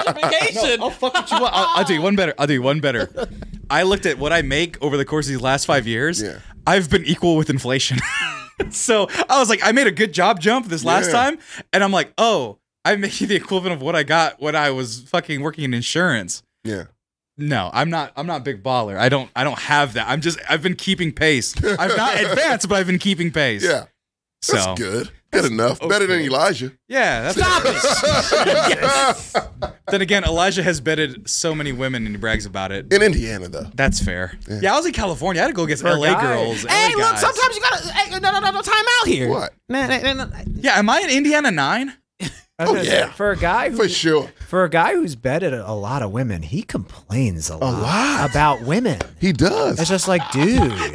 B: *laughs* gentrification.
A: I'll fuck what you want. I'll, I'll do you one better. I'll do you one better.
D: *laughs*
A: I looked at what I make over the course of these last five years.
D: Yeah.
A: I've been equal with inflation. *laughs* so I was like, I made a good job jump this last
D: Yeah.
A: time. And I'm like, oh, I'm making the equivalent of what I got when I was fucking working in insurance.
D: *laughs* yeah.
A: No, I'm not. I'm not big baller. I don't. I don't have that. I'm just. I've been keeping pace. I've not
D: *laughs*
A: advanced, but I've been keeping pace.
D: Yeah.
A: So
D: That's good. Good enough. Better than Elijah.
A: yeah. That's
B: Stop it.
A: *laughs* Then again, Elijah has bedded so many women, and he brags about it.
D: In Indiana, though.
A: That's fair. Yeah. I was in California. I had to go against
E: a
A: LA
E: guy.
A: girls. LA
B: hey, look,
A: guys.
B: sometimes you gotta, hey, no, no, no, no, time out here.
D: What?
B: Nah, nah, nah, nah.
A: Yeah, am I in Indiana nine?
E: I was gonna say,
D: Oh, yeah.
E: For a guy who
D: For sure.
E: For a guy who's bedded a lot of women, he complains a lot,
D: lot.
E: about women.
D: He does.
E: It's just like, dude,
D: he really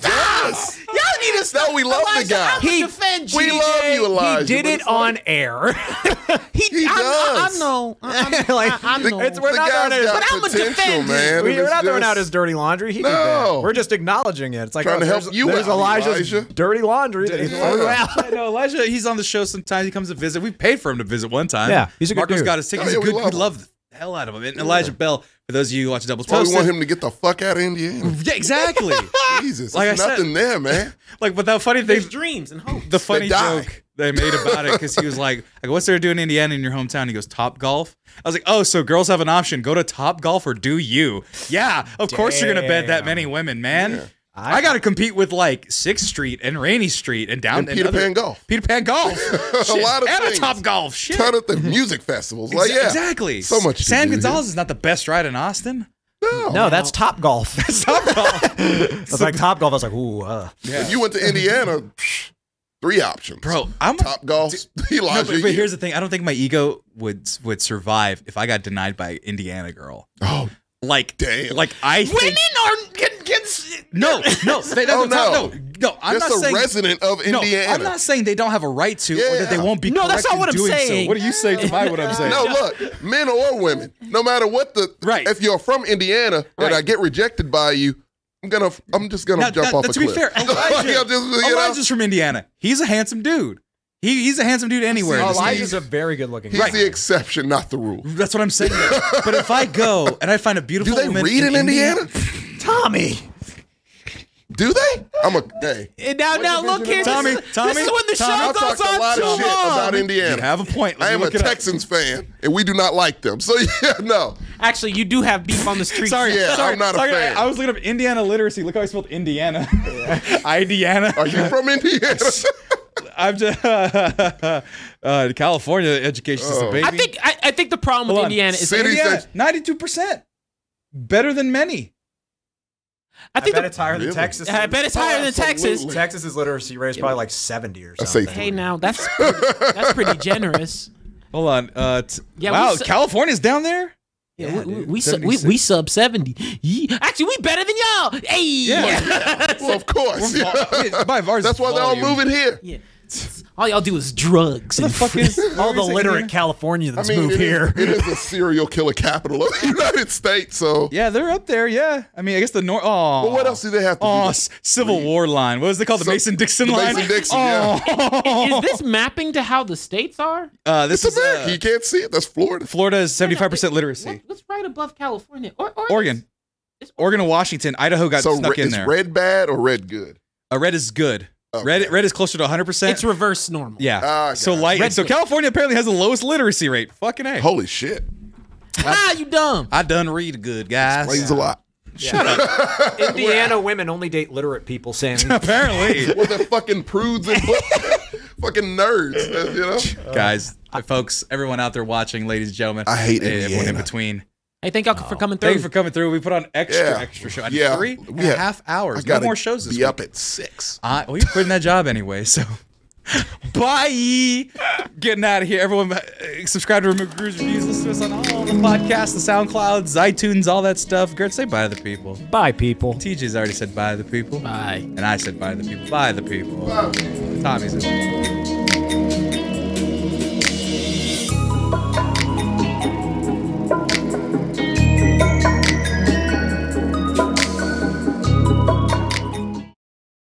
D: does.
B: Y'all need to stop.
D: No, we love
B: Elijah,
D: the guy.
B: I'm gonna
E: He-
B: defend
D: *laughs* We
B: GJ.
D: love you, Elijah.
E: he did
D: but
E: it
D: it's like-
E: on air. *laughs*
B: He,
D: He
B: I'm,
D: does.
B: I, I know. Uh-uh. I, I,
E: Like,
B: I, I know.
E: it's- we're
D: the
E: not
D: guy's
E: throwing it-
D: got
B: But I'ma
D: potential,
B: defend him.
D: man.
E: We,
D: and
E: are
D: it's
E: not throwing
D: just-
E: out his dirty laundry. He did
D: No.
E: that. We're just acknowledging it. It's like
D: Trying
E: oh,
D: to help
E: there's,
D: you
E: there's
D: out,
E: Elijah's
D: Elijah.
E: dirty laundry that he
D: Yeah.
E: threw out.
A: I know Elijah. He's on the show sometimes. He comes to visit. We paid for him to visit one time.
E: Yeah, he's a good
A: Marco's
E: dude.
A: got his ticket.
D: Oh,
A: He's
D: yeah, we
A: good.
D: love
A: we
D: him.
A: love the hell out of him. And Elijah Bell, for those of you who watch Double
D: Well,
A: Toast,
D: we want him to get the fuck out of Indiana.
A: Yeah,
D: *laughs*
A: exactly.
D: Jesus,
A: Like
D: there's
A: I said-
D: nothing there, man.
A: like, but that funny thing,
B: There's dreams and hope.
A: the funny
D: They die.
A: joke they made about it, because he was like, like, "What's there to do in Indiana in your hometown?" He goes, "Top golf." I was like, "Oh, so girls have an option: go to Top Golf or do you?" Yeah, of course you're gonna bed that
E: Damn.
A: many women, man. I,
E: I-
A: got to compete with like Sixth Street and Rainy Street and down
D: And Peter
A: other-
D: Pan
A: *laughs*
D: golf.
A: Peter Pan golf.
D: *laughs* A
A: Shit.
D: lot of
A: and
D: things.
A: a Top Golf. Shit.
D: Ton of the music festivals.
A: Exa-
D: Like, yeah.
A: Exactly.
D: So much. to
A: San
D: do here.
A: Gonzalez is not the best ride in Austin.
D: No.
E: *laughs* No, that's Top Golf. *laughs* It's
A: Top
D: *laughs*
A: golf,
E: like Top Golf. I was like, ooh, uh.
D: If you went to Indiana, psh, three options.
A: bro. I'm
D: Top golf, *laughs*
A: No,
D: Elijah.
A: but, but here's the thing. I don't think my ego would would survive if I got denied by Indiana girl.
D: oh,
A: Like
D: Damn.
A: Like I
B: Women
A: think,
B: are can, can, s- *laughs*
A: no no they, no,
D: Oh,
A: no
D: no.
A: no I'm
D: just
A: not
D: a
A: saying
D: resident of
A: no
D: Indiana.
A: I'm not saying they don't have a right to or that they
D: Yeah.
A: won't be
B: No, that's
A: correct
B: not
A: in
B: what I'm
A: doing so.
B: saying.
A: What do you say to my what I'm saying?
D: No, look, men or women, no matter what the
A: Right.
D: If you're from Indiana
A: Right.
D: and I get rejected by you, I'm gonna, I'm just gonna
A: Now,
D: jump
A: now,
D: off a
A: to
D: cliff.
A: be
D: *laughs*
A: fair,
D: Like,
A: Elijah,
D: I'm just, you know,
A: Elijah's from Indiana. He's a handsome dude. He, he's a handsome dude anywhere.
D: See,
A: Just-
D: Elijah-
E: Elijah's a very good looking
D: he's
E: guy.
D: the exception, not the rule.
A: that's what I'm
D: *laughs*
A: saying. but if I go and I find a
D: Do
A: beautiful
D: they
A: woman
D: read in Indiana?
E: Tommy.
D: Do they? I'm a hey.
B: And now, now look
D: *laughs*
B: here.
A: Tommy,
B: this is,
A: Tommy,
B: this is when the
A: Tommy,
D: I
A: I've
B: show
D: talked
B: goes
D: a
B: on
D: lot
B: too
D: of
B: long.
D: shit about Indiana.
A: you have a point. Let
D: I
A: me
D: am a
A: look it up.
D: Texans fan, and we do not like them. So *laughs* yeah, no,
B: Actually, you do have beef on the street.
A: Sorry,
D: Yeah,
A: sorry,
D: I'm not a
A: sorry,
D: fan.
A: I, I was looking up Indiana literacy. Look how I spelled Indiana. *laughs* Indiana. *laughs*
D: are you from Indiana?
A: I'm just *laughs* uh, California education system,
D: Oh.
A: baby.
B: I think I, I think the problem with
A: Hold on.
B: Indiana is
D: City-
A: Indiana, 92%. Better than many.
B: I think the,
E: higher
D: Really?
B: I bet it's higher than Texas.
D: Absolutely.
E: Texas's literacy rate is probably like 70 or
D: I say
E: something.
D: three.
B: Hey, now that's pretty, that's pretty generous.
A: Hold on. Uh, t-
B: Yeah, we
A: wow,
B: s-
A: California's down there?
B: Yeah,
E: Yeah,
B: we, we,
E: dude.
B: we, sub, we, we sub seventy. Ye- Actually, we better than y'all. Hey,
D: well, of course.
A: Vol- by Vars
D: That's why they're all
A: volume.
D: moving here.
B: Yeah. all y'all do is drugs.
A: The
B: and
A: fuck
B: *laughs*
A: is
E: All the
A: where is it,
E: literate
A: Indiana?
E: Californians move
D: it is-
E: here. *laughs*
D: it is a serial killer capital of the *laughs* United States. So,
A: Yeah, they're up there. Yeah, I mean, I guess the North. Oh,
D: but what else do they have to
A: Oh,
D: do?
A: s- Civil War line. What was it called? The
D: So-
A: Mason Dixon
D: the
A: line.
D: Mason-Dixon,
A: oh,
B: is this mapping to how the states are?
A: Uh, this
D: *laughs* It's
A: is
D: America.
A: uh,
D: you can't see it. That's Florida.
A: Florida is seventy-five percent literacy.
B: What, what's right above California? Or, or
A: Oregon,
B: It's-
A: Oregon and Washington, Idaho got
D: so
A: snuck
D: re-
A: in
D: is
A: there. Red,
D: red bad or red good?
A: uh, red is good.
D: Okay.
A: Red, red is closer to one hundred percent.
B: It's reverse normal.
A: Yeah.
D: Ah,
A: so
D: got it.
A: light.
B: Red
A: so
B: good.
A: California apparently has the lowest literacy rate. Fucking a.
D: Holy shit.
B: Ah, you dumb.
A: I done read good, guys.
D: Explains a lot.
A: Shut up.
D: *laughs*
E: Indiana women only date literate people, Sam.
A: *laughs*
D: *laughs*
A: Apparently,
D: What the fucking
A: *laughs*
D: prudes and *laughs* fucking nerds, uh, you know?
A: guys, folks, everyone out there watching, ladies and gentlemen,
D: I hate
A: and everyone in
D: Indiana.
A: between.
B: Hey, thank y'all for coming
A: Thank
B: through.
A: you for coming through. We put on extra,
D: Yeah.
A: extra show.
D: Yeah.
A: Three and
D: Yeah.
A: a half
D: I
A: hours. No
D: gotta
A: more shows this
D: be
A: week.
D: up at six.
A: I, well, you're quitting that job anyway, so. *laughs* Bye. Getting out of here. Everyone, uh, subscribe to Remove Cruise Reviews. Listen to us on all the podcasts, the SoundClouds, iTunes, all that stuff. Gert, say bye to the people.
E: Bye, people.
A: TJ's already said bye to the people.
B: Bye.
A: And I said bye to the people. Bye to the people. Tommy said bye.